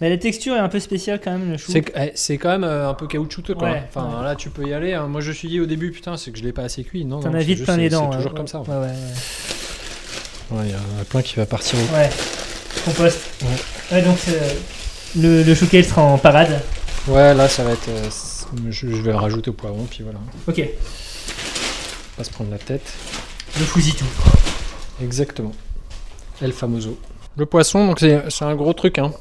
[SPEAKER 3] Mais Bah, la texture est un peu spéciale quand même, le chou.
[SPEAKER 1] c'est eh, c'est quand même euh, un peu caoutchouteux, quoi.
[SPEAKER 3] Ouais,
[SPEAKER 1] enfin,
[SPEAKER 3] ouais.
[SPEAKER 1] là, tu peux y aller. hein. Moi, je me suis dit au début, putain, c'est que je l'ai pas assez cuit. Non, non,
[SPEAKER 3] T'en as
[SPEAKER 1] c'est
[SPEAKER 3] vite
[SPEAKER 1] juste-
[SPEAKER 3] plein les
[SPEAKER 1] c'est-
[SPEAKER 3] dents. hein.
[SPEAKER 1] C'est toujours
[SPEAKER 3] ouais.
[SPEAKER 1] comme ça. hein. en fait.
[SPEAKER 3] Ouais, ouais, ouais.
[SPEAKER 1] Ouais, il y en a plein qui va partir au
[SPEAKER 3] ouais. Compost.
[SPEAKER 1] Ouais.
[SPEAKER 3] Ouais, donc euh, le, le chou kale sera en parade.
[SPEAKER 1] Ouais, là, ça va être. euh, c- je, je vais le rajouter au poivron, puis voilà.
[SPEAKER 3] Ok,
[SPEAKER 1] Pas se prendre la tête.
[SPEAKER 3] le fousi tout.
[SPEAKER 1] Exactement. El famoso. Le poisson, donc c'est c'est un gros truc, hein.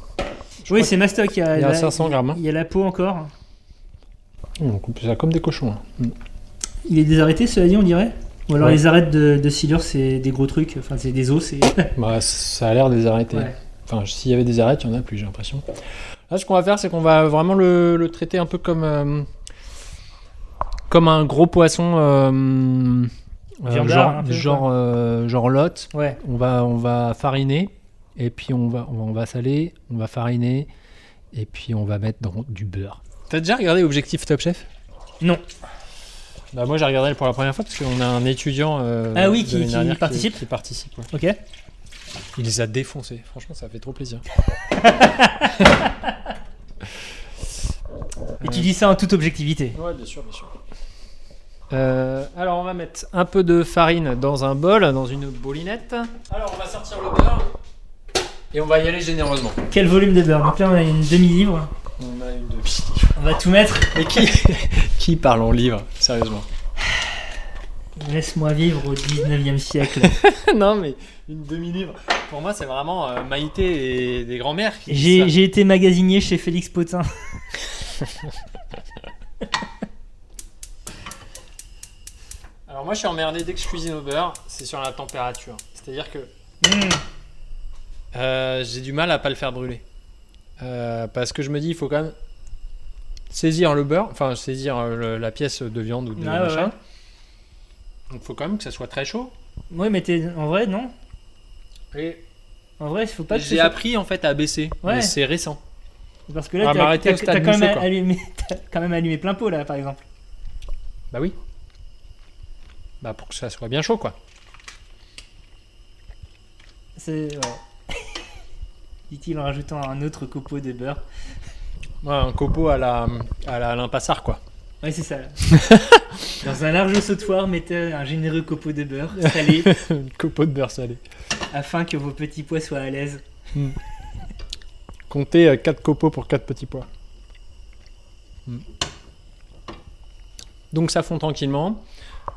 [SPEAKER 1] Je
[SPEAKER 3] Oui,
[SPEAKER 1] crois
[SPEAKER 3] c'est Mastoc. Il y a,
[SPEAKER 1] qu'il y a
[SPEAKER 3] la-
[SPEAKER 1] 500 grammes. hein.
[SPEAKER 3] il y a la peau encore.
[SPEAKER 1] On coupe ça comme des cochons. hein. Mm.
[SPEAKER 3] Il est désarrêté, cela dit, on dirait Ou alors
[SPEAKER 1] Ouais.
[SPEAKER 3] les arêtes de, de silure, c'est des gros trucs. Enfin, c'est des os. C'est...
[SPEAKER 1] Bah, ça a l'air des arrêtés.
[SPEAKER 3] Ouais.
[SPEAKER 1] Enfin, s'il y avait des arêtes, il y en a plus, j'ai l'impression. Là, ce qu'on va faire, c'est qu'on va vraiment le, le traiter un peu comme. euh, comme un gros poisson. euh, euh,
[SPEAKER 3] Viandard,
[SPEAKER 1] genre,
[SPEAKER 3] un peu,
[SPEAKER 1] genre, euh, genre lot.
[SPEAKER 3] Ouais.
[SPEAKER 1] on va, on va fariner, et puis on va, on va, on va saler, on va fariner, et puis on va mettre dans du beurre. T'as déjà regardé Objectif Top Chef
[SPEAKER 3] Non.
[SPEAKER 1] Bah moi j'ai regardé pour la première fois parce qu'on a un étudiant euh,
[SPEAKER 3] Ah oui,
[SPEAKER 1] de
[SPEAKER 3] qui-
[SPEAKER 1] l'année
[SPEAKER 3] qui
[SPEAKER 1] dernière
[SPEAKER 3] participe
[SPEAKER 1] qui participe, ouais.
[SPEAKER 3] Ok.
[SPEAKER 1] Il les a défoncés, franchement ça fait trop plaisir.
[SPEAKER 3] Et tu dis ça en toute objectivité.
[SPEAKER 1] Ouais bien sûr, bien sûr. Euh, alors on va mettre un peu de farine dans un bol, dans une bolinette. Alors on va sortir le beurre et on va y aller généreusement.
[SPEAKER 3] Quel volume de beurre Donc là, on a une demi-livre.
[SPEAKER 1] On a une demi.
[SPEAKER 3] On va tout mettre.
[SPEAKER 1] Mais qui, qui parle en livre, sérieusement
[SPEAKER 3] Laisse-moi vivre au 19e siècle.
[SPEAKER 1] Non, mais une demi-livre. Pour moi, c'est vraiment euh, Maïté et des grands-mères qui disent
[SPEAKER 3] J'ai
[SPEAKER 1] ça.
[SPEAKER 3] j'ai été magasinier chez Félix Potin.
[SPEAKER 1] Alors, moi, je suis emmerdé dès que je cuisine au beurre, c'est sur la température. C'est-à-dire que
[SPEAKER 3] Hmm.
[SPEAKER 1] euh, j'ai du mal à pas le faire brûler. Euh, parce que je me dis, il faut quand même saisir le beurre, enfin, saisir euh, le- la pièce de viande ou de
[SPEAKER 3] Ouais, Ah ouais,
[SPEAKER 1] machin.
[SPEAKER 3] ouais.
[SPEAKER 1] Donc, il faut quand même que ça soit très chaud.
[SPEAKER 3] Ouais, mais t'es- en vrai, non.
[SPEAKER 1] Et
[SPEAKER 3] En vrai, il faut pas que ce
[SPEAKER 1] j'ai
[SPEAKER 3] soit-
[SPEAKER 1] appris en fait à baisser.
[SPEAKER 3] Ouais.
[SPEAKER 1] Mais c'est récent.
[SPEAKER 3] Parce que
[SPEAKER 1] On
[SPEAKER 3] là,
[SPEAKER 1] va
[SPEAKER 3] t'as
[SPEAKER 1] m'arrêter au
[SPEAKER 3] t'as-
[SPEAKER 1] stade
[SPEAKER 3] t'as quand,
[SPEAKER 1] Musso,
[SPEAKER 3] même
[SPEAKER 1] quoi.
[SPEAKER 3] allumé- t'as quand même allumé plein pot, là, par exemple.
[SPEAKER 1] Bah oui. Bah pour que ça soit bien chaud quoi.
[SPEAKER 3] C'est. Ouais. Dit-il en rajoutant un autre copeau de beurre.
[SPEAKER 1] Ouais, un copeau à la à la Alain Passard quoi.
[SPEAKER 3] Ouais, c'est ça. Dans un large sautoir, mettez un généreux copeau de beurre salé
[SPEAKER 1] copeau de beurre salé.
[SPEAKER 3] afin que vos petits pois soient à l'aise.
[SPEAKER 1] Comptez 4 copeaux pour 4 petits pois. Hmm. Donc ça fond tranquillement.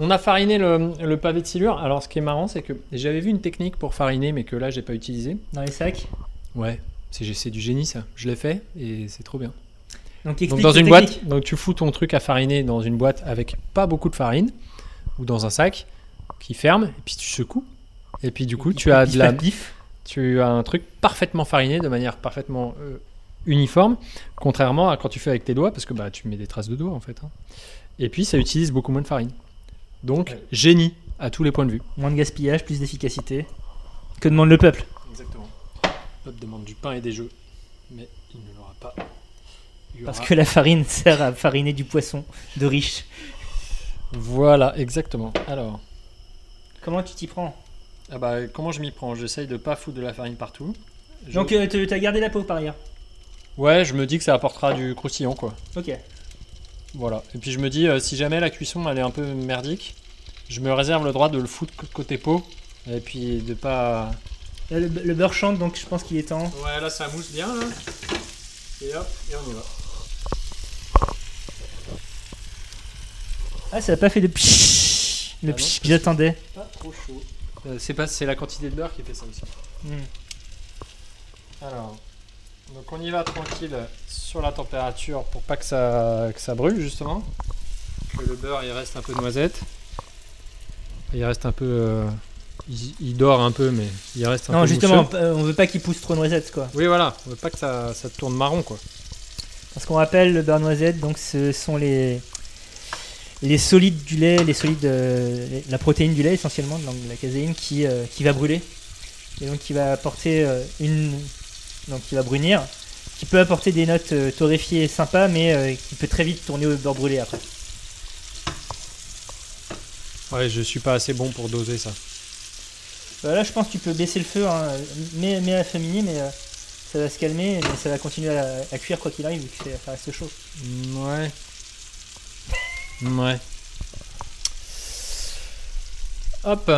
[SPEAKER 1] On a fariné le, le pavé de silure. Alors ce qui est marrant c'est que j'avais vu une technique pour fariner mais que là j'ai pas utilisé.
[SPEAKER 3] Dans les sacs.
[SPEAKER 1] Ouais. C'est c'est du génie ça. Je l'ai fait et c'est trop bien.
[SPEAKER 3] Donc, explique
[SPEAKER 1] Donc dans
[SPEAKER 3] la
[SPEAKER 1] une
[SPEAKER 3] technique.
[SPEAKER 1] boîte, donc tu fous ton truc à fariner dans une boîte avec pas beaucoup de farine ou dans un sac qui ferme et puis tu secoues et puis du coup
[SPEAKER 3] Il-
[SPEAKER 1] tu
[SPEAKER 3] il
[SPEAKER 1] as
[SPEAKER 3] pisse
[SPEAKER 1] de la
[SPEAKER 3] pas de pif.
[SPEAKER 1] tu as un truc parfaitement fariné de manière parfaitement euh, uniforme, contrairement à quand tu fais avec tes doigts, parce que bah, tu mets des traces de doigts en fait. hein. Et puis ça utilise beaucoup moins de farine. Donc,
[SPEAKER 3] Ouais.
[SPEAKER 1] génie à tous les points de vue.
[SPEAKER 3] Moins de gaspillage, plus d'efficacité. Que demande le peuple
[SPEAKER 1] Exactement. Bob demande du pain et des jeux, mais il ne l'aura pas. Il y
[SPEAKER 3] Parce
[SPEAKER 1] aura-
[SPEAKER 3] que la farine sert à fariner du poisson de riche.
[SPEAKER 1] Voilà, exactement. Alors,
[SPEAKER 3] Comment tu t'y prends
[SPEAKER 1] ah bah, comment je m'y prends J'essaye de pas foutre de la farine partout. Je-
[SPEAKER 3] Donc euh, te- t'as gardé la peau par ailleurs.
[SPEAKER 1] Ouais, je me dis que ça apportera du croustillon, quoi.
[SPEAKER 3] Ok. Euh,
[SPEAKER 1] Voilà. Et puis je me dis, euh, si jamais la cuisson elle est un peu merdique, je me réserve le droit de le foutre c- côté peau. Et puis de pas.
[SPEAKER 3] Là, le, le beurre chante donc je pense qu'il est temps.
[SPEAKER 1] Ouais, là ça mousse bien, là. Et hop, et on y va.
[SPEAKER 3] Ah ça a pas fait de pshhh Le
[SPEAKER 1] Ah non,
[SPEAKER 3] pshhh
[SPEAKER 1] parce-
[SPEAKER 3] que j'attendais.
[SPEAKER 1] Pas trop chaud. Euh, c'est pas, c'est la quantité de beurre qui fait ça aussi.
[SPEAKER 3] Hmm.
[SPEAKER 1] Alors, donc on y va tranquille sur la température pour pas que ça, que ça brûle justement. Que le beurre il reste un peu noisette. Il reste un peu. euh, il, il dort un peu, mais il reste un peu.
[SPEAKER 3] Non justement
[SPEAKER 1] mousseux.
[SPEAKER 3] euh, on veut pas qu'il pousse trop noisette quoi.
[SPEAKER 1] Oui, voilà, on veut pas que ça, ça tourne marron quoi.
[SPEAKER 3] Parce qu'on rappelle le beurre noisette donc ce sont les les solides du lait, les solides euh, les- la protéine du lait essentiellement donc la caséine qui euh, qui va brûler et donc qui va apporter euh, une donc qui va brunir qui peut apporter des notes euh, torréfiées sympas mais euh, qui peut très vite tourner au beurre brûlé après.
[SPEAKER 1] Ouais, je suis pas assez bon pour doser ça.
[SPEAKER 3] Bah là, je pense que tu peux baisser le feu, hein. mets, mets à féminer, mais euh, ça va se calmer, mais ça va continuer à, à cuire quoi qu'il arrive, vu que c'est- ça reste chaud.
[SPEAKER 1] Ouais. Ouais. Hop.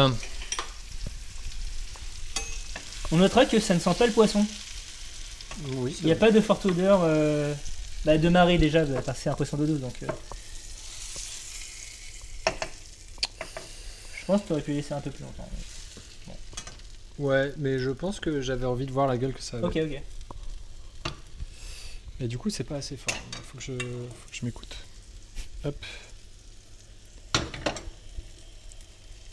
[SPEAKER 3] On notera que ça ne sent pas le poisson.
[SPEAKER 1] Oui.
[SPEAKER 3] Il n'y a pas de forte odeur euh, bah, de marée déjà, bah, parce que c'est un poisson d'eau douce, donc. euh, Je pense que tu aurais pu laisser un peu plus longtemps.
[SPEAKER 1] Ouais, mais je pense que j'avais envie de voir la gueule que ça avait.
[SPEAKER 3] Ok, ok.
[SPEAKER 1] Et du coup, c'est pas assez fort. Faut que je, faut que je m'écoute. Hop.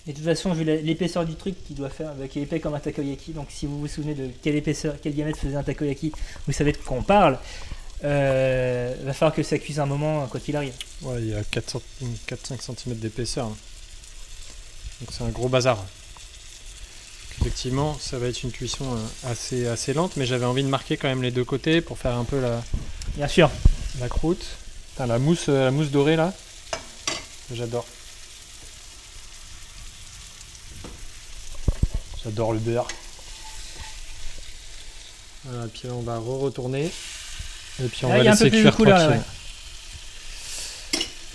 [SPEAKER 3] Et de toute façon, vu la- l'épaisseur du truc qu'il doit faire, bah, qui est épais comme un takoyaki, donc si vous vous souvenez de quelle épaisseur, quel diamètre faisait un takoyaki, vous savez de quoi on parle. Euh, va falloir que ça cuise un moment, euh, quoi qu'il arrive.
[SPEAKER 1] Ouais, il y a 4 5 cm d'épaisseur. hein. Donc c'est un gros bazar. Effectivement, ça va être une cuisson euh, assez, assez lente, mais j'avais envie de marquer quand même les deux côtés pour faire un peu la,
[SPEAKER 3] Bien sûr.
[SPEAKER 1] la croûte. Putain, la mousse, euh, la mousse dorée là. J'adore. J'adore le beurre. Voilà, puis là, on va re-retourner. Et puis on
[SPEAKER 3] Là,
[SPEAKER 1] va
[SPEAKER 3] il y a un
[SPEAKER 1] laisser
[SPEAKER 3] peu plus de
[SPEAKER 1] cuire
[SPEAKER 3] couleur, là,
[SPEAKER 1] tranquille.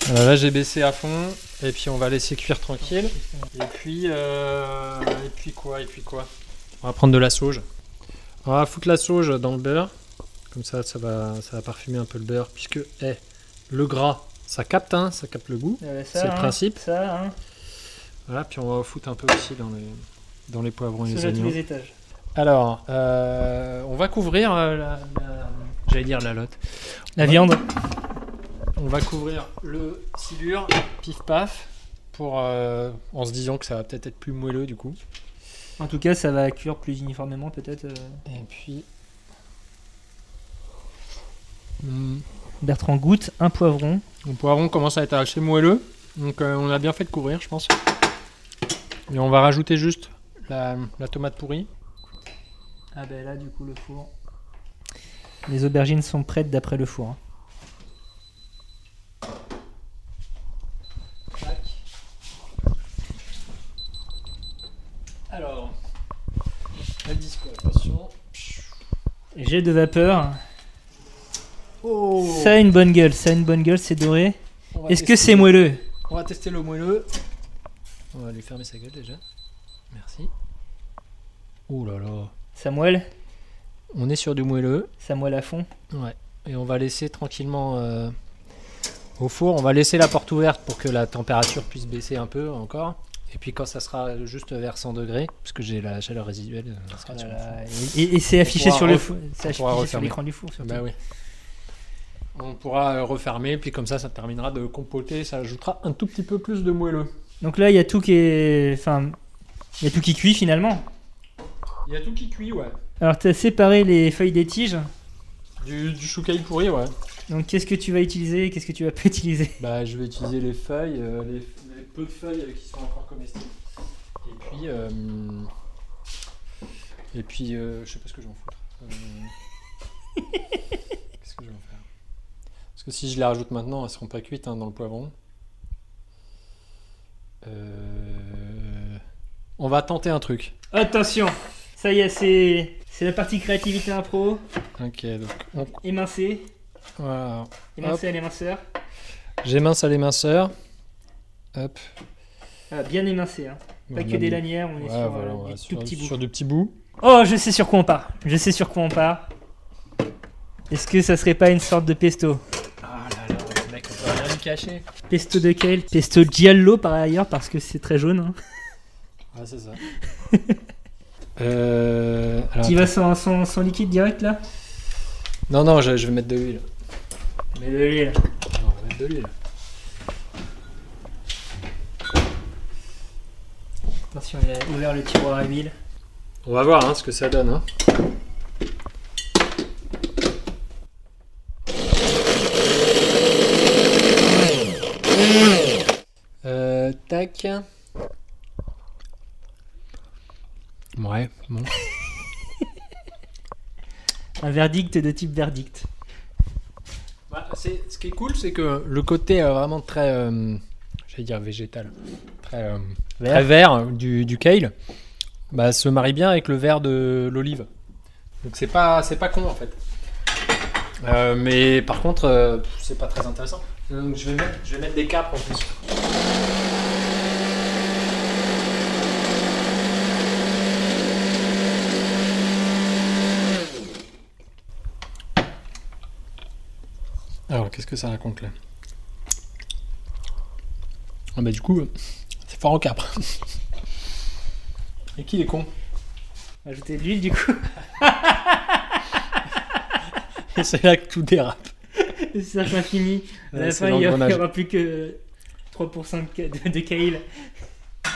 [SPEAKER 1] Voilà, là j'ai baissé à fond. Et puis on va laisser cuire tranquille. Et puis, euh, et puis quoi Et puis quoi On va prendre de la sauge. On va foutre la sauge dans le beurre. Comme ça, ça va, ça va parfumer un peu le beurre. Puisque, eh, le gras, ça capte, hein, ça capte le goût.
[SPEAKER 3] Euh, ça,
[SPEAKER 1] C'est le
[SPEAKER 3] hein,
[SPEAKER 1] principe.
[SPEAKER 3] Ça, hein,
[SPEAKER 1] Voilà, puis on va foutre un peu aussi dans les, dans les poivrons et
[SPEAKER 3] sous
[SPEAKER 1] les
[SPEAKER 3] à tous
[SPEAKER 1] oignons.
[SPEAKER 3] les étages.
[SPEAKER 1] Alors, euh, on va couvrir euh, la, la- J'allais dire la lotte.
[SPEAKER 3] La viande.
[SPEAKER 1] On va couvrir le silure, pif paf, pour, euh, en se disant que ça va peut-être être plus moelleux du coup.
[SPEAKER 3] En tout cas, ça va cuire plus uniformément, peut-être. euh.
[SPEAKER 1] Et puis. Hmm.
[SPEAKER 3] Bertrand goûte un poivron.
[SPEAKER 1] Mon poivron commence à être assez moelleux, donc euh, on a bien fait de couvrir, je pense. Et on va rajouter juste la, la tomate pourrie.
[SPEAKER 3] Ah ben là, du coup, le four. Les aubergines sont prêtes d'après le four. hein.
[SPEAKER 1] Alors, la disco, attention.
[SPEAKER 3] Jet de vapeur.
[SPEAKER 1] Oh
[SPEAKER 3] Ça a une bonne gueule, ça a une bonne gueule, c'est doré.
[SPEAKER 1] On va
[SPEAKER 3] Est-ce que
[SPEAKER 1] tester-
[SPEAKER 3] c'est moelleux
[SPEAKER 1] On va tester le moelleux. On va lui fermer sa gueule déjà. Merci. Oh là là.
[SPEAKER 3] Ça moelle
[SPEAKER 1] On est sur du moelleux.
[SPEAKER 3] Ça moelle à fond
[SPEAKER 1] Ouais. Et on va laisser tranquillement euh, au four. On va laisser la porte ouverte pour que la température puisse baisser un peu encore. Et puis quand ça sera juste vers 100 degrés, parce que j'ai la chaleur résiduelle. euh, ça sera
[SPEAKER 3] Oh là
[SPEAKER 1] sur le
[SPEAKER 3] là, Et, et- et c'est affiché
[SPEAKER 1] pourra
[SPEAKER 3] sur le
[SPEAKER 1] ref-
[SPEAKER 3] four. C'est
[SPEAKER 1] on pourra
[SPEAKER 3] affiché sur
[SPEAKER 1] refermer.
[SPEAKER 3] l'écran du four,
[SPEAKER 1] four.
[SPEAKER 3] surtout.
[SPEAKER 1] Bah oui. On pourra euh, refermer, puis comme ça, ça terminera de compoter. Ça ajoutera un tout petit peu plus de moelleux.
[SPEAKER 3] Donc là, il y a tout qui est. Enfin, il y a tout qui cuit finalement.
[SPEAKER 1] Il y a tout qui cuit, ouais.
[SPEAKER 3] Alors, tu as séparé les feuilles des tiges.
[SPEAKER 1] Du, du choucaille pourri, ouais.
[SPEAKER 3] Donc qu'est-ce que tu vas utiliser et qu'est-ce que tu vas pas utiliser
[SPEAKER 1] Bah, je vais utiliser les feuilles, euh, les, les peu de feuilles euh, qui sont encore comestibles. Et puis, euh, et puis, euh, je sais pas ce que je vais en foutre. Euh, Qu'est-ce que je vais en faire Parce que si je les rajoute maintenant, elles seront pas cuites hein, dans le poivron. Euh, On va tenter un truc.
[SPEAKER 3] Attention Ça y est, c'est c'est la partie créativité impro,
[SPEAKER 1] Ok, donc on-
[SPEAKER 3] émincé,
[SPEAKER 1] voilà.
[SPEAKER 3] émincé à l'éminceur.
[SPEAKER 1] J'émince à l'éminceur. Hop.
[SPEAKER 3] Ah, bien émincé, hein.
[SPEAKER 1] On
[SPEAKER 3] pas que
[SPEAKER 1] a
[SPEAKER 3] des
[SPEAKER 1] mis-
[SPEAKER 3] lanières, on est
[SPEAKER 1] Ouais,
[SPEAKER 3] sur
[SPEAKER 1] voilà,
[SPEAKER 3] euh,
[SPEAKER 1] on
[SPEAKER 3] des
[SPEAKER 1] va
[SPEAKER 3] tout
[SPEAKER 1] sur-
[SPEAKER 3] petits bouts.
[SPEAKER 1] sur du petit bout.
[SPEAKER 3] Oh, je sais sur quoi on part. Je sais sur quoi on part. Est-ce que ça serait pas une sorte de pesto
[SPEAKER 1] Ah là là, mec, on peut rien cacher.
[SPEAKER 3] Pesto de quel Pesto giallo par ailleurs parce que c'est très jaune. Hein.
[SPEAKER 1] Ah, c'est ça. euh, alors,
[SPEAKER 3] Tu vas sans, sans, sans liquide direct là
[SPEAKER 1] Non, non, je, je vais mettre de l'huile.
[SPEAKER 3] Mais de l'huile.
[SPEAKER 1] Non, Ah, on va mettre de l'huile.
[SPEAKER 3] Attention, il a ouvert le tiroir à huile.
[SPEAKER 1] On va voir hein, ce que ça donne. Hein. Euh, tac. Ouais, bon.
[SPEAKER 3] Un verdict de type verdict.
[SPEAKER 1] Bah, c'est- ce qui est cool, c'est que le côté euh, vraiment très, euh, j'allais dire végétal, très, euh, très vert du, du kale, bah, se marie bien avec le vert de l'olive. Donc c'est pas, c'est pas con en fait. Euh, mais par contre, euh, pff, c'est pas très intéressant. Donc je vais mettre, je vais mettre des capres en plus. Alors qu'est-ce que ça raconte là Ah bah du coup, euh, c'est fort en capres. Et qui les con
[SPEAKER 3] Ajouter de l'huile du coup.
[SPEAKER 1] Et c'est là que tout dérape.
[SPEAKER 3] c'est cercle infini. À
[SPEAKER 1] Ouais,
[SPEAKER 3] la
[SPEAKER 1] c'est
[SPEAKER 3] fin, il n'y
[SPEAKER 1] l'engrenage.
[SPEAKER 3] aura plus que 3% de, de, de kale.
[SPEAKER 1] Ah,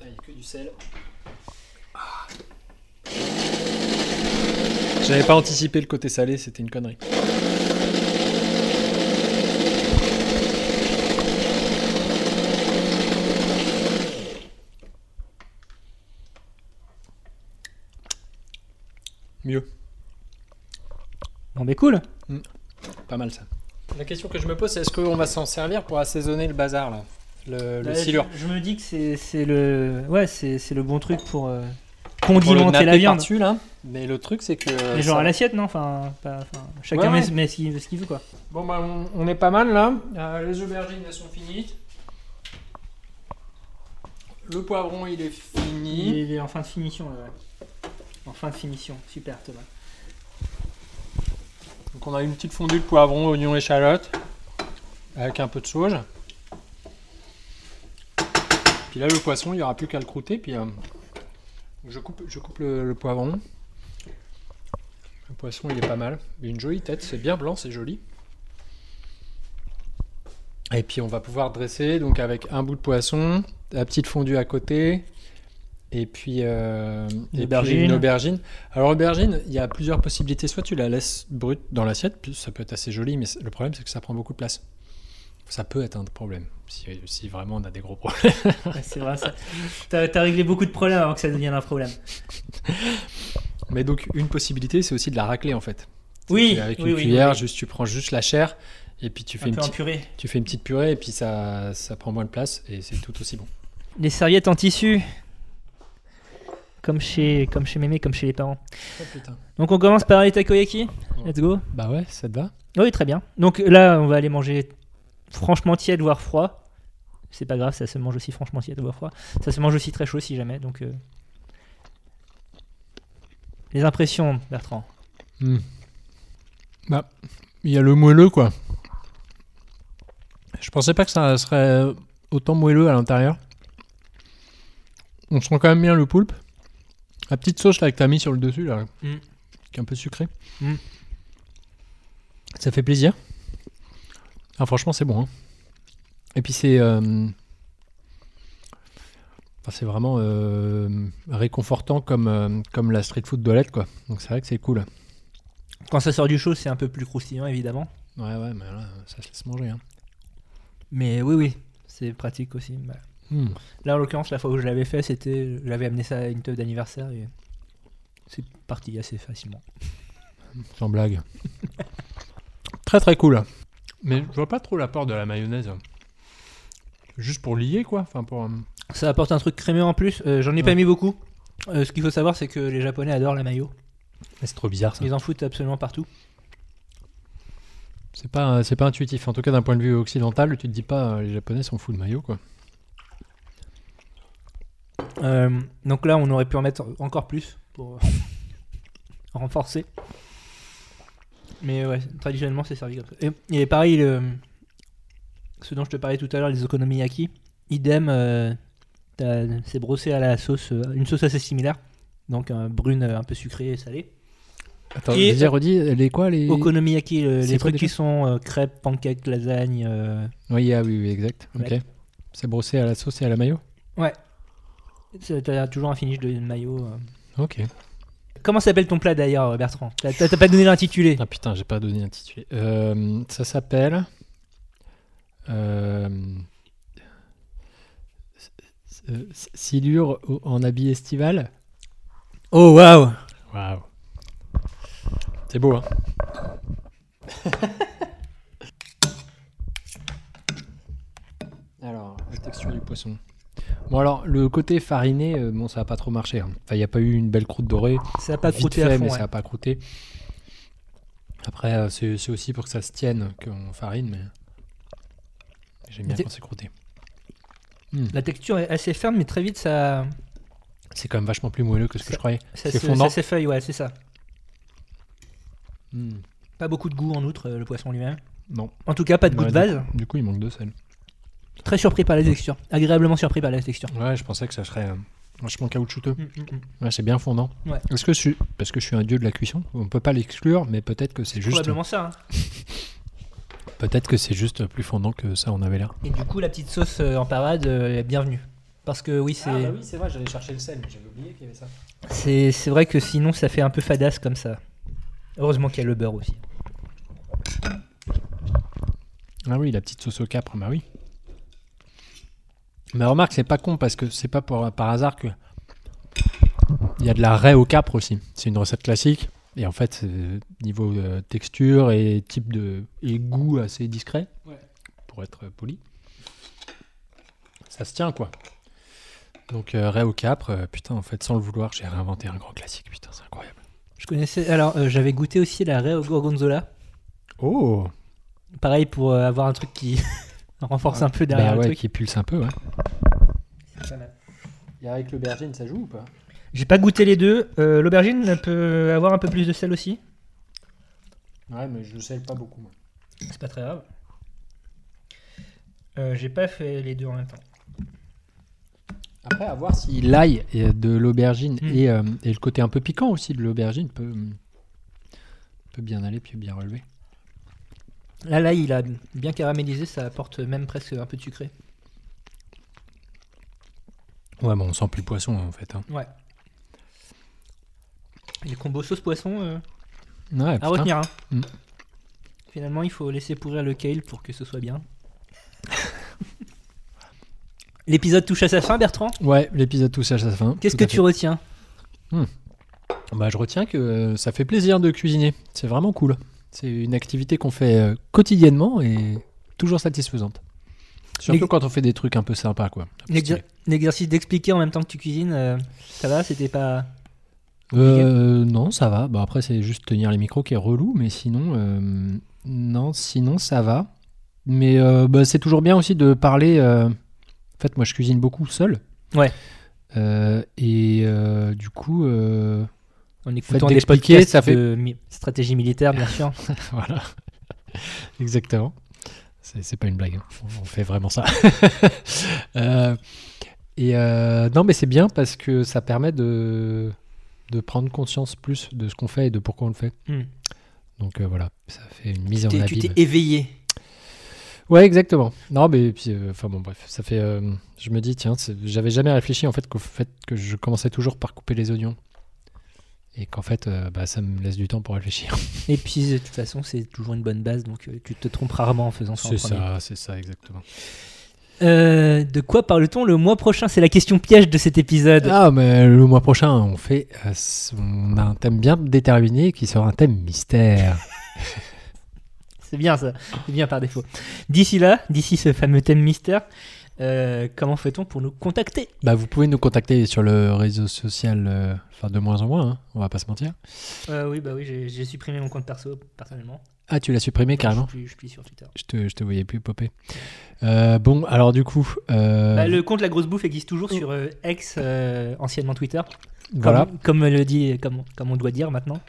[SPEAKER 1] Il n'y a que du sel. Ah. J'avais pas anticipé le côté salé, c'était une connerie. Mieux,
[SPEAKER 3] Bon, mais cool.
[SPEAKER 1] pas mal ça. La question que je me pose, c'est est-ce qu'on va s'en servir pour assaisonner le bazar là Le, le
[SPEAKER 3] Là,
[SPEAKER 1] silure
[SPEAKER 3] Bah, Je, je me dis que c'est- c'est le, ouais, c'est c'est le bon truc pour euh,
[SPEAKER 1] Pour le
[SPEAKER 3] condimenter la
[SPEAKER 1] napper
[SPEAKER 3] viande.
[SPEAKER 1] par-dessus, là. Mais le truc, c'est que. euh,
[SPEAKER 3] Mais
[SPEAKER 1] ça-
[SPEAKER 3] genre à l'assiette, non Enfin, pas- enfin, chacun
[SPEAKER 1] Ouais,
[SPEAKER 3] met-
[SPEAKER 1] ouais.
[SPEAKER 3] met ce qu'il ce qu'il veut, quoi.
[SPEAKER 1] Bon, bah, on, on est pas mal là. Euh, les aubergines, elles sont finies. Le poivron, il est
[SPEAKER 3] Il est,
[SPEAKER 1] fini.
[SPEAKER 3] il est en fin de finition, là, ouais. En fin de finition, super Thomas.
[SPEAKER 1] Donc, on a une petite fondue de poivron, oignon, échalote. Avec un peu de sauge. Puis là, le poisson, il n'y aura plus qu'à le croûter. Puis euh, je coupe, je coupe le, le poivron. Le poisson, il est pas mal. Il a une jolie tête, c'est bien blanc, c'est joli. Et puis on va pouvoir dresser donc avec un bout de poisson, la petite fondue à côté, et puis, euh,
[SPEAKER 3] Une
[SPEAKER 1] et puis
[SPEAKER 3] aubergine.
[SPEAKER 1] une aubergine. Alors aubergine, il y a plusieurs possibilités. Soit tu la laisses brute dans l'assiette, puis ça peut être assez joli, mais le problème c'est que ça prend beaucoup de place. Ça peut être un problème si, si vraiment on a des gros problèmes.
[SPEAKER 3] Ouais, c'est vrai, ça. T'as t'as réglé beaucoup de problèmes avant que ça devienne un problème.
[SPEAKER 1] Mais donc une possibilité, c'est aussi de la racler en fait.
[SPEAKER 3] Oui,
[SPEAKER 1] Avec
[SPEAKER 3] oui,
[SPEAKER 1] une
[SPEAKER 3] oui,
[SPEAKER 1] cuillère,
[SPEAKER 3] oui.
[SPEAKER 1] juste tu prends juste la chair et puis tu fais
[SPEAKER 3] un
[SPEAKER 1] une
[SPEAKER 3] peu en
[SPEAKER 1] petite,
[SPEAKER 3] purée.
[SPEAKER 1] tu fais une petite purée et puis ça ça prend moins de place et c'est tout aussi bon.
[SPEAKER 3] Les serviettes en tissu, comme chez, comme chez mémé, comme chez les parents. Donc on commence par les takoyaki. Let's go.
[SPEAKER 1] Bah ouais, ça te va.
[SPEAKER 3] Oui, très bien. Donc là, on va aller manger franchement tiède, voire froid. C'est pas grave, ça se mange aussi franchement tiède, voire froid. Ça se mange aussi très chaud si jamais. Donc, euh. Les impressions, Bertrand.
[SPEAKER 1] Bah il y a le moelleux quoi. Je pensais pas que ça serait autant moelleux à l'intérieur. On sent quand même bien le poulpe. La petite sauce là que t'as mis sur le dessus là,
[SPEAKER 3] Mm.
[SPEAKER 1] qui est un peu sucrée.
[SPEAKER 3] Mm.
[SPEAKER 1] Ça fait plaisir. Ah, franchement, c'est bon. hein. Et puis c'est, euh, enfin, c'est vraiment euh, réconfortant comme euh, comme la street food d'Olette quoi. Donc c'est vrai que c'est cool.
[SPEAKER 3] Quand ça sort du chaud, c'est un peu plus croustillant, évidemment.
[SPEAKER 1] Ouais, ouais, mais là, ça se laisse manger. Hein.
[SPEAKER 3] Mais oui, oui, c'est pratique aussi. Bah,
[SPEAKER 1] Hmm.
[SPEAKER 3] Là, en l'occurrence, la fois où je l'avais fait, c'était. J'avais amené ça à une teuf d'anniversaire et. C'est parti assez facilement.
[SPEAKER 1] Sans blague. très très cool. Mais je vois pas trop l'apport de la mayonnaise. Juste pour lier quoi, enfin pour. euh,
[SPEAKER 3] Ça apporte un truc crémeux en plus. Euh, J'en ai pas
[SPEAKER 1] Ouais.
[SPEAKER 3] mis beaucoup. Euh, ce qu'il faut savoir, c'est que les Japonais adorent la mayo.
[SPEAKER 1] C'est trop bizarre ça.
[SPEAKER 3] Ils en foutent absolument partout.
[SPEAKER 1] C'est pas euh, c'est pas intuitif. En tout cas d'un point de vue occidental, tu te dis pas euh, les Japonais sont fous de mayo quoi.
[SPEAKER 3] Euh, donc là, on aurait pu en mettre encore plus pour euh, renforcer. Mais ouais, traditionnellement, c'est servi comme ça. Et, et pareil, le- ce dont je te parlais tout à l'heure, les okonomiyaki, idem, euh, t'as- c'est brossé à la sauce, euh, une sauce assez similaire, donc euh, brune, euh, un peu sucrée et salée.
[SPEAKER 1] Attends,
[SPEAKER 3] Et-
[SPEAKER 1] vas-y, redis les quoi les.
[SPEAKER 3] Okonomiyaki, euh,
[SPEAKER 1] C'est
[SPEAKER 3] les
[SPEAKER 1] quoi
[SPEAKER 3] trucs qui sont euh, crêpes, pancakes, lasagne. euh,
[SPEAKER 1] Oui, ah oui, oui, exact.
[SPEAKER 3] Ouais.
[SPEAKER 1] Ok. C'est brossé à la sauce et à la mayo.
[SPEAKER 3] c'est- t'as toujours un finish de mayo. euh.
[SPEAKER 1] Ok.
[SPEAKER 3] Comment s'appelle ton plat d'ailleurs, Bertrand T'as t'as- t'as pas donné l'intitulé.
[SPEAKER 1] Ah putain, j'ai pas donné l'intitulé. Euh, ça s'appelle. Euh, s- s- euh, s- silure au- en habit estival.
[SPEAKER 3] Oh waouh
[SPEAKER 1] Waouh. C'est beau, hein Alors, la texture du poisson. Bon, alors, le côté fariné, euh, bon, ça n'a pas trop marché. hein. Enfin, il n'y a pas eu une belle croûte dorée.
[SPEAKER 3] Ça a pas
[SPEAKER 1] Vite
[SPEAKER 3] croûté
[SPEAKER 1] fait,
[SPEAKER 3] à fond.
[SPEAKER 1] mais
[SPEAKER 3] ouais.
[SPEAKER 1] ça n'a pas croûté. Après, euh, c'est c'est aussi pour que ça se tienne qu'on farine, mais j'aime bien
[SPEAKER 3] T'es-
[SPEAKER 1] quand c'est croûté.
[SPEAKER 3] La texture est assez ferme, mais très vite ça,
[SPEAKER 1] C'est quand même vachement plus moelleux que ce que
[SPEAKER 3] Ça-
[SPEAKER 1] je croyais.
[SPEAKER 3] ça
[SPEAKER 1] C'est
[SPEAKER 3] se-
[SPEAKER 1] fondant.
[SPEAKER 3] ça s'effeuille, ouais, c'est ça.
[SPEAKER 1] Hmm,
[SPEAKER 3] Pas beaucoup de goût en outre, euh, le poisson lui-même.
[SPEAKER 1] Non.
[SPEAKER 3] En tout cas, pas de goût
[SPEAKER 1] Ouais,
[SPEAKER 3] de base.
[SPEAKER 1] Bah, Du coup, il manque de sel.
[SPEAKER 3] Très surpris par la texture. Agréablement surpris par la texture.
[SPEAKER 1] Ouais, je pensais que ça serait euh, vachement caoutchouteux.
[SPEAKER 3] Mm, mm, mm.
[SPEAKER 1] Ouais, c'est bien fondant.
[SPEAKER 3] Ouais.
[SPEAKER 1] Est-ce que je suis... Parce que je suis un dieu de la cuisson, on peut pas l'exclure, mais peut-être que c'est juste...
[SPEAKER 3] Probablement ça. hein.
[SPEAKER 1] Peut-être que c'est juste plus fondant que ça, on avait l'air.
[SPEAKER 3] Et du coup, la petite sauce euh, en parade euh, est bienvenue. Parce que oui, c'est
[SPEAKER 1] bah c'est vrai, j'allais chercher le sel, mais j'avais oublié qu'il y avait ça.
[SPEAKER 3] c'est- c'est vrai que sinon ça fait un peu fadasse comme ça. Heureusement qu'il y a le beurre aussi.
[SPEAKER 1] Ah oui, la petite sauce au capre, bah oui. Mais remarque, c'est pas con, parce que c'est pas pour- par hasard que... Il y a de la raie au capre aussi. C'est une recette classique. Et en fait, c'est niveau euh, texture et type de... et goût assez discret, pour être euh, poli. Ça se tient, quoi. Donc, euh, raie au capre, euh, putain, en fait, sans le vouloir, j'ai réinventé un grand classique. Putain, c'est incroyable.
[SPEAKER 3] Je connaissais. Alors, euh, j'avais goûté aussi la raie au gorgonzola.
[SPEAKER 1] Oh
[SPEAKER 3] Pareil pour euh, avoir un truc qui renforce un peu derrière
[SPEAKER 1] Bah ouais,
[SPEAKER 3] le truc.
[SPEAKER 1] qui pulse un peu, ouais.
[SPEAKER 3] C'est pas mal.
[SPEAKER 1] Et avec l'aubergine, ça joue ou pas
[SPEAKER 3] J'ai pas goûté les deux. Euh, L'aubergine peut avoir un peu plus de sel aussi.
[SPEAKER 1] Ouais, mais je sais pas beaucoup, moi.
[SPEAKER 3] C'est pas très grave. Euh, J'ai pas fait les deux en même temps.
[SPEAKER 1] Après, à voir si l'ail et de l'aubergine
[SPEAKER 3] Mm.
[SPEAKER 1] et, euh, et le côté un peu piquant aussi de l'aubergine peut, hmm, peut bien aller puis bien relever.
[SPEAKER 3] Là, là, il a bien caramélisé, ça apporte même presque un peu de sucré.
[SPEAKER 1] Ouais, bon, on sent plus le poisson en fait. hein.
[SPEAKER 3] Ouais. Les combos sauce poisson euh,
[SPEAKER 1] Ouais,
[SPEAKER 3] à
[SPEAKER 1] putain.
[SPEAKER 3] retenir. hein.
[SPEAKER 1] Mm.
[SPEAKER 3] Finalement, il faut laisser pourrir le kale pour que ce soit bien. L'épisode touche à sa fin, Bertrand.
[SPEAKER 1] Ouais, l'épisode touche à sa fin.
[SPEAKER 3] Qu'est-ce
[SPEAKER 1] tout
[SPEAKER 3] que
[SPEAKER 1] à
[SPEAKER 3] tu retiens
[SPEAKER 1] fait. bah, Je retiens que euh, ça fait plaisir de cuisiner. C'est vraiment cool. C'est une activité qu'on fait euh, quotidiennement et toujours satisfaisante. Surtout
[SPEAKER 3] Les-
[SPEAKER 1] quand on fait des trucs un peu sympas, quoi.
[SPEAKER 3] L'exer- L'exercice d'expliquer en même temps que tu cuisines, euh, ça va C'était pas.
[SPEAKER 1] Euh, non, ça va. Bah, après, c'est juste tenir les micros qui est relou, mais sinon, euh, non, sinon ça va. Mais euh, bah, c'est toujours bien aussi de parler. euh, En fait, moi, je cuisine beaucoup seul.
[SPEAKER 3] Ouais.
[SPEAKER 1] Euh, et euh, du coup, euh,
[SPEAKER 3] En écoutant
[SPEAKER 1] Faites
[SPEAKER 3] des
[SPEAKER 1] d'expliquer,
[SPEAKER 3] podcasts
[SPEAKER 1] ça fait-
[SPEAKER 3] de mi- stratégie militaire, bien sûr.
[SPEAKER 1] voilà, exactement. C'est c'est pas une blague. hein. On fait vraiment ça. Euh, et euh, non, mais c'est bien parce que ça permet de de prendre conscience plus de ce qu'on fait et de pourquoi on le fait.
[SPEAKER 3] Hmm.
[SPEAKER 1] Donc euh, voilà, ça fait une mise en
[SPEAKER 3] T'es-
[SPEAKER 1] abîme.
[SPEAKER 3] Tu t'es éveillé.
[SPEAKER 1] Ouais, exactement. Non, mais puis, euh, enfin bon, bref, ça fait. euh, je me dis, tiens, c'est- j'avais jamais réfléchi en fait qu'au fait que je commençais toujours par couper les oignons. et qu'en fait, euh, bah, ça me laisse du temps pour réfléchir.
[SPEAKER 3] Et puis, de toute façon, c'est toujours une bonne base, donc euh, tu te trompes rarement en faisant ça en
[SPEAKER 1] C'est
[SPEAKER 3] premier.
[SPEAKER 1] ça, c'est ça, exactement.
[SPEAKER 3] Euh, de quoi parle-t-on le mois prochain C'est la question piège de cet épisode.
[SPEAKER 1] Ah, mais le mois prochain, on fait, euh, s- on a un thème bien déterminé qui sera un thème mystère.
[SPEAKER 3] C'est bien ça, c'est bien par défaut. D'ici là, d'ici ce fameux thème mystère, euh, comment fait-on pour nous contacter
[SPEAKER 1] bah, vous pouvez nous contacter sur le réseau social, euh, enfin de moins en moins, hein, on va pas se mentir.
[SPEAKER 3] Euh, Oui, bah oui, j'ai j'ai supprimé mon compte perso, personnellement.
[SPEAKER 1] Ah, tu l'as supprimé carrément Euh,
[SPEAKER 3] Je suis plus- je suis plus sur Twitter.
[SPEAKER 1] je te, je te voyais plus popper. Euh, bon, alors du coup, euh,
[SPEAKER 3] Bah, le compte La Grosse Bouffe existe toujours sur euh, X, euh, anciennement Twitter. Comme,
[SPEAKER 1] voilà.
[SPEAKER 3] Comme le dit, comme, comme on doit dire maintenant.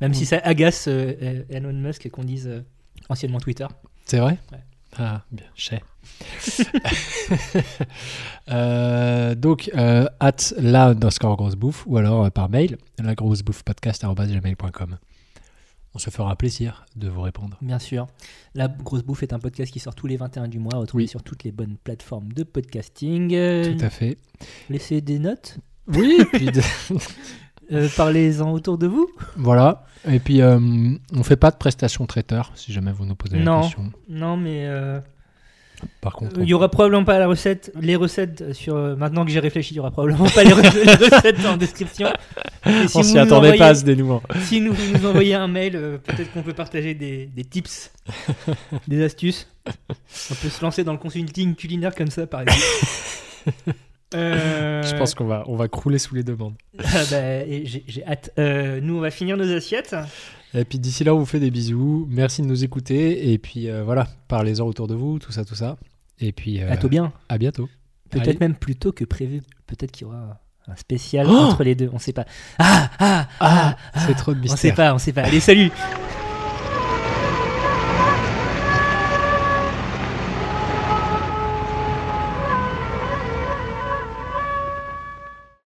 [SPEAKER 3] Même
[SPEAKER 1] Mm.
[SPEAKER 3] si ça agace euh, euh, Elon Musk qu'on dise euh, anciennement Twitter.
[SPEAKER 1] C'est vrai
[SPEAKER 3] Ouais.
[SPEAKER 1] Ah, bien, chais. Euh, donc, euh, at la underscore grosse bouffe ou alors euh, par mail, la grosse bouffe podcast On se fera un plaisir de vous répondre.
[SPEAKER 3] Bien sûr. La Grosse Bouffe est un podcast qui sort tous les 21 du mois, retrouvé
[SPEAKER 1] Oui.
[SPEAKER 3] sur toutes les bonnes plateformes de podcasting. Euh,
[SPEAKER 1] Tout à fait.
[SPEAKER 3] laissez des notes,
[SPEAKER 1] Oui, et puis de-
[SPEAKER 3] euh, parlez-en autour de vous.
[SPEAKER 1] voilà. Et puis, euh, on fait pas de prestations traiteurs, si jamais vous nous posez
[SPEAKER 3] Non.
[SPEAKER 1] la question.
[SPEAKER 3] Non, mais euh,
[SPEAKER 1] Par contre,
[SPEAKER 3] il y aura probablement pas la recette, les recettes sur. euh, maintenant que j'ai réfléchi, il y aura probablement pas les, recettes- les recettes en description. Et si
[SPEAKER 1] on
[SPEAKER 3] vous
[SPEAKER 1] s'y
[SPEAKER 3] nous
[SPEAKER 1] attendait pas à
[SPEAKER 3] envoyez-
[SPEAKER 1] ce dénouement.
[SPEAKER 3] Si nous, vous nous envoyez un mail, euh, peut-être qu'on peut partager des, des tips, des astuces. On peut se lancer dans le consulting culinaire comme ça, par exemple. Euh,
[SPEAKER 1] Je pense qu'on va, on va crouler sous les demandes.
[SPEAKER 3] ah bah, et j'ai j'ai hâte. Euh, nous, on va finir nos assiettes.
[SPEAKER 1] Et puis d'ici là, on vous fait des bisous. Merci de nous écouter. Et puis euh, voilà, parlez-en autour de vous, tout ça, tout ça. Et puis euh,
[SPEAKER 3] À tout bien.
[SPEAKER 1] à bientôt. Allez.
[SPEAKER 3] Peut-être même plus tôt que prévu. Peut-être qu'il y aura un spécial
[SPEAKER 1] Oh
[SPEAKER 3] entre les deux. On sait pas. Ah, ah, ah,
[SPEAKER 1] C'est trop de
[SPEAKER 3] on sait
[SPEAKER 1] mystère.
[SPEAKER 3] pas, on sait pas. Allez, salut